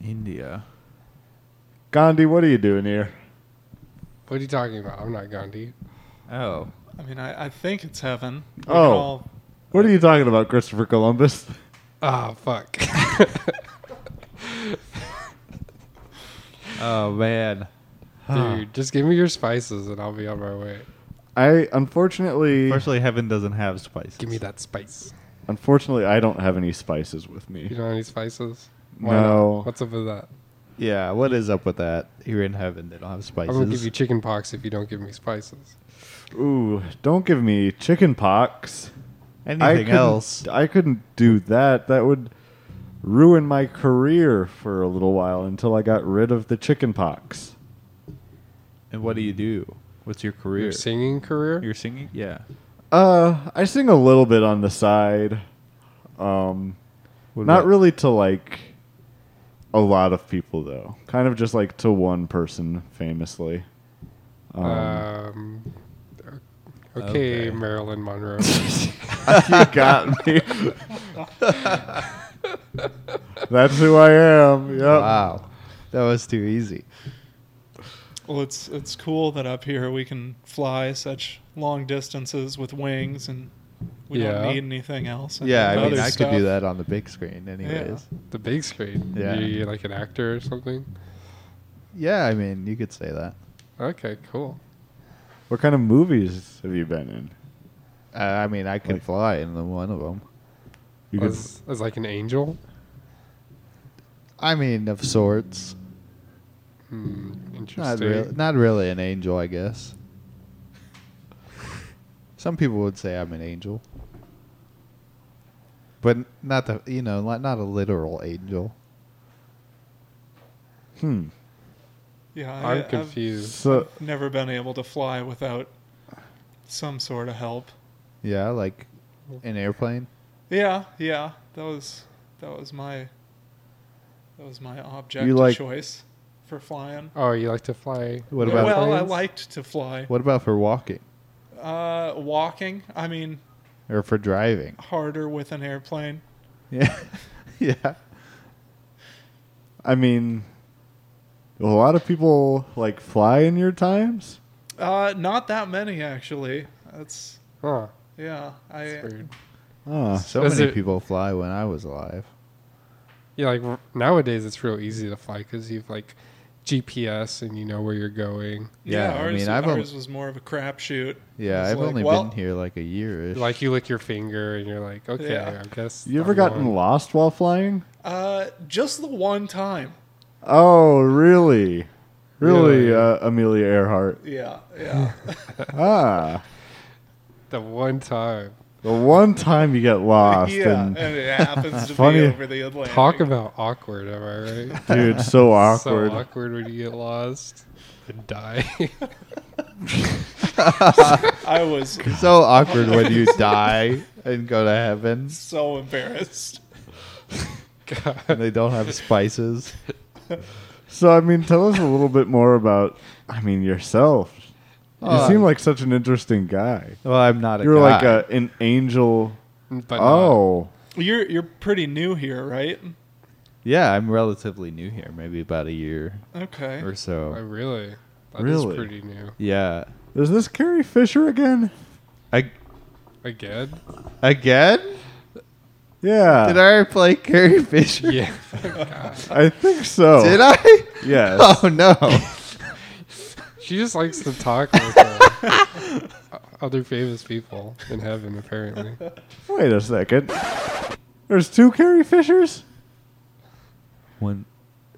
[SPEAKER 2] India.
[SPEAKER 1] Gandhi, what are you doing here?
[SPEAKER 3] What are you talking about? I'm not Gandhi.
[SPEAKER 2] Oh.
[SPEAKER 6] I mean, I, I think it's heaven. We can
[SPEAKER 1] Oh.
[SPEAKER 6] all-
[SPEAKER 1] What are you talking about, Christopher Columbus?
[SPEAKER 3] Ah, fuck.
[SPEAKER 2] Oh man.
[SPEAKER 6] Ah.
[SPEAKER 3] Dude, just give me your spices and I'll be on my way.
[SPEAKER 1] I unfortunately
[SPEAKER 2] Unfortunately, heaven doesn't have spices.
[SPEAKER 3] Give me that spice.
[SPEAKER 1] unfortunately I don't have any spices with me.
[SPEAKER 3] You don't have any spices?
[SPEAKER 1] No.
[SPEAKER 3] What's up with that?
[SPEAKER 2] Yeah. What is up with that? You're in heaven. They don't have
[SPEAKER 3] I'm
[SPEAKER 2] spices.
[SPEAKER 3] gonna give you chicken pox if you don't give me spices.
[SPEAKER 1] Ooh, don't give me chicken pox. I
[SPEAKER 2] Anything
[SPEAKER 1] couldn't-
[SPEAKER 2] else?
[SPEAKER 1] I couldn't do that. That would ruin my career for a little while until I got rid of the chicken pox.
[SPEAKER 2] And what do you do? What's your career?
[SPEAKER 3] Your singing career?
[SPEAKER 2] You're singing? Yeah.
[SPEAKER 1] Uh, I sing a little bit on the side. Um,
[SPEAKER 2] What
[SPEAKER 1] not
[SPEAKER 2] about-
[SPEAKER 1] really to like a lot of people though. Kind of just like to one person famously. Um,
[SPEAKER 3] Um, okay,
[SPEAKER 2] Okay.
[SPEAKER 3] Marilyn Monroe.
[SPEAKER 1] you got me. That's who I am. Yep.
[SPEAKER 2] Wow. That was too easy.
[SPEAKER 6] Well, it's it's cool that up here we can fly such long distances with wings, and we
[SPEAKER 3] Yeah.
[SPEAKER 6] don't need anything else. and
[SPEAKER 2] Yeah, I mean,
[SPEAKER 6] other
[SPEAKER 2] I could
[SPEAKER 6] stuff.
[SPEAKER 2] do that on the big screen, anyways.
[SPEAKER 3] the big screen.
[SPEAKER 2] Yeah.
[SPEAKER 3] You- You're like an actor or something.
[SPEAKER 2] Yeah. I mean, you could say that.
[SPEAKER 3] Okay, cool.
[SPEAKER 1] What kind of movies have you been in?
[SPEAKER 2] Uh, I mean, I can
[SPEAKER 1] Like-
[SPEAKER 2] fly in the one of them.
[SPEAKER 1] You could,
[SPEAKER 3] As, as like an angel?
[SPEAKER 2] I mean, of sorts.
[SPEAKER 3] Hmm,
[SPEAKER 2] Not
[SPEAKER 3] interesting.
[SPEAKER 2] really, not really an angel, I guess. Some people would say I'm an angel, but not the you know not, not a literal angel.
[SPEAKER 1] hmm.
[SPEAKER 6] Yeah, I,
[SPEAKER 3] I'm
[SPEAKER 6] I've
[SPEAKER 3] confused.
[SPEAKER 1] So
[SPEAKER 6] never been able to fly without some sort of help.
[SPEAKER 2] Yeah, like an airplane.
[SPEAKER 6] Yeah, yeah, that was that was my that was my object
[SPEAKER 1] You
[SPEAKER 6] of
[SPEAKER 1] like-
[SPEAKER 6] choice for flying.
[SPEAKER 3] Oh, you like to fly?
[SPEAKER 2] What about
[SPEAKER 6] well, I
[SPEAKER 3] planes?
[SPEAKER 6] liked to fly.
[SPEAKER 2] What about for walking
[SPEAKER 6] Uh, walking. I mean,
[SPEAKER 2] or for driving?
[SPEAKER 6] harder with an airplane.
[SPEAKER 2] Yeah, yeah.
[SPEAKER 1] I mean, a lot of people like fly in your times.
[SPEAKER 6] Uh, not that many actually. That's
[SPEAKER 3] Huh.
[SPEAKER 6] yeah. I
[SPEAKER 3] That's weird.
[SPEAKER 1] Ah,
[SPEAKER 2] So
[SPEAKER 3] Is
[SPEAKER 2] many
[SPEAKER 3] it-
[SPEAKER 2] people fly when I was alive.
[SPEAKER 3] Yeah, like r- nowadays it's real easy to fly because you've like GPS and you know where you're going.
[SPEAKER 6] yeah.
[SPEAKER 2] Yeah, I
[SPEAKER 6] ours,
[SPEAKER 2] mean, I've al-
[SPEAKER 6] ours was more of a crapshoot.
[SPEAKER 2] Yeah,
[SPEAKER 6] It's
[SPEAKER 2] I've
[SPEAKER 6] like,
[SPEAKER 2] only
[SPEAKER 6] well-
[SPEAKER 2] been here like a year ish.
[SPEAKER 3] Like you lick your finger and you're like, okay,
[SPEAKER 6] Yeah.
[SPEAKER 3] I guess.
[SPEAKER 1] You ever gotten
[SPEAKER 3] going.
[SPEAKER 1] lost while flying?
[SPEAKER 6] Uh, just the one time.
[SPEAKER 1] Oh, really? Really,
[SPEAKER 3] Really?
[SPEAKER 1] uh, Amelia Earhart?
[SPEAKER 6] Yeah, yeah.
[SPEAKER 1] Ah,
[SPEAKER 3] the one time?
[SPEAKER 1] The one time you get lost,
[SPEAKER 6] Yeah,
[SPEAKER 1] and,
[SPEAKER 6] and it happens to be over the Atlantic.
[SPEAKER 3] Talk about awkward, am I right?
[SPEAKER 1] Dude, so awkward.
[SPEAKER 3] So awkward when you get lost and die.
[SPEAKER 6] I was
[SPEAKER 2] so awkward when you die and go to heaven.
[SPEAKER 6] so embarrassed.
[SPEAKER 2] And they don't have spices.
[SPEAKER 1] So I mean, tell us a little bit more about. I mean, yourself. You
[SPEAKER 2] Oh,
[SPEAKER 1] seem like such an interesting guy.
[SPEAKER 2] Well, I'm not a
[SPEAKER 1] You're like
[SPEAKER 2] guy.
[SPEAKER 1] a, an angel.
[SPEAKER 3] But
[SPEAKER 1] oh,
[SPEAKER 6] You're you're pretty new here, right?
[SPEAKER 2] Yeah, I'm relatively new here, maybe about a year.
[SPEAKER 6] Okay.
[SPEAKER 2] Or so.
[SPEAKER 3] I really. That is
[SPEAKER 1] Really?
[SPEAKER 3] pretty new.
[SPEAKER 2] Yeah.
[SPEAKER 1] is this Carrie Fisher again?
[SPEAKER 2] I
[SPEAKER 3] Again?
[SPEAKER 2] again?
[SPEAKER 1] Yeah.
[SPEAKER 2] Did I play Carrie Fisher?
[SPEAKER 3] Yeah.
[SPEAKER 1] I think so.
[SPEAKER 2] Did I?
[SPEAKER 1] Yes.
[SPEAKER 2] Oh no.
[SPEAKER 3] She just likes to talk with uh, other famous people in heaven, apparently.
[SPEAKER 1] Wait a second. There's two Carrie Fishers.
[SPEAKER 2] One.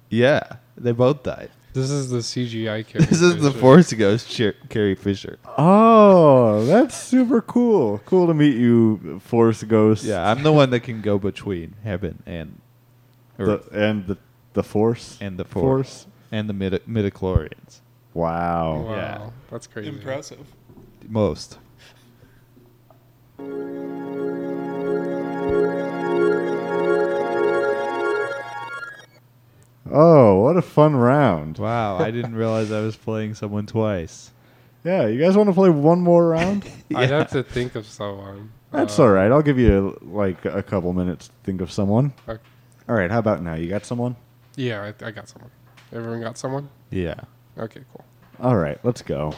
[SPEAKER 2] Yeah, they both died.
[SPEAKER 3] This is the CGI character.
[SPEAKER 2] This is the Force Ghost Cher- Carrie Fisher.
[SPEAKER 1] Oh, that's super cool. Cool to meet you, Force Ghost.
[SPEAKER 2] Yeah, I'm the one that can go between heaven and
[SPEAKER 1] The,
[SPEAKER 2] earth
[SPEAKER 1] and the the Force
[SPEAKER 2] and the Force, and the midi- midichlorians.
[SPEAKER 1] Wow.
[SPEAKER 3] Wow.
[SPEAKER 2] Yeah.
[SPEAKER 3] That's crazy.
[SPEAKER 6] Impressive.
[SPEAKER 2] Most.
[SPEAKER 1] Oh, what a fun round.
[SPEAKER 2] Wow, I didn't realize I was playing someone twice.
[SPEAKER 1] Yeah, you guys want to play one more round?
[SPEAKER 3] I'd have to think of someone.
[SPEAKER 1] That's
[SPEAKER 3] Uh,
[SPEAKER 1] all right. I'll give you like a couple minutes to think of someone.
[SPEAKER 3] Okay.
[SPEAKER 1] All right, how about now? You got someone?
[SPEAKER 3] Yeah, I, I got someone. Everyone got someone?
[SPEAKER 2] Yeah.
[SPEAKER 3] Okay, cool.
[SPEAKER 1] All right, let's go.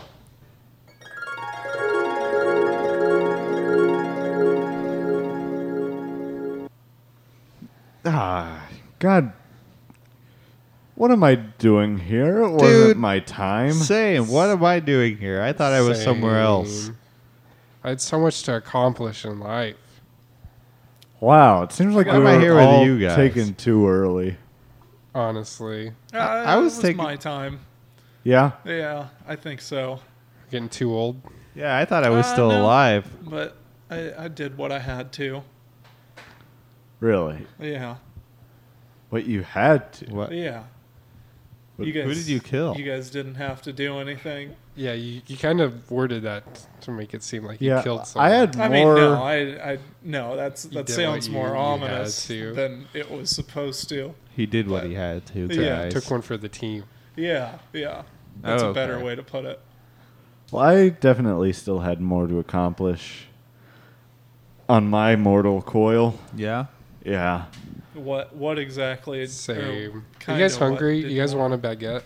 [SPEAKER 1] Ah, God. What am I doing here? It wasn't
[SPEAKER 2] Dude,
[SPEAKER 1] my time.
[SPEAKER 2] Same. What am I doing here? I thought I was somewhere else.
[SPEAKER 3] Same. I had so much to accomplish in life.
[SPEAKER 1] Wow, it seems like
[SPEAKER 2] Why
[SPEAKER 1] we
[SPEAKER 2] am I
[SPEAKER 1] were
[SPEAKER 2] here with
[SPEAKER 1] all
[SPEAKER 2] you guys?
[SPEAKER 1] taken too early.
[SPEAKER 3] Honestly,
[SPEAKER 6] I,
[SPEAKER 2] was
[SPEAKER 6] Uh, was
[SPEAKER 2] taking-
[SPEAKER 6] my time.
[SPEAKER 1] Yeah.
[SPEAKER 6] Yeah, I think so.
[SPEAKER 3] getting too old.
[SPEAKER 2] Yeah, I thought I was
[SPEAKER 6] Uh,
[SPEAKER 2] still
[SPEAKER 6] no,
[SPEAKER 2] alive.
[SPEAKER 6] But I, I did what I had to.
[SPEAKER 1] Really?
[SPEAKER 6] Yeah.
[SPEAKER 1] What you had to?
[SPEAKER 2] What?
[SPEAKER 6] Yeah.
[SPEAKER 1] But
[SPEAKER 6] you guys,
[SPEAKER 2] who did you kill?
[SPEAKER 6] You guys didn't have to do anything.
[SPEAKER 3] Yeah, you, you kind of worded that to make it seem like
[SPEAKER 1] Yeah,
[SPEAKER 3] you killed
[SPEAKER 1] I
[SPEAKER 3] someone.
[SPEAKER 1] had
[SPEAKER 6] I
[SPEAKER 1] more.
[SPEAKER 6] mean, no, I, I, no. That's that
[SPEAKER 3] did what
[SPEAKER 6] sounds
[SPEAKER 3] you-
[SPEAKER 6] more
[SPEAKER 3] you had
[SPEAKER 6] ominous
[SPEAKER 3] to.
[SPEAKER 6] than it was supposed to.
[SPEAKER 2] He did what he had to, guys.
[SPEAKER 6] Yeah,
[SPEAKER 3] took one for the team.
[SPEAKER 6] Yeah, yeah. That's
[SPEAKER 2] Oh,
[SPEAKER 6] a better
[SPEAKER 2] okay.
[SPEAKER 6] way to put it.
[SPEAKER 1] Well, I definitely still had more to accomplish on my mortal coil.
[SPEAKER 2] Yeah.
[SPEAKER 1] Yeah.
[SPEAKER 6] What, what exactly? or
[SPEAKER 3] Same. You
[SPEAKER 6] Oh, kinda
[SPEAKER 3] guys
[SPEAKER 6] what
[SPEAKER 3] hungry?
[SPEAKER 6] did
[SPEAKER 3] You guys want a baguette?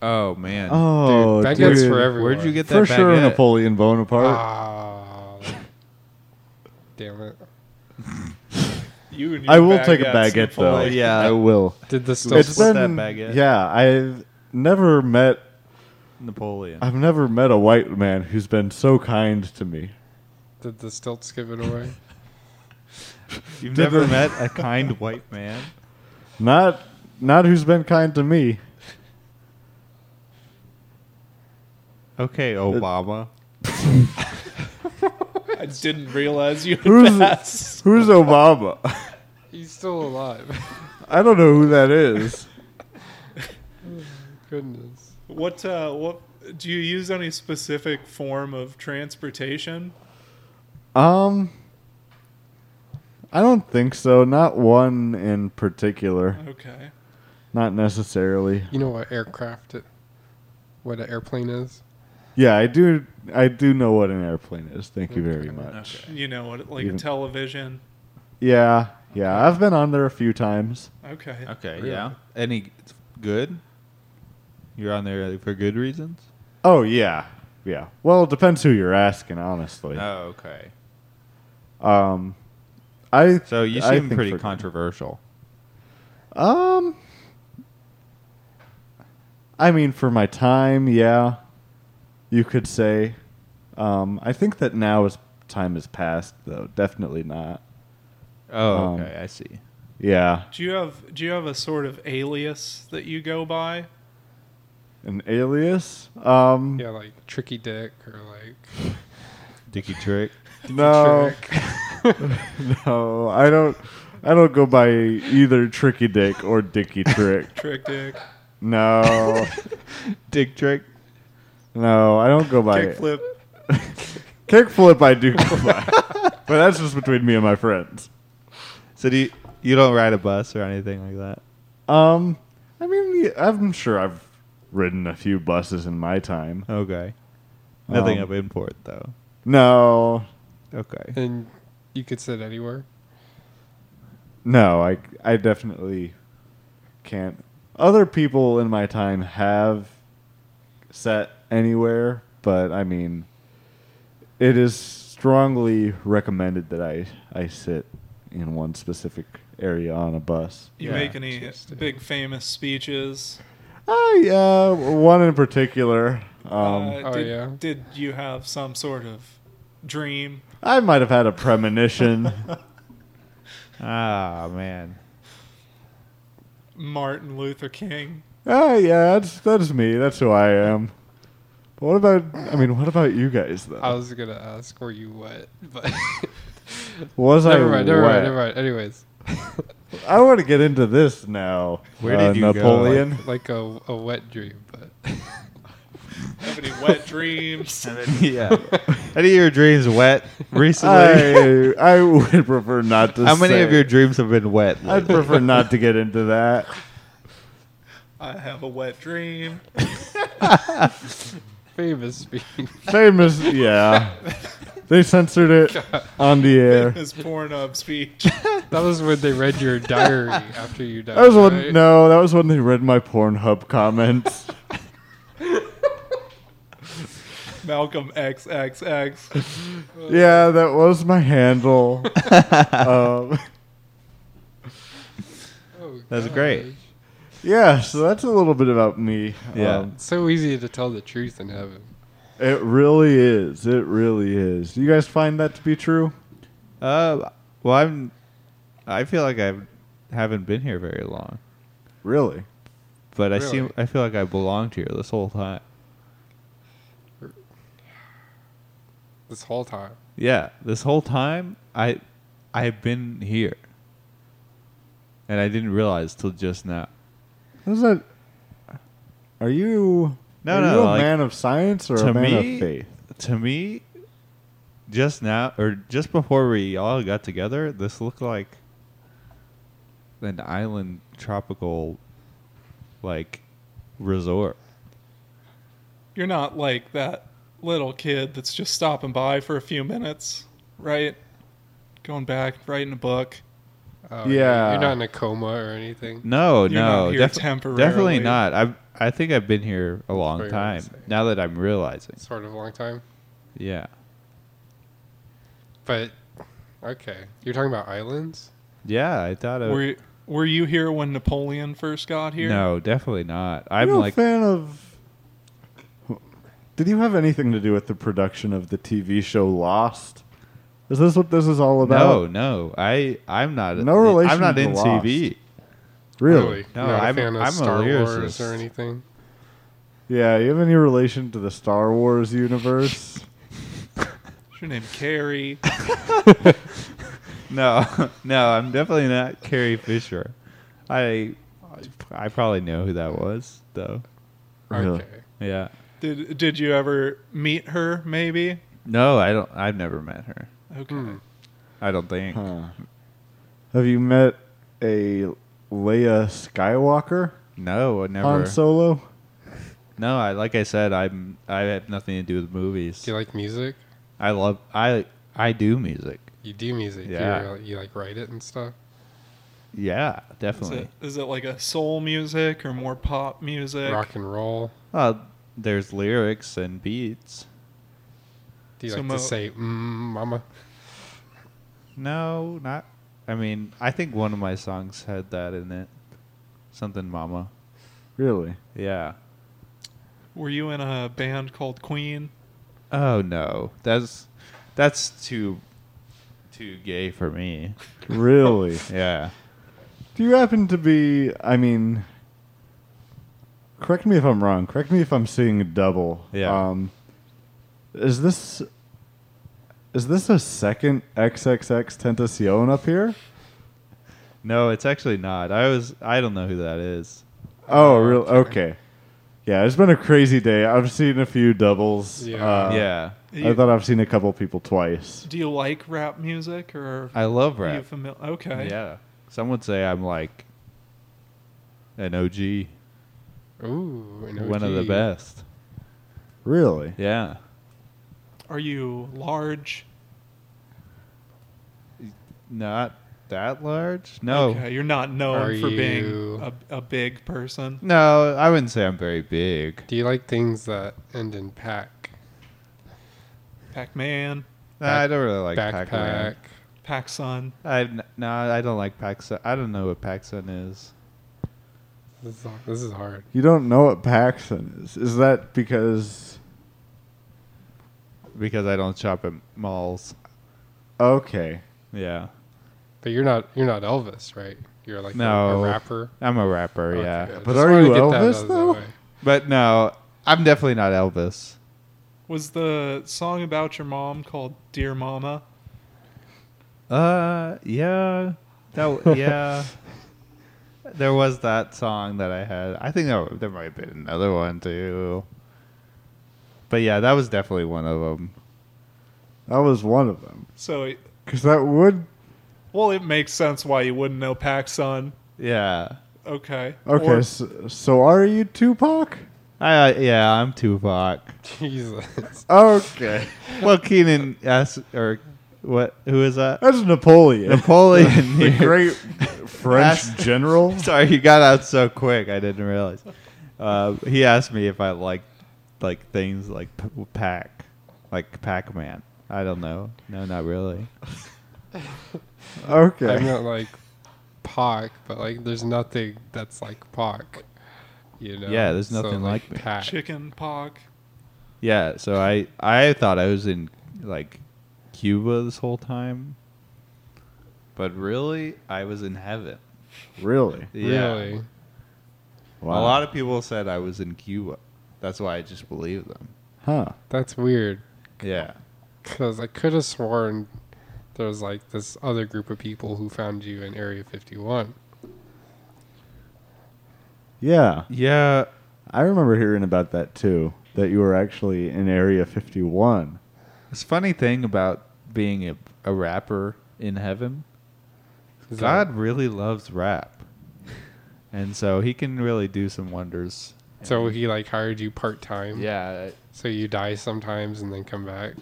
[SPEAKER 2] Oh man.
[SPEAKER 1] Oh,
[SPEAKER 3] Dude,
[SPEAKER 1] dude.
[SPEAKER 3] baguettes for everyone.
[SPEAKER 2] Where'd you get
[SPEAKER 1] For
[SPEAKER 2] that
[SPEAKER 1] sure,
[SPEAKER 2] baguette?
[SPEAKER 1] Napoleon Bonaparte.
[SPEAKER 3] Ah, damn it!
[SPEAKER 6] You and your
[SPEAKER 1] I will take a
[SPEAKER 6] baguettes,
[SPEAKER 1] baguette though.
[SPEAKER 6] Napoleon.
[SPEAKER 2] Yeah.
[SPEAKER 1] I will.
[SPEAKER 3] Did the stuff?
[SPEAKER 1] It's
[SPEAKER 2] Let's split
[SPEAKER 1] been
[SPEAKER 2] that baguette.
[SPEAKER 1] yeah. I've never met.
[SPEAKER 2] Napoleon.
[SPEAKER 1] I've never met a white man who's been so kind to me.
[SPEAKER 3] Did the stilts give it away?
[SPEAKER 2] You've
[SPEAKER 1] Did
[SPEAKER 2] never
[SPEAKER 1] the-
[SPEAKER 2] met a kind white man.
[SPEAKER 1] Not not who's been kind to me.
[SPEAKER 2] Okay, Obama.
[SPEAKER 6] I didn't realize you
[SPEAKER 1] Who's-
[SPEAKER 6] had passed.
[SPEAKER 1] Who's Obama?
[SPEAKER 3] He's still alive.
[SPEAKER 1] I don't know who that is.
[SPEAKER 3] Goodness.
[SPEAKER 6] What uh, what do you use any specific form of transportation?
[SPEAKER 1] Um, I don't think so. Not one in particular.
[SPEAKER 6] Okay.
[SPEAKER 1] Not necessarily.
[SPEAKER 3] You know what aircraft? It, what an airplane is?
[SPEAKER 1] Yeah, I do. I do know what an airplane is. Thank you very much.
[SPEAKER 6] You know what like
[SPEAKER 1] Even-
[SPEAKER 6] a television.
[SPEAKER 1] Yeah, yeah. I've been on there a few times.
[SPEAKER 6] Okay.
[SPEAKER 2] Okay, yeah. Any good? You're on there for good reasons?
[SPEAKER 1] Oh yeah, yeah. Well, it depends who you're asking, honestly.
[SPEAKER 2] Oh, okay.
[SPEAKER 1] Um, I.
[SPEAKER 2] So you
[SPEAKER 1] I
[SPEAKER 2] seem
[SPEAKER 1] think
[SPEAKER 2] pretty
[SPEAKER 1] for-
[SPEAKER 2] controversial.
[SPEAKER 1] Um, I mean, for my time, yeah, you could say. Um, I think that now is time has passed, though. Definitely not.
[SPEAKER 2] Oh,
[SPEAKER 1] Um,
[SPEAKER 2] okay, I see.
[SPEAKER 1] Yeah,
[SPEAKER 6] Do you have do you have a sort of alias that you go by?
[SPEAKER 1] an alias. Um,
[SPEAKER 3] Yeah, like tricky dick or like
[SPEAKER 2] Dicky Trick.
[SPEAKER 1] no, no, I don't. I don't go by either Tricky Dick or Dicky Trick.
[SPEAKER 6] Trick Dick.
[SPEAKER 1] No,
[SPEAKER 2] Dick Trick.
[SPEAKER 1] no, I don't go by
[SPEAKER 6] Kick flip.
[SPEAKER 1] Kickflip, I do go by, but that's just between me and my friends.
[SPEAKER 2] So do you, you don't ride a bus or anything like that?
[SPEAKER 1] Um, I mean, yeah, I'm sure I've ridden a few buses in my time.
[SPEAKER 2] Okay. Nothing
[SPEAKER 1] Um,
[SPEAKER 2] of import though.
[SPEAKER 1] No,
[SPEAKER 2] Okay.
[SPEAKER 3] And you could sit anywhere.
[SPEAKER 1] no, I I definitely can't. Other people in my time have set anywhere, but I mean, it is strongly recommended that I I sit in one specific area on a bus.
[SPEAKER 6] You make any big famous speeches?
[SPEAKER 1] Oh yeah, one in particular. Um,
[SPEAKER 6] uh,
[SPEAKER 3] Oh,
[SPEAKER 6] did,
[SPEAKER 3] yeah.
[SPEAKER 6] Did you have some sort of dream?
[SPEAKER 1] I might have had a premonition.
[SPEAKER 2] Ah man.
[SPEAKER 6] Martin Luther King.
[SPEAKER 1] Oh yeah, that's that's me. That's who I am. But what about? I mean, what about you guys though?
[SPEAKER 3] I was gonna ask, were you wet? But
[SPEAKER 1] Was I
[SPEAKER 3] never mind, never
[SPEAKER 1] wet?
[SPEAKER 3] mind, never mind. Anyways,
[SPEAKER 1] I want to get into this now.
[SPEAKER 2] Where
[SPEAKER 1] uh,
[SPEAKER 2] did you go?
[SPEAKER 1] Napoleon?
[SPEAKER 3] like a, a wet dream, but
[SPEAKER 6] Have any wet dreams?
[SPEAKER 2] yeah. Any of your dreams wet recently?
[SPEAKER 1] I I would prefer not to.
[SPEAKER 2] How many of
[SPEAKER 1] say.
[SPEAKER 2] your dreams have been wet?
[SPEAKER 1] I'd
[SPEAKER 2] lately?
[SPEAKER 1] prefer not to get into that.
[SPEAKER 6] I have a wet dream.
[SPEAKER 3] famous speech.
[SPEAKER 1] Famous, yeah. They censored it on the air.
[SPEAKER 6] Famous Pornhub speech.
[SPEAKER 3] That was when they read your diary after you died.
[SPEAKER 1] That was
[SPEAKER 3] right?
[SPEAKER 1] when no, that was when they read my Pornhub comments.
[SPEAKER 6] Malcolm XXX.
[SPEAKER 1] yeah, that was my handle. um,
[SPEAKER 3] Oh,
[SPEAKER 2] That's great.
[SPEAKER 3] gosh.
[SPEAKER 1] yeah, so that's a little bit about me.
[SPEAKER 2] Yeah.
[SPEAKER 1] Um,
[SPEAKER 3] It's so easy to tell the truth in heaven.
[SPEAKER 1] It really is. It really is. Do you guys find that to be true?
[SPEAKER 2] Uh, well, I'm. I feel like I haven't been here very long,
[SPEAKER 1] Really?
[SPEAKER 2] but I
[SPEAKER 3] Really?
[SPEAKER 2] seem. I feel like I belonged here this whole time.
[SPEAKER 3] This whole time.
[SPEAKER 2] Yeah, this whole time I, I've been here, and I didn't realize till just now.
[SPEAKER 1] Is that? Are you?
[SPEAKER 2] No,
[SPEAKER 1] are
[SPEAKER 2] no,
[SPEAKER 1] You a
[SPEAKER 2] like,
[SPEAKER 1] man of science or a
[SPEAKER 2] to
[SPEAKER 1] man
[SPEAKER 2] me-
[SPEAKER 1] of faith?
[SPEAKER 2] To me, just now or just before we all got together, this looked like an island tropical, like, resort.
[SPEAKER 6] You're not like that little kid that's just stopping by for a few minutes, right? Going back, writing a book.
[SPEAKER 3] Oh,
[SPEAKER 1] Yeah.
[SPEAKER 3] You're not in a coma or anything.
[SPEAKER 2] No,
[SPEAKER 6] You're
[SPEAKER 2] no,
[SPEAKER 6] not here
[SPEAKER 2] def-
[SPEAKER 6] temporarily.
[SPEAKER 2] definitely not. I I think I've been here a
[SPEAKER 3] what
[SPEAKER 2] long
[SPEAKER 3] you're gonna
[SPEAKER 2] time.
[SPEAKER 3] say.
[SPEAKER 2] Now that I'm realizing,
[SPEAKER 3] Sort of a long time.
[SPEAKER 2] yeah,
[SPEAKER 3] But, okay. You're talking about islands?
[SPEAKER 2] yeah, I thought of
[SPEAKER 6] Were you, were you here when Napoleon first got here?
[SPEAKER 2] no, definitely not.
[SPEAKER 1] I'm
[SPEAKER 2] I'm
[SPEAKER 1] you a
[SPEAKER 2] like
[SPEAKER 1] fan of. Did you have anything to do with the production of the TV show Lost? Is this what this is all
[SPEAKER 2] no,
[SPEAKER 1] about?
[SPEAKER 2] Oh, no. I I'm not
[SPEAKER 1] No
[SPEAKER 2] I'm
[SPEAKER 1] relation
[SPEAKER 2] not
[SPEAKER 1] to
[SPEAKER 2] in
[SPEAKER 1] Lost.
[SPEAKER 2] TV.
[SPEAKER 1] really?
[SPEAKER 2] No,
[SPEAKER 3] Not a
[SPEAKER 2] I'm-
[SPEAKER 3] fan of
[SPEAKER 2] I'm a
[SPEAKER 3] Star Wars
[SPEAKER 2] lyricist.
[SPEAKER 3] or anything.
[SPEAKER 1] Yeah, you have any relation to the Star Wars universe?
[SPEAKER 6] Is your name Carrie?
[SPEAKER 2] No, no, I'm definitely not Carrie Fisher. I I probably know who that was though.
[SPEAKER 1] Really?
[SPEAKER 3] Okay.
[SPEAKER 2] Yeah.
[SPEAKER 6] did Did you ever meet her? Maybe.
[SPEAKER 2] No, I don't. I've never met her.
[SPEAKER 6] Okay.
[SPEAKER 2] I don't think.
[SPEAKER 1] Huh. Have you met a Leia Skywalker?
[SPEAKER 2] No, I never.
[SPEAKER 1] Han Solo.
[SPEAKER 2] No, I like I said, I'm I have nothing to do with movies.
[SPEAKER 3] Do you like music?
[SPEAKER 2] I love I I do music.
[SPEAKER 3] You do music. Do
[SPEAKER 2] Yeah.
[SPEAKER 3] You, you like write it and stuff?
[SPEAKER 2] Yeah,
[SPEAKER 6] Is
[SPEAKER 2] definitely.
[SPEAKER 6] it, is it like a soul music or more pop music?
[SPEAKER 3] Rock and roll.
[SPEAKER 2] Uh, there's lyrics and beats.
[SPEAKER 3] Do you
[SPEAKER 6] So
[SPEAKER 3] like
[SPEAKER 6] mo-
[SPEAKER 3] to say, mm, mama?
[SPEAKER 2] No, not. I mean, I think one of my songs had that in it. Something, Mama.
[SPEAKER 1] Really?
[SPEAKER 2] Yeah.
[SPEAKER 6] Were you in a band called Queen?
[SPEAKER 2] Oh no, that's that's too too gay for me.
[SPEAKER 1] Really?
[SPEAKER 2] Yeah.
[SPEAKER 1] Do you happen to be? I mean, correct me if I'm wrong. Um, Correct me if I'm seeing a double.
[SPEAKER 2] Yeah.
[SPEAKER 1] Um, is this Is this a second XXX Tentacion up here?
[SPEAKER 2] No, it's actually not. I was I don't know who that is.
[SPEAKER 1] Oh, real okay. Yeah, it's been a crazy day. I've seen a few doubles. Uh,
[SPEAKER 2] Yeah. Yeah.
[SPEAKER 1] I thought I've seen a couple people twice.
[SPEAKER 6] Do you like rap music or?
[SPEAKER 2] I love
[SPEAKER 6] are you
[SPEAKER 2] rap.
[SPEAKER 6] famil- okay.
[SPEAKER 2] Yeah. Some would say I'm like an OG.
[SPEAKER 6] Ooh, an
[SPEAKER 2] One of the
[SPEAKER 6] OG.
[SPEAKER 2] best.
[SPEAKER 1] Really?
[SPEAKER 2] Yeah.
[SPEAKER 6] Are you large?
[SPEAKER 2] Not that large. No.
[SPEAKER 6] Okay, you're not known
[SPEAKER 2] Are
[SPEAKER 6] for being
[SPEAKER 2] you-
[SPEAKER 6] a, a big person.
[SPEAKER 2] No, I wouldn't say I'm very big.
[SPEAKER 3] Do you like things that end in pack?
[SPEAKER 6] Pac-Man.
[SPEAKER 2] Nah, I don't really like Pac-Man.
[SPEAKER 3] Backpack.
[SPEAKER 6] Pac-Sun.
[SPEAKER 2] I n- no, I don't like Paxson. I don't know what Paxson is.
[SPEAKER 3] This is, this is hard.
[SPEAKER 1] You don't know what Paxson is. Is that because?
[SPEAKER 2] Because I don't shop at malls.
[SPEAKER 1] Okay.
[SPEAKER 2] Yeah.
[SPEAKER 3] But you're not you're not Elvis, right? You're like a-
[SPEAKER 2] no.
[SPEAKER 3] a, rapper.
[SPEAKER 2] I'm a rapper.
[SPEAKER 3] Okay,
[SPEAKER 2] yeah.
[SPEAKER 3] I But just are wanted to you get that Elvis, out of the though? way.
[SPEAKER 2] But no, I'm definitely not Elvis.
[SPEAKER 6] Was the song about your mom called "Dear Mama"?
[SPEAKER 2] Uh, yeah. That w- yeah. There was that song that I had. I think there, there might have been another one too. But yeah, that was definitely one of them.
[SPEAKER 1] That was one of them.
[SPEAKER 6] So, it,
[SPEAKER 1] Because that would
[SPEAKER 6] well, it makes sense why you wouldn't know Pac-Sun.
[SPEAKER 2] Yeah.
[SPEAKER 6] Okay.
[SPEAKER 1] Okay,
[SPEAKER 6] Or-
[SPEAKER 1] so, so are you Tupac?
[SPEAKER 2] I, uh, yeah, I'm Tupac.
[SPEAKER 3] Jesus.
[SPEAKER 1] Okay.
[SPEAKER 2] well, Keenan asked, or what? Who is that?
[SPEAKER 1] That's Napoleon.
[SPEAKER 2] Napoleon,
[SPEAKER 1] The great French general.
[SPEAKER 2] Sorry, he got out so quick. I didn't realize. Uh, he asked me if I liked like things like P- Pac, like Pac Man. I don't know. No, not really.
[SPEAKER 1] Okay.
[SPEAKER 3] I'm not like Pac, but like there's nothing that's like Pac. You know.
[SPEAKER 2] Yeah, there's
[SPEAKER 3] So,
[SPEAKER 2] nothing like me.
[SPEAKER 3] Pac.
[SPEAKER 6] Chicken Pac.
[SPEAKER 2] Yeah. So I I thought I was in like Cuba this whole time, but really I was in heaven.
[SPEAKER 1] Really?
[SPEAKER 2] Yeah.
[SPEAKER 3] Really?
[SPEAKER 2] A
[SPEAKER 1] Wow.
[SPEAKER 2] lot of people said I was in Cuba. That's why I just believed them.
[SPEAKER 1] Huh.
[SPEAKER 3] That's weird.
[SPEAKER 2] Yeah.
[SPEAKER 3] Because I could have sworn there was like this other group of people who found you in Area 51.
[SPEAKER 1] Yeah.
[SPEAKER 2] Yeah.
[SPEAKER 1] I remember hearing about that too. That you were actually in Area 51.
[SPEAKER 2] This funny thing about being a, a rapper in heaven,
[SPEAKER 3] Is
[SPEAKER 2] God really loves rap, and so He can really do some wonders.
[SPEAKER 3] So he like hired you part time.
[SPEAKER 2] Yeah.
[SPEAKER 3] So you die sometimes and then come back.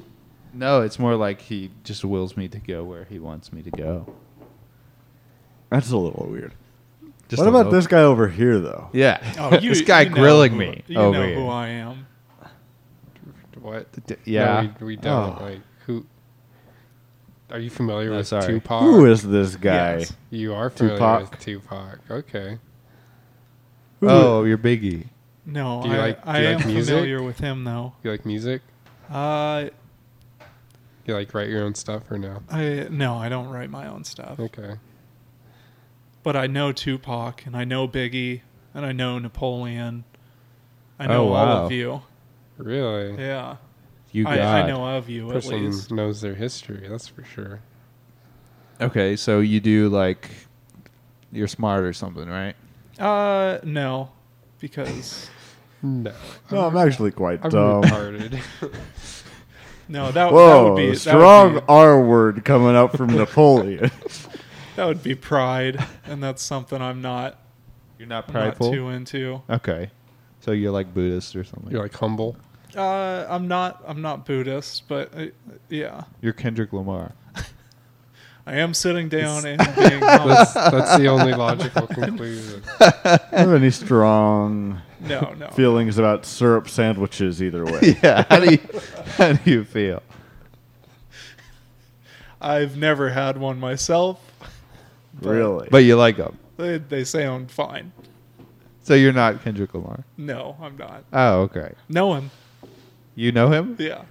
[SPEAKER 2] No, it's more like He just wills me to go where He wants me to go.
[SPEAKER 1] That's a little weird.
[SPEAKER 2] Just
[SPEAKER 1] what
[SPEAKER 2] a
[SPEAKER 1] about
[SPEAKER 2] little-
[SPEAKER 1] this guy over here though?
[SPEAKER 2] Yeah.
[SPEAKER 6] Oh, you,
[SPEAKER 2] this guy
[SPEAKER 6] you know
[SPEAKER 2] grilling
[SPEAKER 6] who-
[SPEAKER 2] me
[SPEAKER 6] You
[SPEAKER 2] over
[SPEAKER 6] know
[SPEAKER 2] here.
[SPEAKER 6] who I am.
[SPEAKER 3] What?
[SPEAKER 2] D- yeah.
[SPEAKER 3] No, we, we don't.
[SPEAKER 2] Oh.
[SPEAKER 3] Like who? Are you familiar with
[SPEAKER 2] sorry.
[SPEAKER 3] Tupac?
[SPEAKER 1] Who is this guy?
[SPEAKER 6] Yes.
[SPEAKER 3] You are familiar
[SPEAKER 1] Tupac.
[SPEAKER 3] with Tupac. Okay.
[SPEAKER 1] Who-
[SPEAKER 2] Oh, you're Biggie.
[SPEAKER 6] No,
[SPEAKER 3] Do you
[SPEAKER 6] I,
[SPEAKER 3] like- do
[SPEAKER 6] I
[SPEAKER 3] you
[SPEAKER 6] am
[SPEAKER 3] like music?
[SPEAKER 6] familiar with him though.
[SPEAKER 3] You like music?
[SPEAKER 6] Uh,
[SPEAKER 3] You like write your own stuff or no?
[SPEAKER 6] I no, I don't write my own stuff.
[SPEAKER 3] Okay.
[SPEAKER 6] But I know Tupac and I know Biggie and I know Napoleon. I
[SPEAKER 2] Oh,
[SPEAKER 6] know all
[SPEAKER 2] wow.
[SPEAKER 6] of you.
[SPEAKER 3] Really?
[SPEAKER 6] Yeah.
[SPEAKER 2] You
[SPEAKER 6] I, I
[SPEAKER 2] God.
[SPEAKER 6] know of you at
[SPEAKER 3] Person
[SPEAKER 6] least.
[SPEAKER 3] knows their history. That's for sure.
[SPEAKER 2] Okay, so you do like you're smart or something, right?
[SPEAKER 6] Uh, no, because
[SPEAKER 3] No.
[SPEAKER 1] No, I'm actually quite
[SPEAKER 3] I'm
[SPEAKER 1] dumb.
[SPEAKER 3] retarded.
[SPEAKER 6] no, that, that
[SPEAKER 1] Whoa,
[SPEAKER 6] would be
[SPEAKER 1] strong
[SPEAKER 6] That would
[SPEAKER 1] R word coming up from Napoleon.
[SPEAKER 6] be, that would be pride, and that's something I'm not.
[SPEAKER 2] You're not
[SPEAKER 6] I'm not
[SPEAKER 2] prideful?
[SPEAKER 6] too into.
[SPEAKER 2] Okay. So you're like Buddhist or something.
[SPEAKER 3] You're like humble.
[SPEAKER 6] Uh, I'm not. I'm not Buddhist, but uh, yeah,
[SPEAKER 2] You're Kendrick Lamar.
[SPEAKER 6] I am sitting down and
[SPEAKER 2] That's-
[SPEAKER 6] being. humble.
[SPEAKER 3] That's that's the only logical conclusion.
[SPEAKER 1] I don't have any strong
[SPEAKER 6] No, no.
[SPEAKER 1] feelings about syrup sandwiches either way.
[SPEAKER 2] yeah. How do you how do you feel?
[SPEAKER 6] I've never had one myself. but
[SPEAKER 1] really.
[SPEAKER 2] But you like them.
[SPEAKER 6] They, they sound fine.
[SPEAKER 2] So you're not Kendrick Lamar.
[SPEAKER 6] No, I'm not.
[SPEAKER 2] Oh, okay.
[SPEAKER 6] No one.
[SPEAKER 2] You know him?
[SPEAKER 6] Yeah.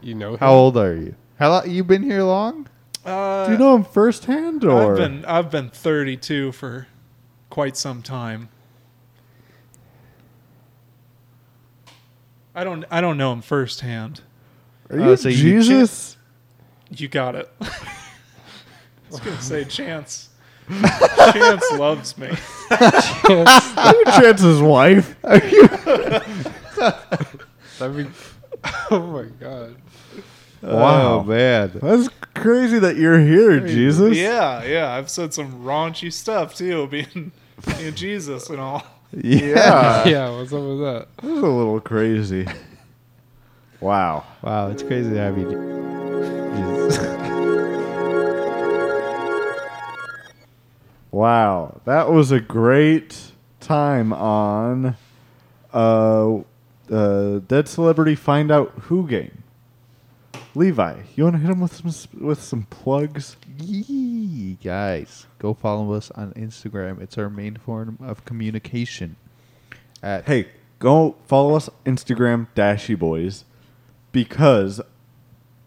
[SPEAKER 3] You know him?
[SPEAKER 2] How old are you? How long you been here long?
[SPEAKER 6] Uh,
[SPEAKER 1] Do you know him firsthand or
[SPEAKER 6] I've been I've been 32 for quite some time. I don't I don't know him firsthand.
[SPEAKER 1] are you
[SPEAKER 2] Oh, so you
[SPEAKER 1] Jesus?
[SPEAKER 6] You got it. I was gonna say Chance. Chance loves me.
[SPEAKER 1] Are you Chance's wife? Are you-
[SPEAKER 3] I mean, oh my god.
[SPEAKER 2] Wow, Oh, man.
[SPEAKER 1] Uh, That's crazy that you're here, Jesus.
[SPEAKER 6] Yeah, yeah. I've said some raunchy stuff too, being, being Jesus and all.
[SPEAKER 2] Uh.
[SPEAKER 1] Yeah.
[SPEAKER 3] yeah, what's up with that?
[SPEAKER 1] This is a little crazy. Wow.
[SPEAKER 2] Wow, it's crazy to have you. do- Jesus.
[SPEAKER 1] Wow. That was a great time on uh, uh, Dead Celebrity Find Out Who game. Levi, you want to hit him with some s- with some plugs?
[SPEAKER 2] Yee, guys, go follow us on Instagram. It's our main form of communication.
[SPEAKER 1] hey, go follow us Instagram Dashy Boys because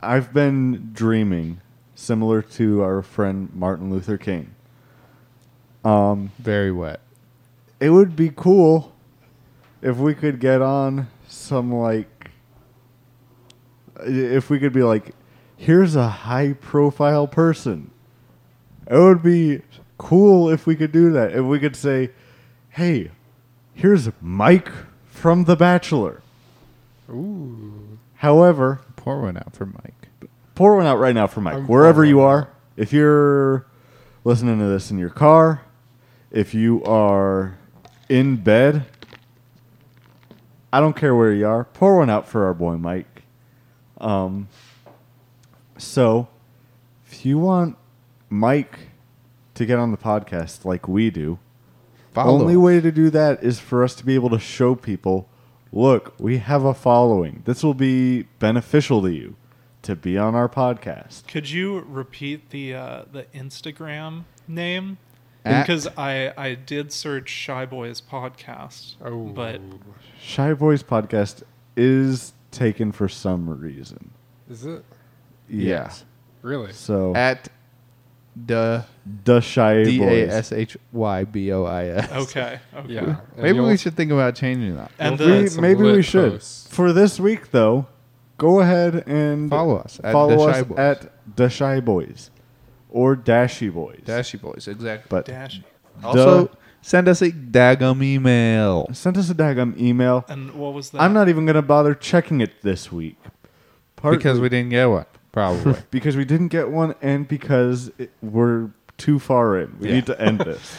[SPEAKER 1] I've been dreaming similar to our friend Martin Luther King. Um,
[SPEAKER 2] very wet.
[SPEAKER 1] It would be cool if we could get on some like if we could be like here's a high profile person. It would be cool if we could do that. If we could say, "Hey, here's Mike from The Bachelor."
[SPEAKER 3] Ooh.
[SPEAKER 1] However,
[SPEAKER 2] pour one out for Mike.
[SPEAKER 1] Pour one out right now for Mike.
[SPEAKER 2] I'm
[SPEAKER 1] Wherever you are, if you're listening to this in your car, if you are in bed, I don't care where you are. Pour one out for our boy Mike. Um, so, if you want Mike to get on the podcast like we do,
[SPEAKER 2] Follow
[SPEAKER 1] the only
[SPEAKER 2] us.
[SPEAKER 1] way to do that is for us to be able to show people look, we have a following. This will be beneficial to you to be on our podcast.
[SPEAKER 6] Could you repeat the uh, the Instagram name?
[SPEAKER 1] At-
[SPEAKER 6] Because I I did search Shy Boys podcast,
[SPEAKER 3] Oh,
[SPEAKER 6] but
[SPEAKER 1] Shy Boys Podcast is taken for some reason.
[SPEAKER 3] Is it?
[SPEAKER 1] Yes.
[SPEAKER 3] Really?
[SPEAKER 1] So
[SPEAKER 2] At the
[SPEAKER 1] the Shy
[SPEAKER 2] D A
[SPEAKER 1] Boys.
[SPEAKER 2] S H Y B O I S.
[SPEAKER 6] Okay, okay. Yeah, and
[SPEAKER 2] Maybe we
[SPEAKER 6] you'll-
[SPEAKER 2] should think about changing that.
[SPEAKER 6] And
[SPEAKER 1] We- maybe we should. For this week, though, go ahead and
[SPEAKER 2] Follow us at
[SPEAKER 1] follow
[SPEAKER 2] The
[SPEAKER 1] us
[SPEAKER 2] Shy Boys.
[SPEAKER 1] at the Shy Boys or Dashy Boys.
[SPEAKER 2] Dashy Boys, exactly.
[SPEAKER 1] But
[SPEAKER 6] Dashy.
[SPEAKER 2] Also, send us a daggum email.
[SPEAKER 1] send us a daggum email.
[SPEAKER 6] And what was
[SPEAKER 1] I'm not even going to bother checking it this week.
[SPEAKER 2] Because we didn't get one, probably.
[SPEAKER 1] because we didn't get one, and because it, we're too far in. We
[SPEAKER 2] Yeah.
[SPEAKER 1] need to end this.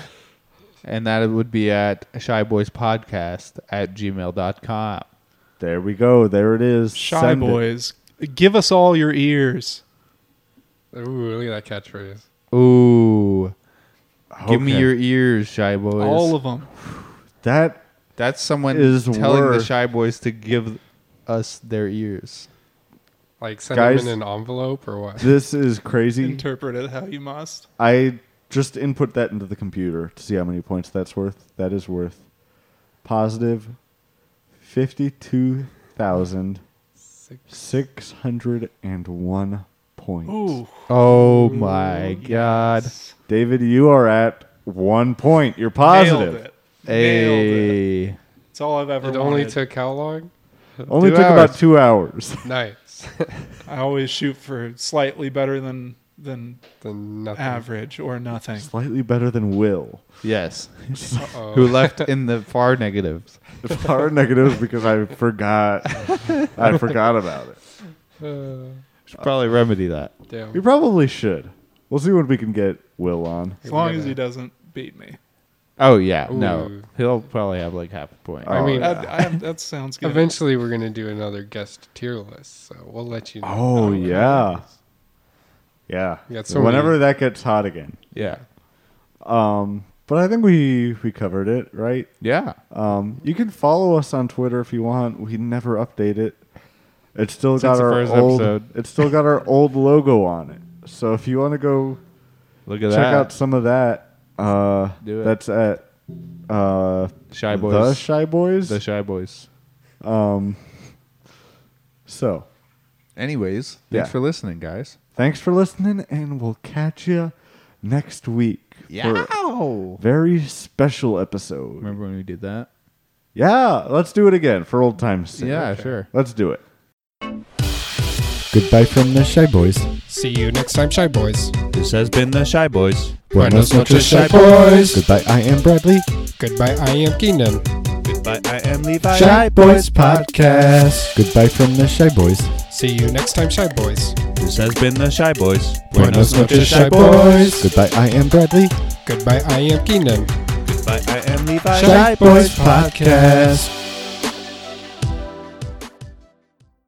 [SPEAKER 2] and that would be at Shy Boys Podcast at gmail.com.
[SPEAKER 1] There we go. There it is.
[SPEAKER 6] Shy Boys, give us all your ears.
[SPEAKER 3] Ooh, look at that catchphrase.
[SPEAKER 2] Ooh. Give me
[SPEAKER 3] Okay.
[SPEAKER 2] your ears, Shy Boys.
[SPEAKER 6] All of them.
[SPEAKER 1] That
[SPEAKER 2] That's someone
[SPEAKER 1] is
[SPEAKER 2] telling
[SPEAKER 1] worth-
[SPEAKER 2] the Shy Boys to give us their ears.
[SPEAKER 3] Like send
[SPEAKER 1] Guys,
[SPEAKER 3] them in an envelope or what?
[SPEAKER 1] This is crazy.
[SPEAKER 6] Interpret it how you must.
[SPEAKER 1] I just input that into the computer to see how many points that's worth. That is worth positive 52,601 points.
[SPEAKER 6] Ooh.
[SPEAKER 2] Oh my God.
[SPEAKER 1] David, you are at one point. You're positive.
[SPEAKER 6] Nailed it.
[SPEAKER 1] Hey.
[SPEAKER 6] It's all I've ever
[SPEAKER 3] It only
[SPEAKER 6] wanted.
[SPEAKER 3] took how long?
[SPEAKER 1] Only took about two hours.
[SPEAKER 3] Nice.
[SPEAKER 6] I always shoot for slightly better than than
[SPEAKER 3] than
[SPEAKER 6] average or nothing.
[SPEAKER 1] Slightly better than Will.
[SPEAKER 2] Yes.
[SPEAKER 6] Uh-oh.
[SPEAKER 2] Who left in the far negatives.
[SPEAKER 1] Far negatives because I forgot. I forgot about it.
[SPEAKER 3] Uh,
[SPEAKER 2] Should probably remedy that.
[SPEAKER 3] Damn.
[SPEAKER 1] We probably should. We'll see what we can get Will on.
[SPEAKER 6] As long as he doesn't beat me.
[SPEAKER 2] Oh, yeah. No.
[SPEAKER 3] Ooh.
[SPEAKER 2] He'll probably have like half a point.
[SPEAKER 3] I mean,
[SPEAKER 6] That- I- that sounds good.
[SPEAKER 3] Eventually, we're gonna do another guest tier list, so we'll let you know.
[SPEAKER 1] Oh yeah, yeah.
[SPEAKER 3] We got so
[SPEAKER 1] Whenever
[SPEAKER 3] many-
[SPEAKER 1] that gets hot again.
[SPEAKER 2] Yeah.
[SPEAKER 1] Um, but I think we we covered it, right?
[SPEAKER 2] Yeah.
[SPEAKER 1] Um, you can follow us on Twitter if you want. We never update it. It's still
[SPEAKER 2] Since
[SPEAKER 1] got
[SPEAKER 2] the
[SPEAKER 1] our
[SPEAKER 2] first
[SPEAKER 1] old.
[SPEAKER 2] episode.
[SPEAKER 1] It's still got our old logo on it. So if you want to go,
[SPEAKER 2] Look at
[SPEAKER 1] check
[SPEAKER 2] that.
[SPEAKER 1] out some of that. Uh,
[SPEAKER 2] Do it.
[SPEAKER 1] That's at uh,
[SPEAKER 2] Shy
[SPEAKER 1] The
[SPEAKER 2] Boys.
[SPEAKER 1] shy boys.
[SPEAKER 2] The Shy Boys.
[SPEAKER 1] Um. So.
[SPEAKER 2] Anyways, thanks
[SPEAKER 1] Yeah.
[SPEAKER 2] for listening, guys.
[SPEAKER 1] Thanks for listening, and we'll catch you next week. for
[SPEAKER 2] Yeah.
[SPEAKER 1] a Very special episode.
[SPEAKER 2] Remember when we did that?
[SPEAKER 1] Yeah, let's do it again for old times' sake.
[SPEAKER 2] Yeah, Okay. sure.
[SPEAKER 1] Let's do it.
[SPEAKER 5] Goodbye from the Shy Boys.
[SPEAKER 3] See you next time, Shy Boys.
[SPEAKER 2] This has been the Shy Boys.
[SPEAKER 3] Buenas noches, Shy Boys.
[SPEAKER 5] Goodbye, I am Bradley.
[SPEAKER 3] Goodbye, I am Keenan.
[SPEAKER 2] Goodbye, I am Levi.
[SPEAKER 5] Podcast. Goodbye from the Shy Boys.
[SPEAKER 3] See you next time, Shy Boys.
[SPEAKER 2] This has been the Shy Boys.
[SPEAKER 5] Goodbye, I am Bradley.
[SPEAKER 3] Goodbye, I am Keenan.
[SPEAKER 2] Goodbye, I am Levi.
[SPEAKER 5] Shy Boys Podcast.